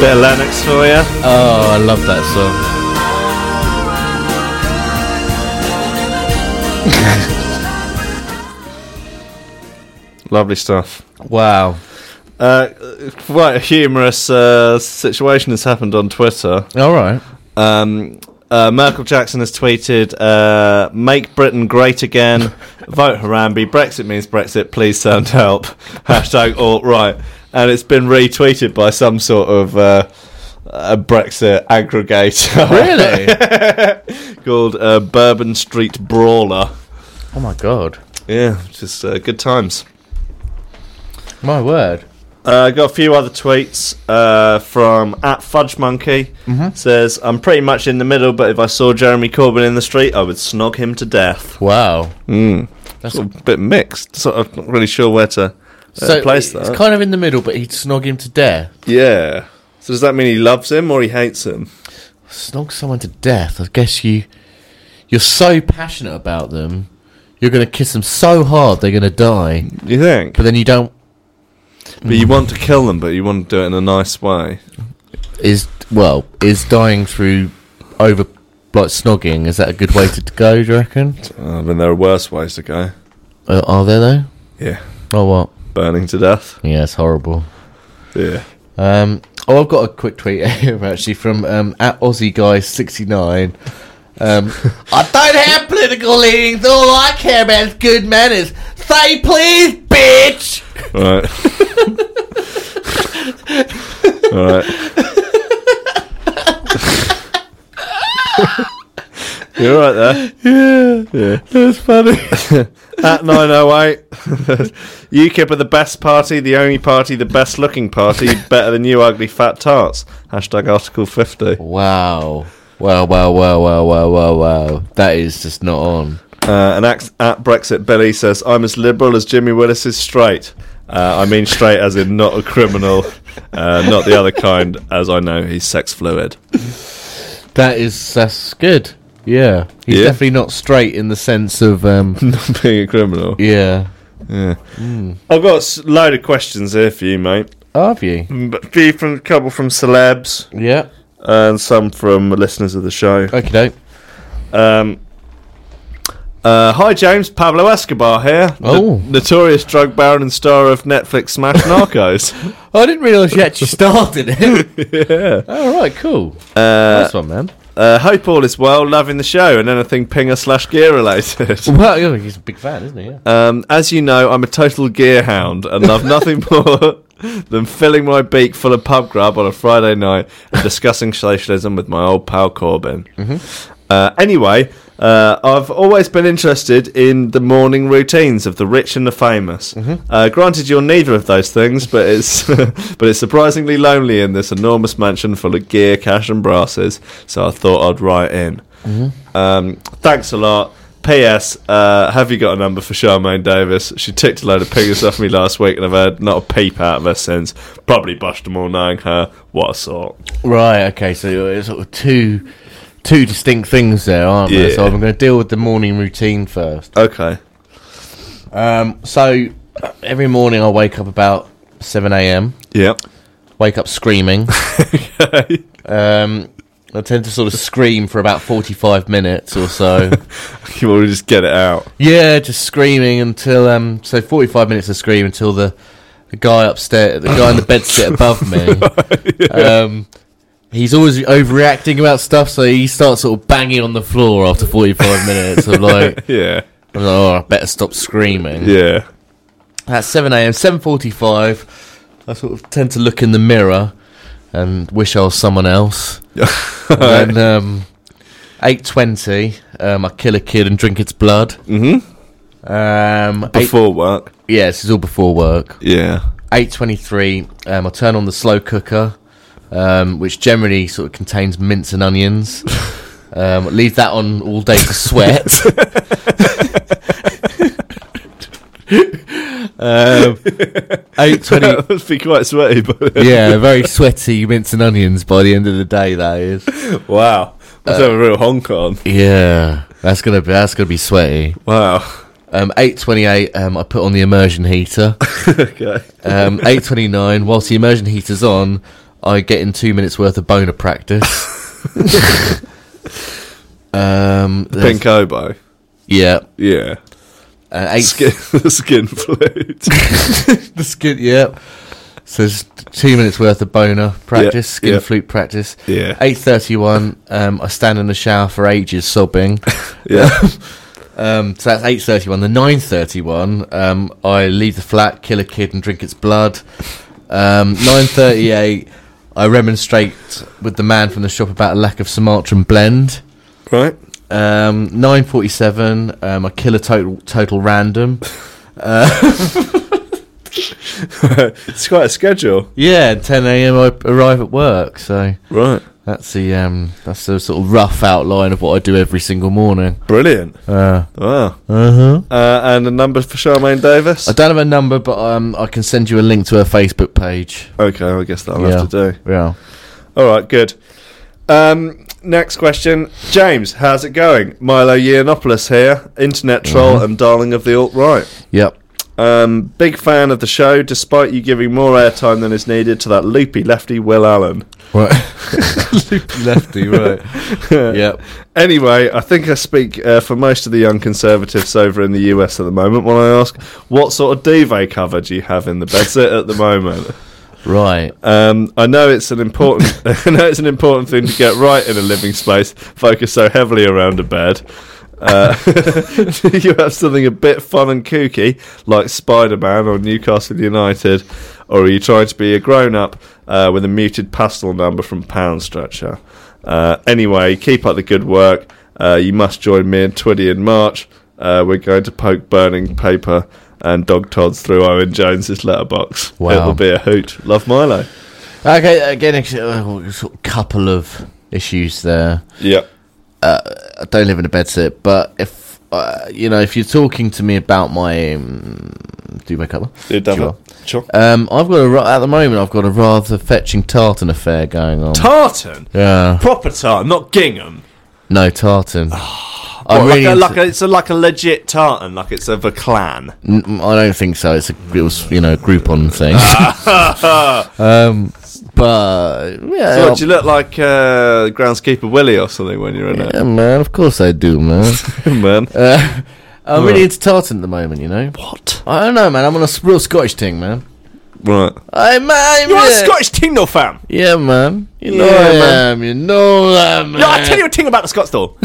Speaker 1: Bit of Lennox for you.
Speaker 2: Oh, I love that song.
Speaker 1: Lovely stuff.
Speaker 2: Wow.
Speaker 1: Uh, quite a humorous uh, situation has happened on Twitter.
Speaker 2: All right.
Speaker 1: Um, uh, Merkel Jackson has tweeted, uh, "Make Britain great again. Vote Harambe. Brexit means Brexit. Please send help." Hashtag alt right, and it's been retweeted by some sort of uh, a Brexit aggregator
Speaker 2: Really?
Speaker 1: called uh, Bourbon Street Brawler.
Speaker 2: oh my god.
Speaker 1: Yeah, just uh, good times.
Speaker 2: My word.
Speaker 1: Uh, got a few other tweets uh, from at Fudge Monkey. Says, "I'm pretty much in the middle, but if I saw Jeremy Corbyn in the street, I would snog him to death."
Speaker 2: Wow.
Speaker 1: Mm.
Speaker 2: That's
Speaker 1: Sort of a bit mixed. Sort of not really sure where to uh, place that.
Speaker 2: it's kind of in the middle, but he'd snog him to death.
Speaker 1: yeah. So does that mean he loves him or he hates him?
Speaker 2: Snog someone to death. I guess you you're so passionate about them, you're gonna kiss them so hard they're gonna die.
Speaker 1: You think?
Speaker 2: But then you don't.
Speaker 1: But you want to kill them, but you want to do it in a nice way.
Speaker 2: Is well is dying through over like snogging. Is that a good way to go? Do you reckon?
Speaker 1: Uh, I mean, there are worse ways to go.
Speaker 2: Uh, are there though?
Speaker 1: Yeah,
Speaker 2: Oh what?
Speaker 1: burning to death.
Speaker 2: Yeah, it's horrible.
Speaker 1: Yeah.
Speaker 2: Um, oh, I've got a quick tweet here actually from um, at Aussie guy sixty nine. Um, I don't have political leanings. All I care about is good manners. Say please, bitch.
Speaker 1: Right. All right. You're right there. Yeah.
Speaker 2: That's funny.
Speaker 1: At 908. UKIP are the best party, the only party, the best looking party, better than you ugly fat tarts. Hashtag Article 50.
Speaker 2: wow. Wow, wow, wow, wow, wow, wow, wow. That is just not on.
Speaker 1: Uh, and at, at Brexit Billy says, I'm as liberal as Jimmy Willis is straight. Uh, I mean straight as in not a criminal, uh, not the other kind, as I know he's sex fluid.
Speaker 2: That is that's good. Yeah. He's
Speaker 1: Yeah.
Speaker 2: definitely not straight in the sense of um
Speaker 1: Not being a criminal.
Speaker 2: Yeah.
Speaker 1: Yeah. I've got a s- load of questions here for you, mate. Mm,
Speaker 2: Have you?
Speaker 1: But A few from a couple from celebs
Speaker 2: Yeah.
Speaker 1: and some from listeners of the show.
Speaker 2: Okay doke.
Speaker 1: Um, uh, hi, James. Pablo Escobar here. no-
Speaker 2: Oh.
Speaker 1: notorious drug baron and star of Netflix Smash Narcos.
Speaker 2: Oh, I didn't realise you actually started it.
Speaker 1: yeah.
Speaker 2: All right, cool.
Speaker 1: Uh,
Speaker 2: nice one, man.
Speaker 1: uh, hope all is well. Loving the show and anything pinger slash gear related.
Speaker 2: Well, yeah, he's a big fan, isn't he? Yeah.
Speaker 1: Um, as you know, I'm a total gear hound and love nothing more than filling my beak full of pub grub on a Friday night and discussing socialism with my old pal Corbyn. Uh, anyway, uh, I've always been interested in the morning routines of the rich and the famous. Uh, granted, you're neither of those things, but it's but it's surprisingly lonely in this enormous mansion full of gear, cash, and brasses. So I thought I'd write in. Um, thanks a lot. P.S. Uh, have you got a number for Charmaine Davis? She ticked a load of piggies off me last week, and I've had not a peep out of her since. Probably bushed them all knowing her. What a sort.
Speaker 2: Right. Okay. So it's sort of two two distinct things there, aren't there? So
Speaker 1: Yeah.
Speaker 2: I'm going to deal with the morning routine first.
Speaker 1: Okay.
Speaker 2: Um, so every morning I wake up about seven a.m.
Speaker 1: Yep.
Speaker 2: Wake up screaming. um, I tend to sort of scream for about forty-five minutes or so.
Speaker 1: You want to just get it out?
Speaker 2: Yeah, just screaming until um so forty five minutes of scream until the, the guy upstairs the guy in the bedsit above me. Um he's always overreacting about stuff, so he starts sort of banging on the floor after forty five minutes of like
Speaker 1: Yeah.
Speaker 2: I'm like, oh I better stop screaming.
Speaker 1: Yeah.
Speaker 2: At seven AM, seven forty five, I sort of tend to look in the mirror and wish I was someone else. and then, um eight twenty, um I kill a kid and drink its blood.
Speaker 1: Mm-hmm.
Speaker 2: Um eight-
Speaker 1: Before work.
Speaker 2: yeah, this is all before work.
Speaker 1: Yeah.
Speaker 2: Eight twenty-three. Um, I turn on the slow cooker, um, which generally sort of contains mince and onions. Um, leave that on all day to sweat. um, eight twenty.
Speaker 1: that must be quite sweaty, but
Speaker 2: Yeah, very sweaty mince and onions by the end of the day. That is.
Speaker 1: wow. Let's have a real honk on.
Speaker 2: Yeah, that's gonna be that's gonna be sweaty.
Speaker 1: Wow.
Speaker 2: Um, eight twenty-eight. Um, I put on the immersion heater.
Speaker 1: okay.
Speaker 2: Um, 8.29, whilst the immersion heater's on, I get in two minutes worth of boner practice. um, there's-
Speaker 1: Pink oboe.
Speaker 2: yeah,
Speaker 1: Yeah.
Speaker 2: uh, eight
Speaker 1: Skin, the skin flute.
Speaker 2: the skin. Yep. So it's two minutes worth of boner practice,
Speaker 1: Yeah,
Speaker 2: skin
Speaker 1: yeah.
Speaker 2: flute practice.
Speaker 1: Yeah.
Speaker 2: Eight thirty-one. Um, I stand in the shower for ages sobbing.
Speaker 1: Yeah.
Speaker 2: Um, so that's eight thirty-one. The nine thirty-one. Um, I leave the flat, kill a kid, and drink its blood. Um, nine thirty-eight. I remonstrate with the man from the shop about a lack of Sumatran blend.
Speaker 1: right?
Speaker 2: Um, nine forty-seven. Um, I kill a total total random.
Speaker 1: it's quite a schedule.
Speaker 2: Yeah, and ten a.m. I arrive at work. So
Speaker 1: Right.
Speaker 2: that's the um, that's the sort of rough outline of what I do every single morning.
Speaker 1: Brilliant.
Speaker 2: Uh
Speaker 1: Wow.
Speaker 2: huh.
Speaker 1: Uh, and a number for Charmaine Davis?
Speaker 2: I don't have a number, but um, I can send you a link to her Facebook page.
Speaker 1: okay, I guess that'll
Speaker 2: yeah.
Speaker 1: have to do.
Speaker 2: Yeah.
Speaker 1: All right, good. Um, next question. James, how's it going? Milo Yiannopoulos here,
Speaker 2: Mm-hmm.
Speaker 1: internet troll and darling of the alt-right.
Speaker 2: Yep.
Speaker 1: Um, big fan of the show, despite you giving more airtime than is needed to that loopy lefty Will Allen.
Speaker 2: Right. lefty, right. yep.
Speaker 1: Anyway, I think I speak uh, for most of the young conservatives over in the US at the moment when I ask, what sort of duvet cover do you have in the bedsit at the moment?
Speaker 2: Right.
Speaker 1: Um, I know it's an important, I know it's an important thing to get right in a living space focused so heavily around a bed. Uh, do you have something a bit fun and kooky like Spider-Man or Newcastle United, or are you trying to be a grown-up uh, with a muted pastel number from Pound Stretcher? Uh, anyway, keep up the good work. Uh, you must join me and Twiddy in March. Uh, we're going to poke burning paper and dog tods through Owen Jones's letterbox.
Speaker 2: Wow.
Speaker 1: It'll be a hoot. Love Milo.
Speaker 2: Okay, again, actually, uh, sort of couple of issues there.
Speaker 1: Yeah.
Speaker 2: I don't live in a bedsit, but if, uh, you know, if you're talking to me about my. Um, do my cover? Sure.
Speaker 1: Sure.
Speaker 2: Um, I've got a ra- at the moment. I've got a rather fetching tartan affair going on.
Speaker 1: Tartan?
Speaker 2: yeah,
Speaker 1: Proper tartan, not gingham.
Speaker 2: no tartan.
Speaker 1: Or
Speaker 2: I'm
Speaker 1: Ah. like
Speaker 2: really.
Speaker 1: a-
Speaker 2: into- Um,
Speaker 1: like a- it's a, like a legit tartan, like it's of a clan.
Speaker 2: N- I don't think so. It's a it was you know a Groupon thing. um, but yeah,
Speaker 1: So what, do you look like uh, groundskeeper Willie or something when you're in
Speaker 2: yeah, man. Of course I do, man.
Speaker 1: it, man?
Speaker 2: Uh, I'm really
Speaker 1: Right.
Speaker 2: into tartan at the moment, you know.
Speaker 1: What?
Speaker 2: I don't know, man. I'm on a s- real Scottish thing, man.
Speaker 1: Right.
Speaker 2: I man,
Speaker 1: You're
Speaker 2: yeah.
Speaker 1: a Scottish thing, though, fam.
Speaker 2: Yeah, man. You know
Speaker 1: Yeah,
Speaker 2: I
Speaker 1: man.
Speaker 2: am. You know I am.
Speaker 1: No, I tell you a thing about the Scots, though.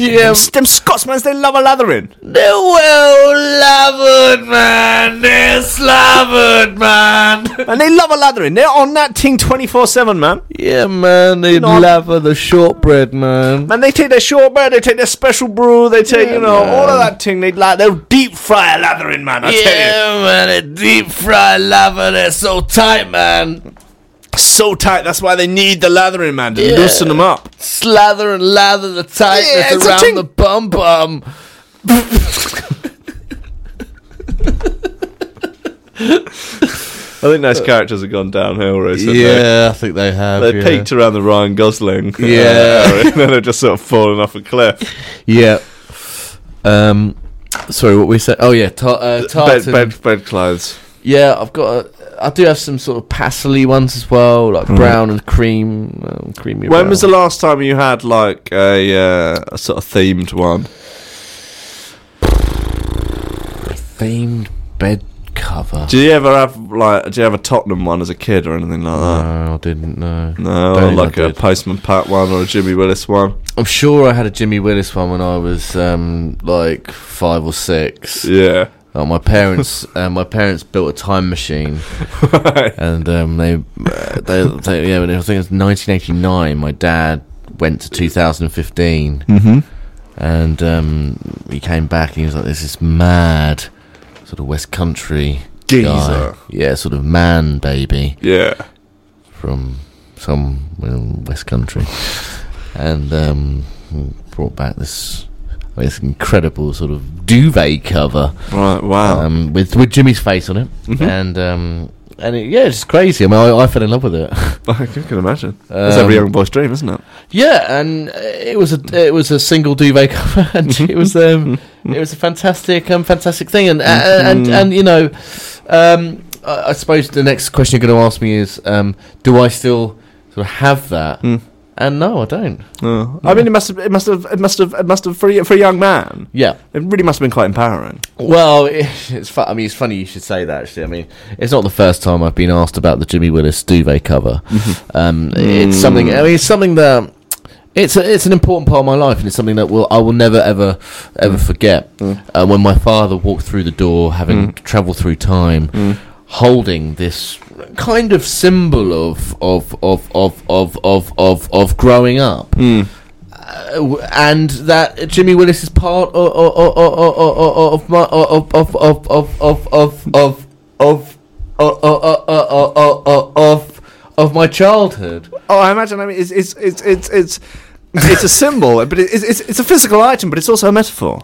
Speaker 2: yeah,
Speaker 1: Them Scotsmans, they love a lathering.
Speaker 2: They're well lathered, man. They're slathered, man.
Speaker 1: And they love a lathering. They're on that thing 24 7, man.
Speaker 2: Yeah, man. They
Speaker 1: know-
Speaker 2: lather the shortbread, man.
Speaker 1: Man, they take their shortbread, they take their special brew, they take, you know, all of that thing. They like, they'll deep fry a lathering, man, I tell you.
Speaker 2: Yeah, man. They deep fried lather. They're so tight, man.
Speaker 1: so tight. That's why they need the lathering man to
Speaker 2: Yeah.
Speaker 1: loosen them up.
Speaker 2: Slather and lather the tightness
Speaker 1: Yeah, it's a
Speaker 2: around
Speaker 1: ting-
Speaker 2: the bum bum.
Speaker 1: I think
Speaker 2: Uh,
Speaker 1: those characters have gone downhill recently.
Speaker 2: I think they have.
Speaker 1: They peaked around the Ryan Gosling. uh,
Speaker 2: Yeah.
Speaker 1: era, and then they're just sort of falling off a cliff.
Speaker 2: Yeah. Um, sorry, what we said? Oh yeah, tar- uh,
Speaker 1: Bed,
Speaker 2: tartan.
Speaker 1: bed, bed clothes.
Speaker 2: Yeah, I've got. A, I do have some sort of pastely ones as well, like brown and cream, um, creamy.
Speaker 1: Hmm. When was the
Speaker 2: brown.
Speaker 1: last time you had like a, uh, a sort of themed one?
Speaker 2: themed bed cover?
Speaker 1: Do you ever have like? Do you have a Tottenham one as a kid or anything like that?
Speaker 2: no, I didn't know.
Speaker 1: No,
Speaker 2: Don't
Speaker 1: or
Speaker 2: think I
Speaker 1: like a
Speaker 2: did.
Speaker 1: Postman Pat one or a Jimmy Willis one.
Speaker 2: I'm sure I had a Jimmy Willis one when I was um, like five or six.
Speaker 1: Yeah,
Speaker 2: Uh, my parents, uh, my parents built a time machine, and um, they, uh, they, they, yeah, I think it was 1989. My dad went to 2015.
Speaker 1: mm-hmm.
Speaker 2: And um, he came back and he was like, "This is mad, sort of West Country
Speaker 1: Geezer.
Speaker 2: guy, yeah, sort of man baby
Speaker 1: yeah.
Speaker 2: from some well, West Country." and um, brought back this this incredible sort of duvet cover
Speaker 1: Right. Wow.
Speaker 2: um, with with Jimmy's face on it,
Speaker 1: Mm-hmm.
Speaker 2: and um, and it, yeah, it's crazy. I mean, I, I fell in love with it.
Speaker 1: I can imagine. That's every
Speaker 2: Um,
Speaker 1: young boy's dream, isn't it?
Speaker 2: Yeah, and uh, it was a it was a single duvet cover, and it was uh, um it was a fantastic um fantastic thing, and uh, and and you know, um I I suppose the next question you're going to ask me is, um, do I still sort of have that?
Speaker 1: Mm.
Speaker 2: And no, I don't.
Speaker 1: Oh. I mean, it must have, it must have, it must have, it must have for a, for a young man.
Speaker 2: Yeah.
Speaker 1: It really must have been quite empowering.
Speaker 2: Well, it's fu- I mean, it's funny you should say that. Actually, I mean, it's not the first time I've been asked about the Jimmy Willis duvet cover. um, It's something. I mean, it's something that it's a, it's an important part of my life, and it's something that will I will never ever ever forget. Uh, when my father walked through the door, having travelled through time, holding this kind of symbol of of of of of of of, of growing up w- Uh, and that Jimmy Willis is part of of of of of of of of of of of of of of of my childhood.
Speaker 1: Oh, I imagine. I mean, it's it's it's it's it's, it's a symbol, but it, it's, it's it's a physical item, but it's also a metaphor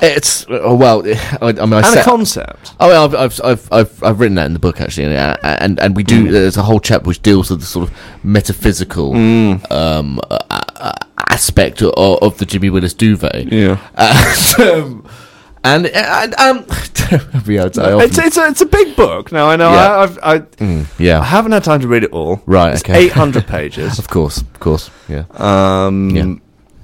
Speaker 2: It's oh, well, I, I mean, I
Speaker 1: and a
Speaker 2: set-
Speaker 1: concept.
Speaker 2: Oh, well, I've, I've, I've, I've, I've written that in the book actually, and uh, and, and we
Speaker 1: Mm.
Speaker 2: do. There's a whole chapter which deals with the sort of metaphysical
Speaker 1: Mm.
Speaker 2: um, uh, uh, aspect of, of the Jimmy Willis duvet.
Speaker 1: Yeah.
Speaker 2: And, um, and, and um, yeah, I often-
Speaker 1: It's it's a, it's a big book. Now I know
Speaker 2: Yeah.
Speaker 1: I, I've, I I
Speaker 2: Mm, yeah,
Speaker 1: haven't had time to read it all.
Speaker 2: Right,
Speaker 1: It's
Speaker 2: okay.
Speaker 1: eight hundred pages.
Speaker 2: of course, of course, yeah,
Speaker 1: Um,
Speaker 2: Yeah.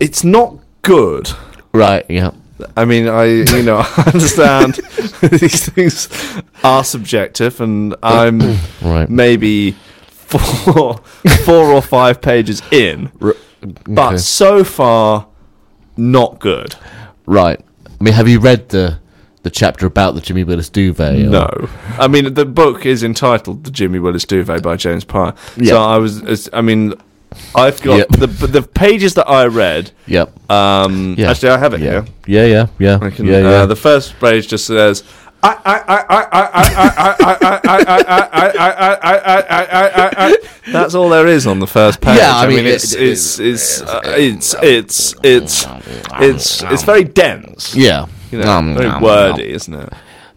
Speaker 1: it's not good.
Speaker 2: right, yeah,
Speaker 1: I mean, I you know I understand these things are subjective, and I'm
Speaker 2: Right.
Speaker 1: maybe four four or five pages in, but
Speaker 2: okay.
Speaker 1: so far not good.
Speaker 2: right. I mean, have you read the the chapter about the Jimmy Willis duvet? or-
Speaker 1: No, I mean the book is entitled "The Jimmy Willis Duvet" by James Pryor.
Speaker 2: Yeah.
Speaker 1: So I was, it's- I mean, I've got
Speaker 2: Yep.
Speaker 1: the the pages that I read.
Speaker 2: Yep.
Speaker 1: Um,
Speaker 2: Yeah.
Speaker 1: Actually, I have it
Speaker 2: Yeah.
Speaker 1: here.
Speaker 2: Yeah. Yeah. Yeah.
Speaker 1: I can,
Speaker 2: yeah,
Speaker 1: uh,
Speaker 2: yeah.
Speaker 1: The first page just says. I That's all there is on the first page.
Speaker 2: Yeah, I mean, it-
Speaker 1: it's it's it's uh, it's it's it's it's it's very dense.
Speaker 2: yeah.
Speaker 1: you know, very wordy, isn't it?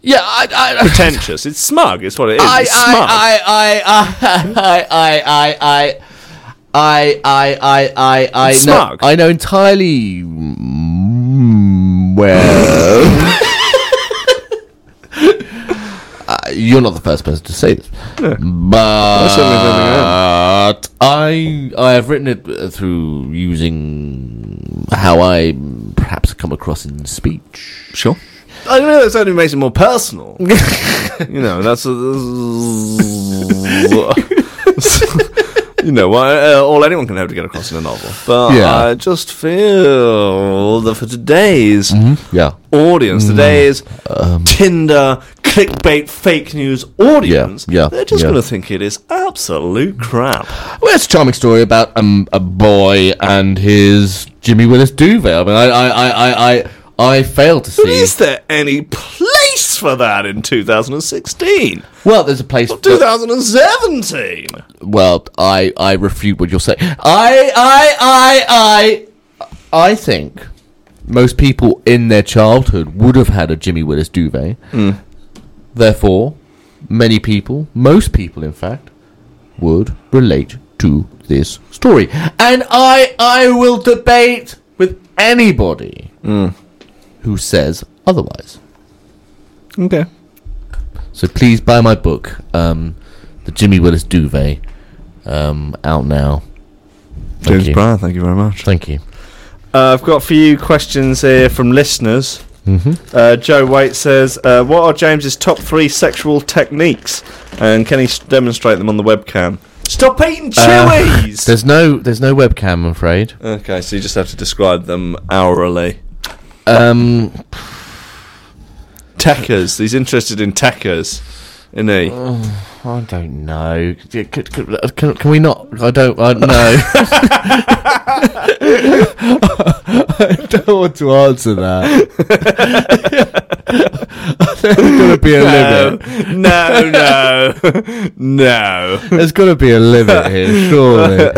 Speaker 2: Yeah. I. I
Speaker 1: Pretentious. It's smug. It's what it is.
Speaker 2: I,
Speaker 1: It's smug.
Speaker 2: I, I, I, I, I, I, I, I, I, I, I, I, I, know,
Speaker 1: Smug.
Speaker 2: I know entirely mm, well. Uh, You're not the first person to say this,
Speaker 1: certainly
Speaker 2: but I I have written it uh, through using how I mm, perhaps come across in speech.
Speaker 1: Sure. I know that's only makes it more personal. you know, that's. you know, why, uh, all anyone can hope to get across in a novel. But
Speaker 2: Yeah.
Speaker 1: I just feel that for today's
Speaker 2: Yeah, Mm-hmm.
Speaker 1: audience, today's
Speaker 2: Um,
Speaker 1: Tinder clickbait fake news audience,
Speaker 2: yeah,
Speaker 1: they're just
Speaker 2: yeah.
Speaker 1: going to think it is absolute crap.
Speaker 2: Well, it's a charming story about um, a boy and his Jimmy Willis duvet. I mean, I, I, I, I, I, I fail to
Speaker 1: But
Speaker 2: see.
Speaker 1: is there any place for that in 2016?
Speaker 2: well, there's a place.
Speaker 1: Or 2017?
Speaker 2: well, I, I refute what you're saying. I, I, I, I, I think most people in their childhood would have had a Jimmy Willis duvet. Therefore, many people, most people, in fact, would relate to this story. And I, I will debate with anybody who says otherwise.
Speaker 1: Okay.
Speaker 2: So please buy my book, um, the Jimmy Willis Duvet, um, out now. Thank
Speaker 1: James
Speaker 2: you.
Speaker 1: Bryan, thank you very much.
Speaker 2: Thank you.
Speaker 1: Uh, I've got a few questions here from listeners.
Speaker 2: Mm-hmm.
Speaker 1: Uh, Joe Waite says, uh, "What are James's top three sexual techniques, and can he s- demonstrate them on the webcam?" Stop eating chilies.
Speaker 2: There's no, there's no webcam, I'm afraid.
Speaker 1: okay, so you just have to describe them hourly.
Speaker 2: Um,
Speaker 1: Techers. He's interested in techers, isn't he?
Speaker 2: I don't know. Can, uh, can- can we not? I don't. I no. I don't want to answer that. There's got to be a
Speaker 1: no,
Speaker 2: limit.
Speaker 1: no, no, no.
Speaker 2: There's got to be a limit here, surely.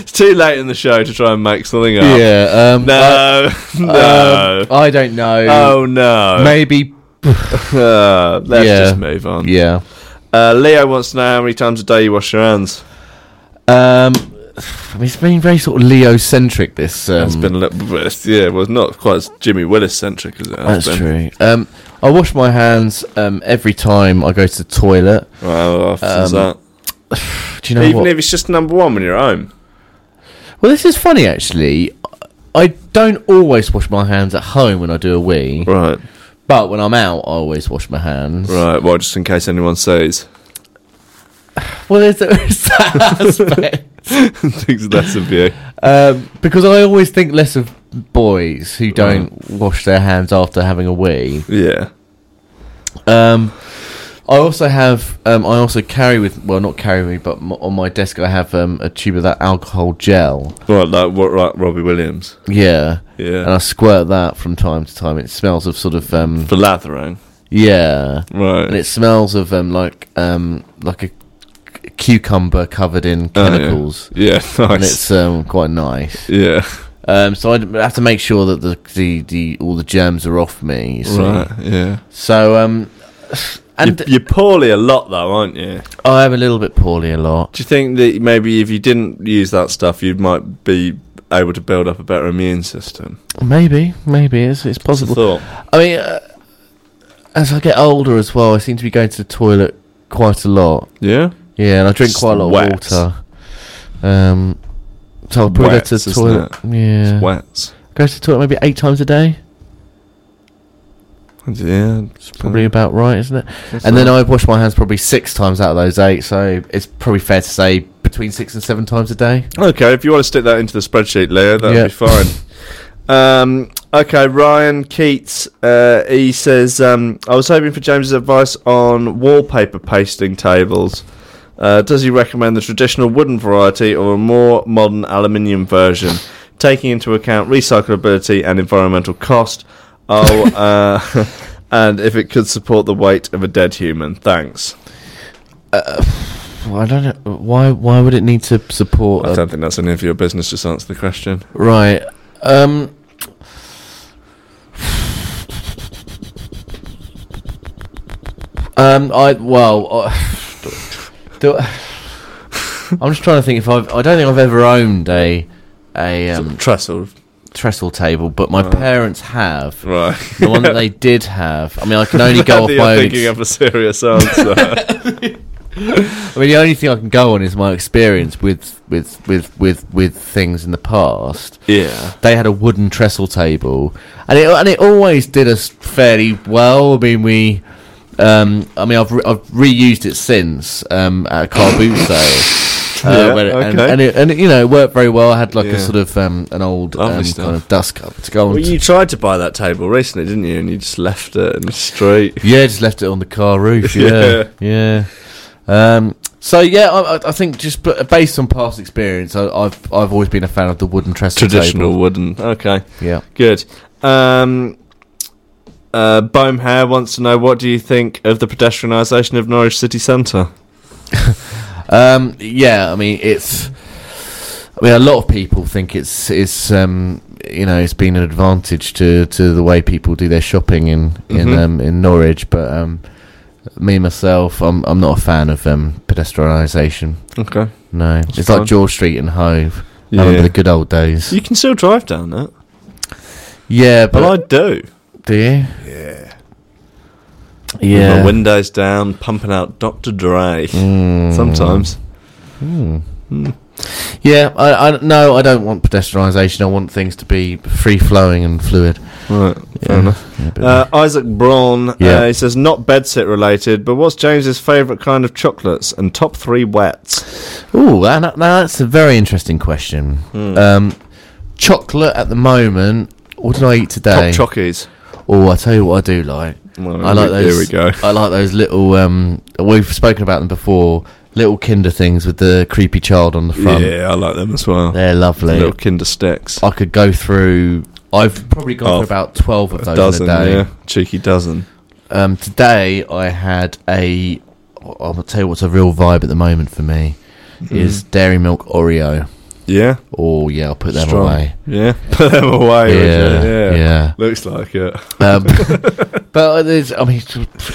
Speaker 1: It's too late in the show to try and make something up.
Speaker 2: Yeah. Um, I-
Speaker 1: No, no.
Speaker 2: Um, I don't know.
Speaker 1: oh no.
Speaker 2: Maybe.
Speaker 1: Uh, let's
Speaker 2: Yeah.
Speaker 1: just move on.
Speaker 2: Yeah.
Speaker 1: Uh, Leo wants to know how many times a day you wash your hands.
Speaker 2: Um, I mean, it's been very sort of Leo centric. This um,
Speaker 1: it's been a little bit, yeah, well, not quite as Jimmy Willis centric as it has
Speaker 2: that's
Speaker 1: been.
Speaker 2: true. Um, I wash my hanhands um, every time I go to the toilet.
Speaker 1: Well, often is
Speaker 2: Um,
Speaker 1: that.
Speaker 2: Do you know
Speaker 1: Even
Speaker 2: what?
Speaker 1: if it's just number one when you're at home.
Speaker 2: well, this is funny actually. I don't always wash my hands at home when I do a wee,
Speaker 1: Right,
Speaker 2: but when I'm out, I always wash my hands.
Speaker 1: right. Well, just in case anyone says
Speaker 2: Well, there's, there's that aspect.
Speaker 1: thinks less of you.
Speaker 2: Um, because I always think less of boys who don't wash their hands after having a wee.
Speaker 1: Yeah.
Speaker 2: Um, I also have, um, I also carry with, well, not carry me, but m- on my desk I have um, a tube of that alcohol gel.
Speaker 1: Right, like what? Right, Robbie Williams.
Speaker 2: Yeah. And I
Speaker 1: Yeah.
Speaker 2: squirt that from time to time. It smells of sort of, um,
Speaker 1: For Lathering.
Speaker 2: yeah.
Speaker 1: Right.
Speaker 2: And it smells of um, like, um, like a c- cucumber covered in
Speaker 1: Oh, yeah.
Speaker 2: chemicals.
Speaker 1: Yeah.
Speaker 2: And
Speaker 1: Nice.
Speaker 2: it's um, quite nice.
Speaker 1: Yeah.
Speaker 2: Um, so I have to make sure that the, the, the all the germs are off me. you see.
Speaker 1: Right. Yeah.
Speaker 2: So um, and
Speaker 1: you're, you're poorly a lot though, aren't you?
Speaker 2: I am a little bit poorly a lot.
Speaker 1: Do you think that maybe if you didn't use that stuff, you might be able to build up a better immune system?
Speaker 2: Maybe, maybe it's it's
Speaker 1: It's a
Speaker 2: possible.
Speaker 1: thought.
Speaker 2: I mean, uh, as I get older as well, I seem to be going to the toilet quite a lot.
Speaker 1: Yeah.
Speaker 2: Yeah, and I drink
Speaker 1: Just
Speaker 2: quite a lot
Speaker 1: wet.
Speaker 2: of water. Um, so I'll probably
Speaker 1: Wet,
Speaker 2: go to the
Speaker 1: isn't
Speaker 2: toilet. Yeah,
Speaker 1: It's wet.
Speaker 2: go to the toilet maybe eight times a day.
Speaker 1: Yeah.
Speaker 2: It's probably
Speaker 1: Mm.
Speaker 2: about right, isn't it? And then I wash my hands probably six times out of those eight, so it's probably fair to say between six and seven times a day.
Speaker 1: Okay, if you want to stick that into the spreadsheet, Leo, that'll
Speaker 2: Yeah.
Speaker 1: be fine. um, okay, Ryan Keats, uh, he says, um, I was hoping for James's advice on wallpaper pasting tables. Uh, does he recommend the traditional wooden variety or a more modern aluminium version, taking into account recyclability and environmental cost? Oh, uh, and if it could support the weight of a dead human. Thanks.
Speaker 2: Well, I don't know why. Why would it need to support?
Speaker 1: I
Speaker 2: A,
Speaker 1: don't think that's any of your business. Just answer the question.
Speaker 2: right. Um. Um. I well. I, do, I'm just trying to think if I've. I don't think I've ever owned a a um,
Speaker 1: Trestle.
Speaker 2: trestle table, but my parents have.
Speaker 1: Right.
Speaker 2: The one that they did have. I mean, I can only go off
Speaker 1: Andy,
Speaker 2: my
Speaker 1: you're
Speaker 2: own.
Speaker 1: thinking
Speaker 2: Ex-
Speaker 1: of a serious answer.
Speaker 2: I mean, the only thing I can go on is my experience with with with with with things in the past.
Speaker 1: yeah.
Speaker 2: They had a wooden trestle table, and it and it always did us fairly well. I mean, we. Um, I mean, I've re- I've reused it since um, at a car boot sale. Uh,
Speaker 1: Yeah,
Speaker 2: when it- and,
Speaker 1: okay.
Speaker 2: and, it, and it, you know, it worked very well. I had like
Speaker 1: Yeah.
Speaker 2: a sort of um, an old
Speaker 1: Lovely
Speaker 2: um,
Speaker 1: stuff.
Speaker 2: kind of dust cup to go on.
Speaker 1: Well,
Speaker 2: to-
Speaker 1: you tried to buy that table recently, didn't you? And you just left it in the street.
Speaker 2: Yeah, just left it on the car roof. Yeah, yeah. Um, so yeah, I, I- I think just b- based on past experience, I, I've I've always been a fan of the wooden trestle
Speaker 1: Traditional
Speaker 2: table.
Speaker 1: wooden. Okay,
Speaker 2: Yeah.
Speaker 1: good. Um, uh, Bome Hair wants to know what do you think of the pedestrianisation of Norwich City Centre?
Speaker 2: Um, yeah. I mean, it's. I mean, a lot of people think it's it's um, you know it's been an advantage to, to the way people do their shopping in in
Speaker 1: Mhm.
Speaker 2: um, in Norwich, but um, me myself, I'm I'm not a fan of um, pedestrianisation.
Speaker 1: Okay,
Speaker 2: No, it's
Speaker 1: fine.
Speaker 2: like George Street and Hove. I remember
Speaker 1: yeah.
Speaker 2: the good old days.
Speaker 1: You can still drive down that.
Speaker 2: Yeah, but
Speaker 1: Well, I do.
Speaker 2: Do you? Yeah.
Speaker 1: With my
Speaker 2: Yeah.
Speaker 1: windows down, pumping out Dr. Dre.
Speaker 2: Hmm.
Speaker 1: Sometimes.
Speaker 2: Yeah. I, I no, I don't want pedestrianisation. I want things to be free flowing and fluid.
Speaker 1: Right. Fair
Speaker 2: Yeah.
Speaker 1: enough.
Speaker 2: Yeah, but-
Speaker 1: Uh, Isaac Braun, uh,
Speaker 2: Yeah.
Speaker 1: he says, not bedsit related, but what's James's favourite kind of chocolates and top three wets?
Speaker 2: Ooh, that, that- that's a very interesting question.
Speaker 1: Hmm.
Speaker 2: Um, chocolate at the moment. What did I eat today?
Speaker 1: Top chockies.
Speaker 2: oh, I tell you what, I do like.
Speaker 1: Well,
Speaker 2: I like
Speaker 1: here-
Speaker 2: those.
Speaker 1: Here we go.
Speaker 2: I like those little. Um, we've spoken about them before. Little Kinder things with the creepy child on the front.
Speaker 1: yeah, I like them as well.
Speaker 2: They're Oh, lovely.
Speaker 1: Little Kinder sticks.
Speaker 2: I could go through. I've probably gone
Speaker 1: Oh,
Speaker 2: through about twelve of
Speaker 1: A
Speaker 2: those
Speaker 1: dozen,
Speaker 2: in a day.
Speaker 1: yeah. Cheeky dozen.
Speaker 2: Um, today I had a. I'll tell you what's a real vibe at the moment for me
Speaker 1: Hmm.
Speaker 2: is dairy milk Oreo.
Speaker 1: Yeah.
Speaker 2: Oh yeah, I'll put them
Speaker 1: Strong.
Speaker 2: away.
Speaker 1: Yeah. Put them away. would you?
Speaker 2: Yeah, yeah.
Speaker 1: Looks like it.
Speaker 2: Um, but there's, I mean,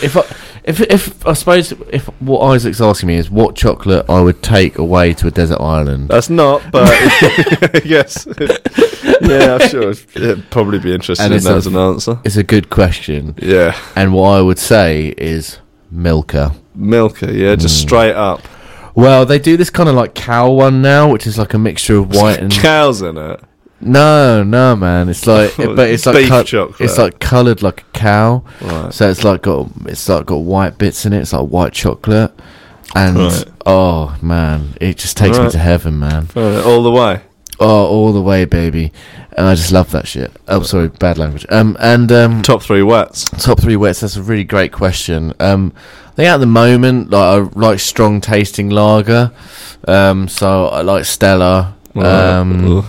Speaker 2: if I If, if I suppose if what Isaac's asking me is what chocolate I would take away to a desert island.
Speaker 1: That's not, but yes, yeah, I'm sure it'd probably be interesting
Speaker 2: And
Speaker 1: in
Speaker 2: it's
Speaker 1: that
Speaker 2: a-
Speaker 1: as an answer.
Speaker 2: It's a good question,
Speaker 1: Yeah,
Speaker 2: and what I would say is Milka.
Speaker 1: Milker. Yeah, just
Speaker 2: Hmm.
Speaker 1: straight up
Speaker 2: Well, they do this kind of like cow one now, which is like a mixture of white and
Speaker 1: cows in it.
Speaker 2: no, no, man. It's like, but it's like
Speaker 1: Beef
Speaker 2: col-
Speaker 1: chocolate.
Speaker 2: It's like coloured like a cow,
Speaker 1: Right.
Speaker 2: so it's like got it's like got white bits in it. It's like white chocolate, and
Speaker 1: Right.
Speaker 2: oh man, it just takes me
Speaker 1: Right.
Speaker 2: to heaven, man.
Speaker 1: Uh, all the way.
Speaker 2: Oh, all the way, baby. And I just love that shit. Oh, sorry, bad language. Um, and um,
Speaker 1: Top three wets.
Speaker 2: top three wets. That's a really great question. Um, I think at the moment, like I like strong tasting lager. Um, so I like Stella. Um,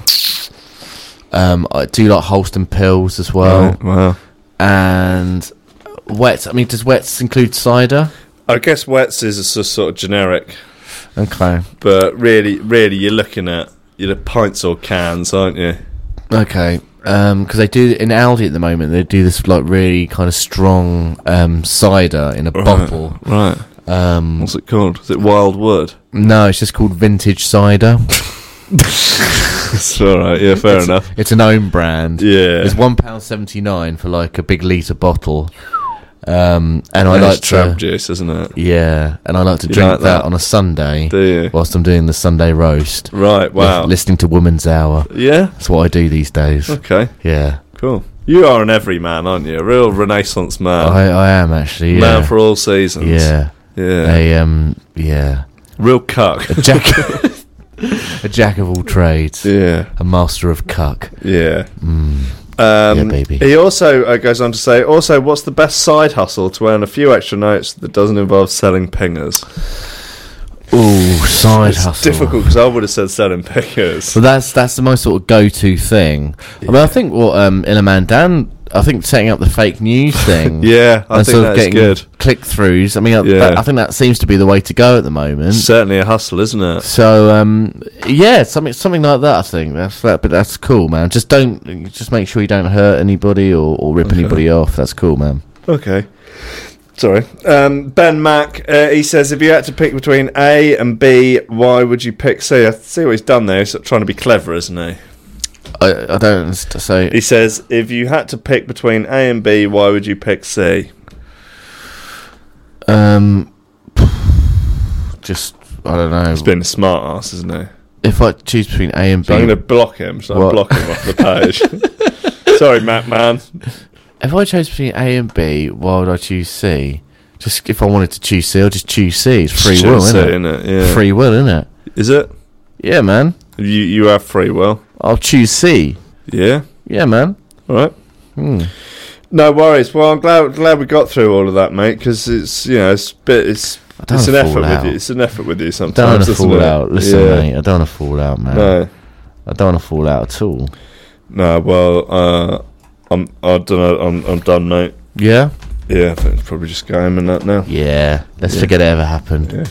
Speaker 2: um, I do like Holsten pills as well,
Speaker 1: Right, wow.
Speaker 2: and wets. I mean, does wets include cider?
Speaker 1: I guess wets is a so- sort of generic,
Speaker 2: Okay,
Speaker 1: but really, really, you're looking at you're pints or cans, aren't you?
Speaker 2: okay. Um 'cause because they do in Aldi at the moment, they do this like really kind of strong um cider in a bottle.
Speaker 1: Right.
Speaker 2: Um,
Speaker 1: What's it called? Is it Wild Wood?
Speaker 2: no, it's just called vintage cider.
Speaker 1: It's all right. Yeah, fair enough.
Speaker 2: It's an own brand.
Speaker 1: Yeah.
Speaker 2: It's one pound seventy nine for like a big liter bottle. Um, and I
Speaker 1: And
Speaker 2: like
Speaker 1: it's tram
Speaker 2: to,
Speaker 1: juice, isn't it?
Speaker 2: yeah, and I like to
Speaker 1: You
Speaker 2: drink
Speaker 1: like
Speaker 2: that?
Speaker 1: that?
Speaker 2: on a Sunday
Speaker 1: Do you?
Speaker 2: whilst I'm doing the Sunday roast.
Speaker 1: Right. Wow.
Speaker 2: Lis- listening to Woman's Hour.
Speaker 1: yeah.
Speaker 2: That's what I do these days.
Speaker 1: Okay.
Speaker 2: Yeah,
Speaker 1: Cool. You are an everyman, aren't you? A real Renaissance man.
Speaker 2: I, I am actually. Yeah,
Speaker 1: Man for all seasons.
Speaker 2: yeah,
Speaker 1: Um, Yeah.
Speaker 2: a um, yeah,
Speaker 1: Real cuck.
Speaker 2: a jack, a jack of all trades,
Speaker 1: yeah.
Speaker 2: a master of cuck.
Speaker 1: Yeah.
Speaker 2: Mm.
Speaker 1: Um,
Speaker 2: Yeah, baby.
Speaker 1: He also uh, goes on to say, also, what's the best side hustle to earn a few extra notes that doesn't involve selling pingers?
Speaker 2: Ooh, side
Speaker 1: it's
Speaker 2: hustle.
Speaker 1: difficult because I would have said selling pingers.
Speaker 2: So that's that's the most sort of go-to thing. I mean, I think what um, Illiman Dan, I think setting up the fake news thing,
Speaker 1: Yeah, I
Speaker 2: and
Speaker 1: think
Speaker 2: sort
Speaker 1: that's
Speaker 2: of getting
Speaker 1: good.
Speaker 2: click-throughs. I mean, I,
Speaker 1: Yeah.
Speaker 2: that, I think that seems to be the way to go at the moment. So,
Speaker 1: Certainly a hustle, isn't it?
Speaker 2: um, yeah, something something like that. I think that's that, but that's cool, man. Just don't, just make sure you don't hurt anybody or, or rip anybody off. That's cool, man.
Speaker 1: Okay. Sorry. Um, ben Mack, uh, he says, if you had to pick between A and B, why would you pick C? I see what he's done there. He's sort of trying to be clever, isn't he?
Speaker 2: I, I don't s- so
Speaker 1: He says, if you had to pick between A and B, why would you pick C?
Speaker 2: um, just I don't know.
Speaker 1: He's been a smart ass, isn't he?
Speaker 2: if I choose between A and B,
Speaker 1: So I'm going to block him. So I
Speaker 2: What?
Speaker 1: block him off the page. Sorry, Matt, man.
Speaker 2: If I chose between A and B, why would I choose C? Just if I wanted to choose C, I'll just choose C. It's free will,
Speaker 1: Should've
Speaker 2: isn't
Speaker 1: said,
Speaker 2: it?
Speaker 1: innit? Yeah.
Speaker 2: Free will, isn't it?
Speaker 1: Is it?
Speaker 2: Yeah, man.
Speaker 1: You you have free will.
Speaker 2: I'll choose C.
Speaker 1: Yeah.
Speaker 2: Yeah, man.
Speaker 1: All right.
Speaker 2: Hmm.
Speaker 1: No worries. Well, I'm glad glad we got through all of that, mate. Because it's you know it's bit it's
Speaker 2: I don't
Speaker 1: it's an
Speaker 2: wanna
Speaker 1: effort
Speaker 2: fall out.
Speaker 1: with you. It's an effort with you
Speaker 2: I don't want
Speaker 1: sometimes.
Speaker 2: to
Speaker 1: isn't
Speaker 2: fall
Speaker 1: it?
Speaker 2: out. Listen,
Speaker 1: Yeah.
Speaker 2: mate. I don't want to fall out, man.
Speaker 1: No,
Speaker 2: I don't want to fall out at all.
Speaker 1: no. Well, uh, I'm I don't know. I'm I'm done, mate.
Speaker 2: Yeah.
Speaker 1: Yeah, I think probably just go home and that now.
Speaker 2: Yeah. Let's
Speaker 1: Yeah.
Speaker 2: forget it ever happened.
Speaker 1: Yeah.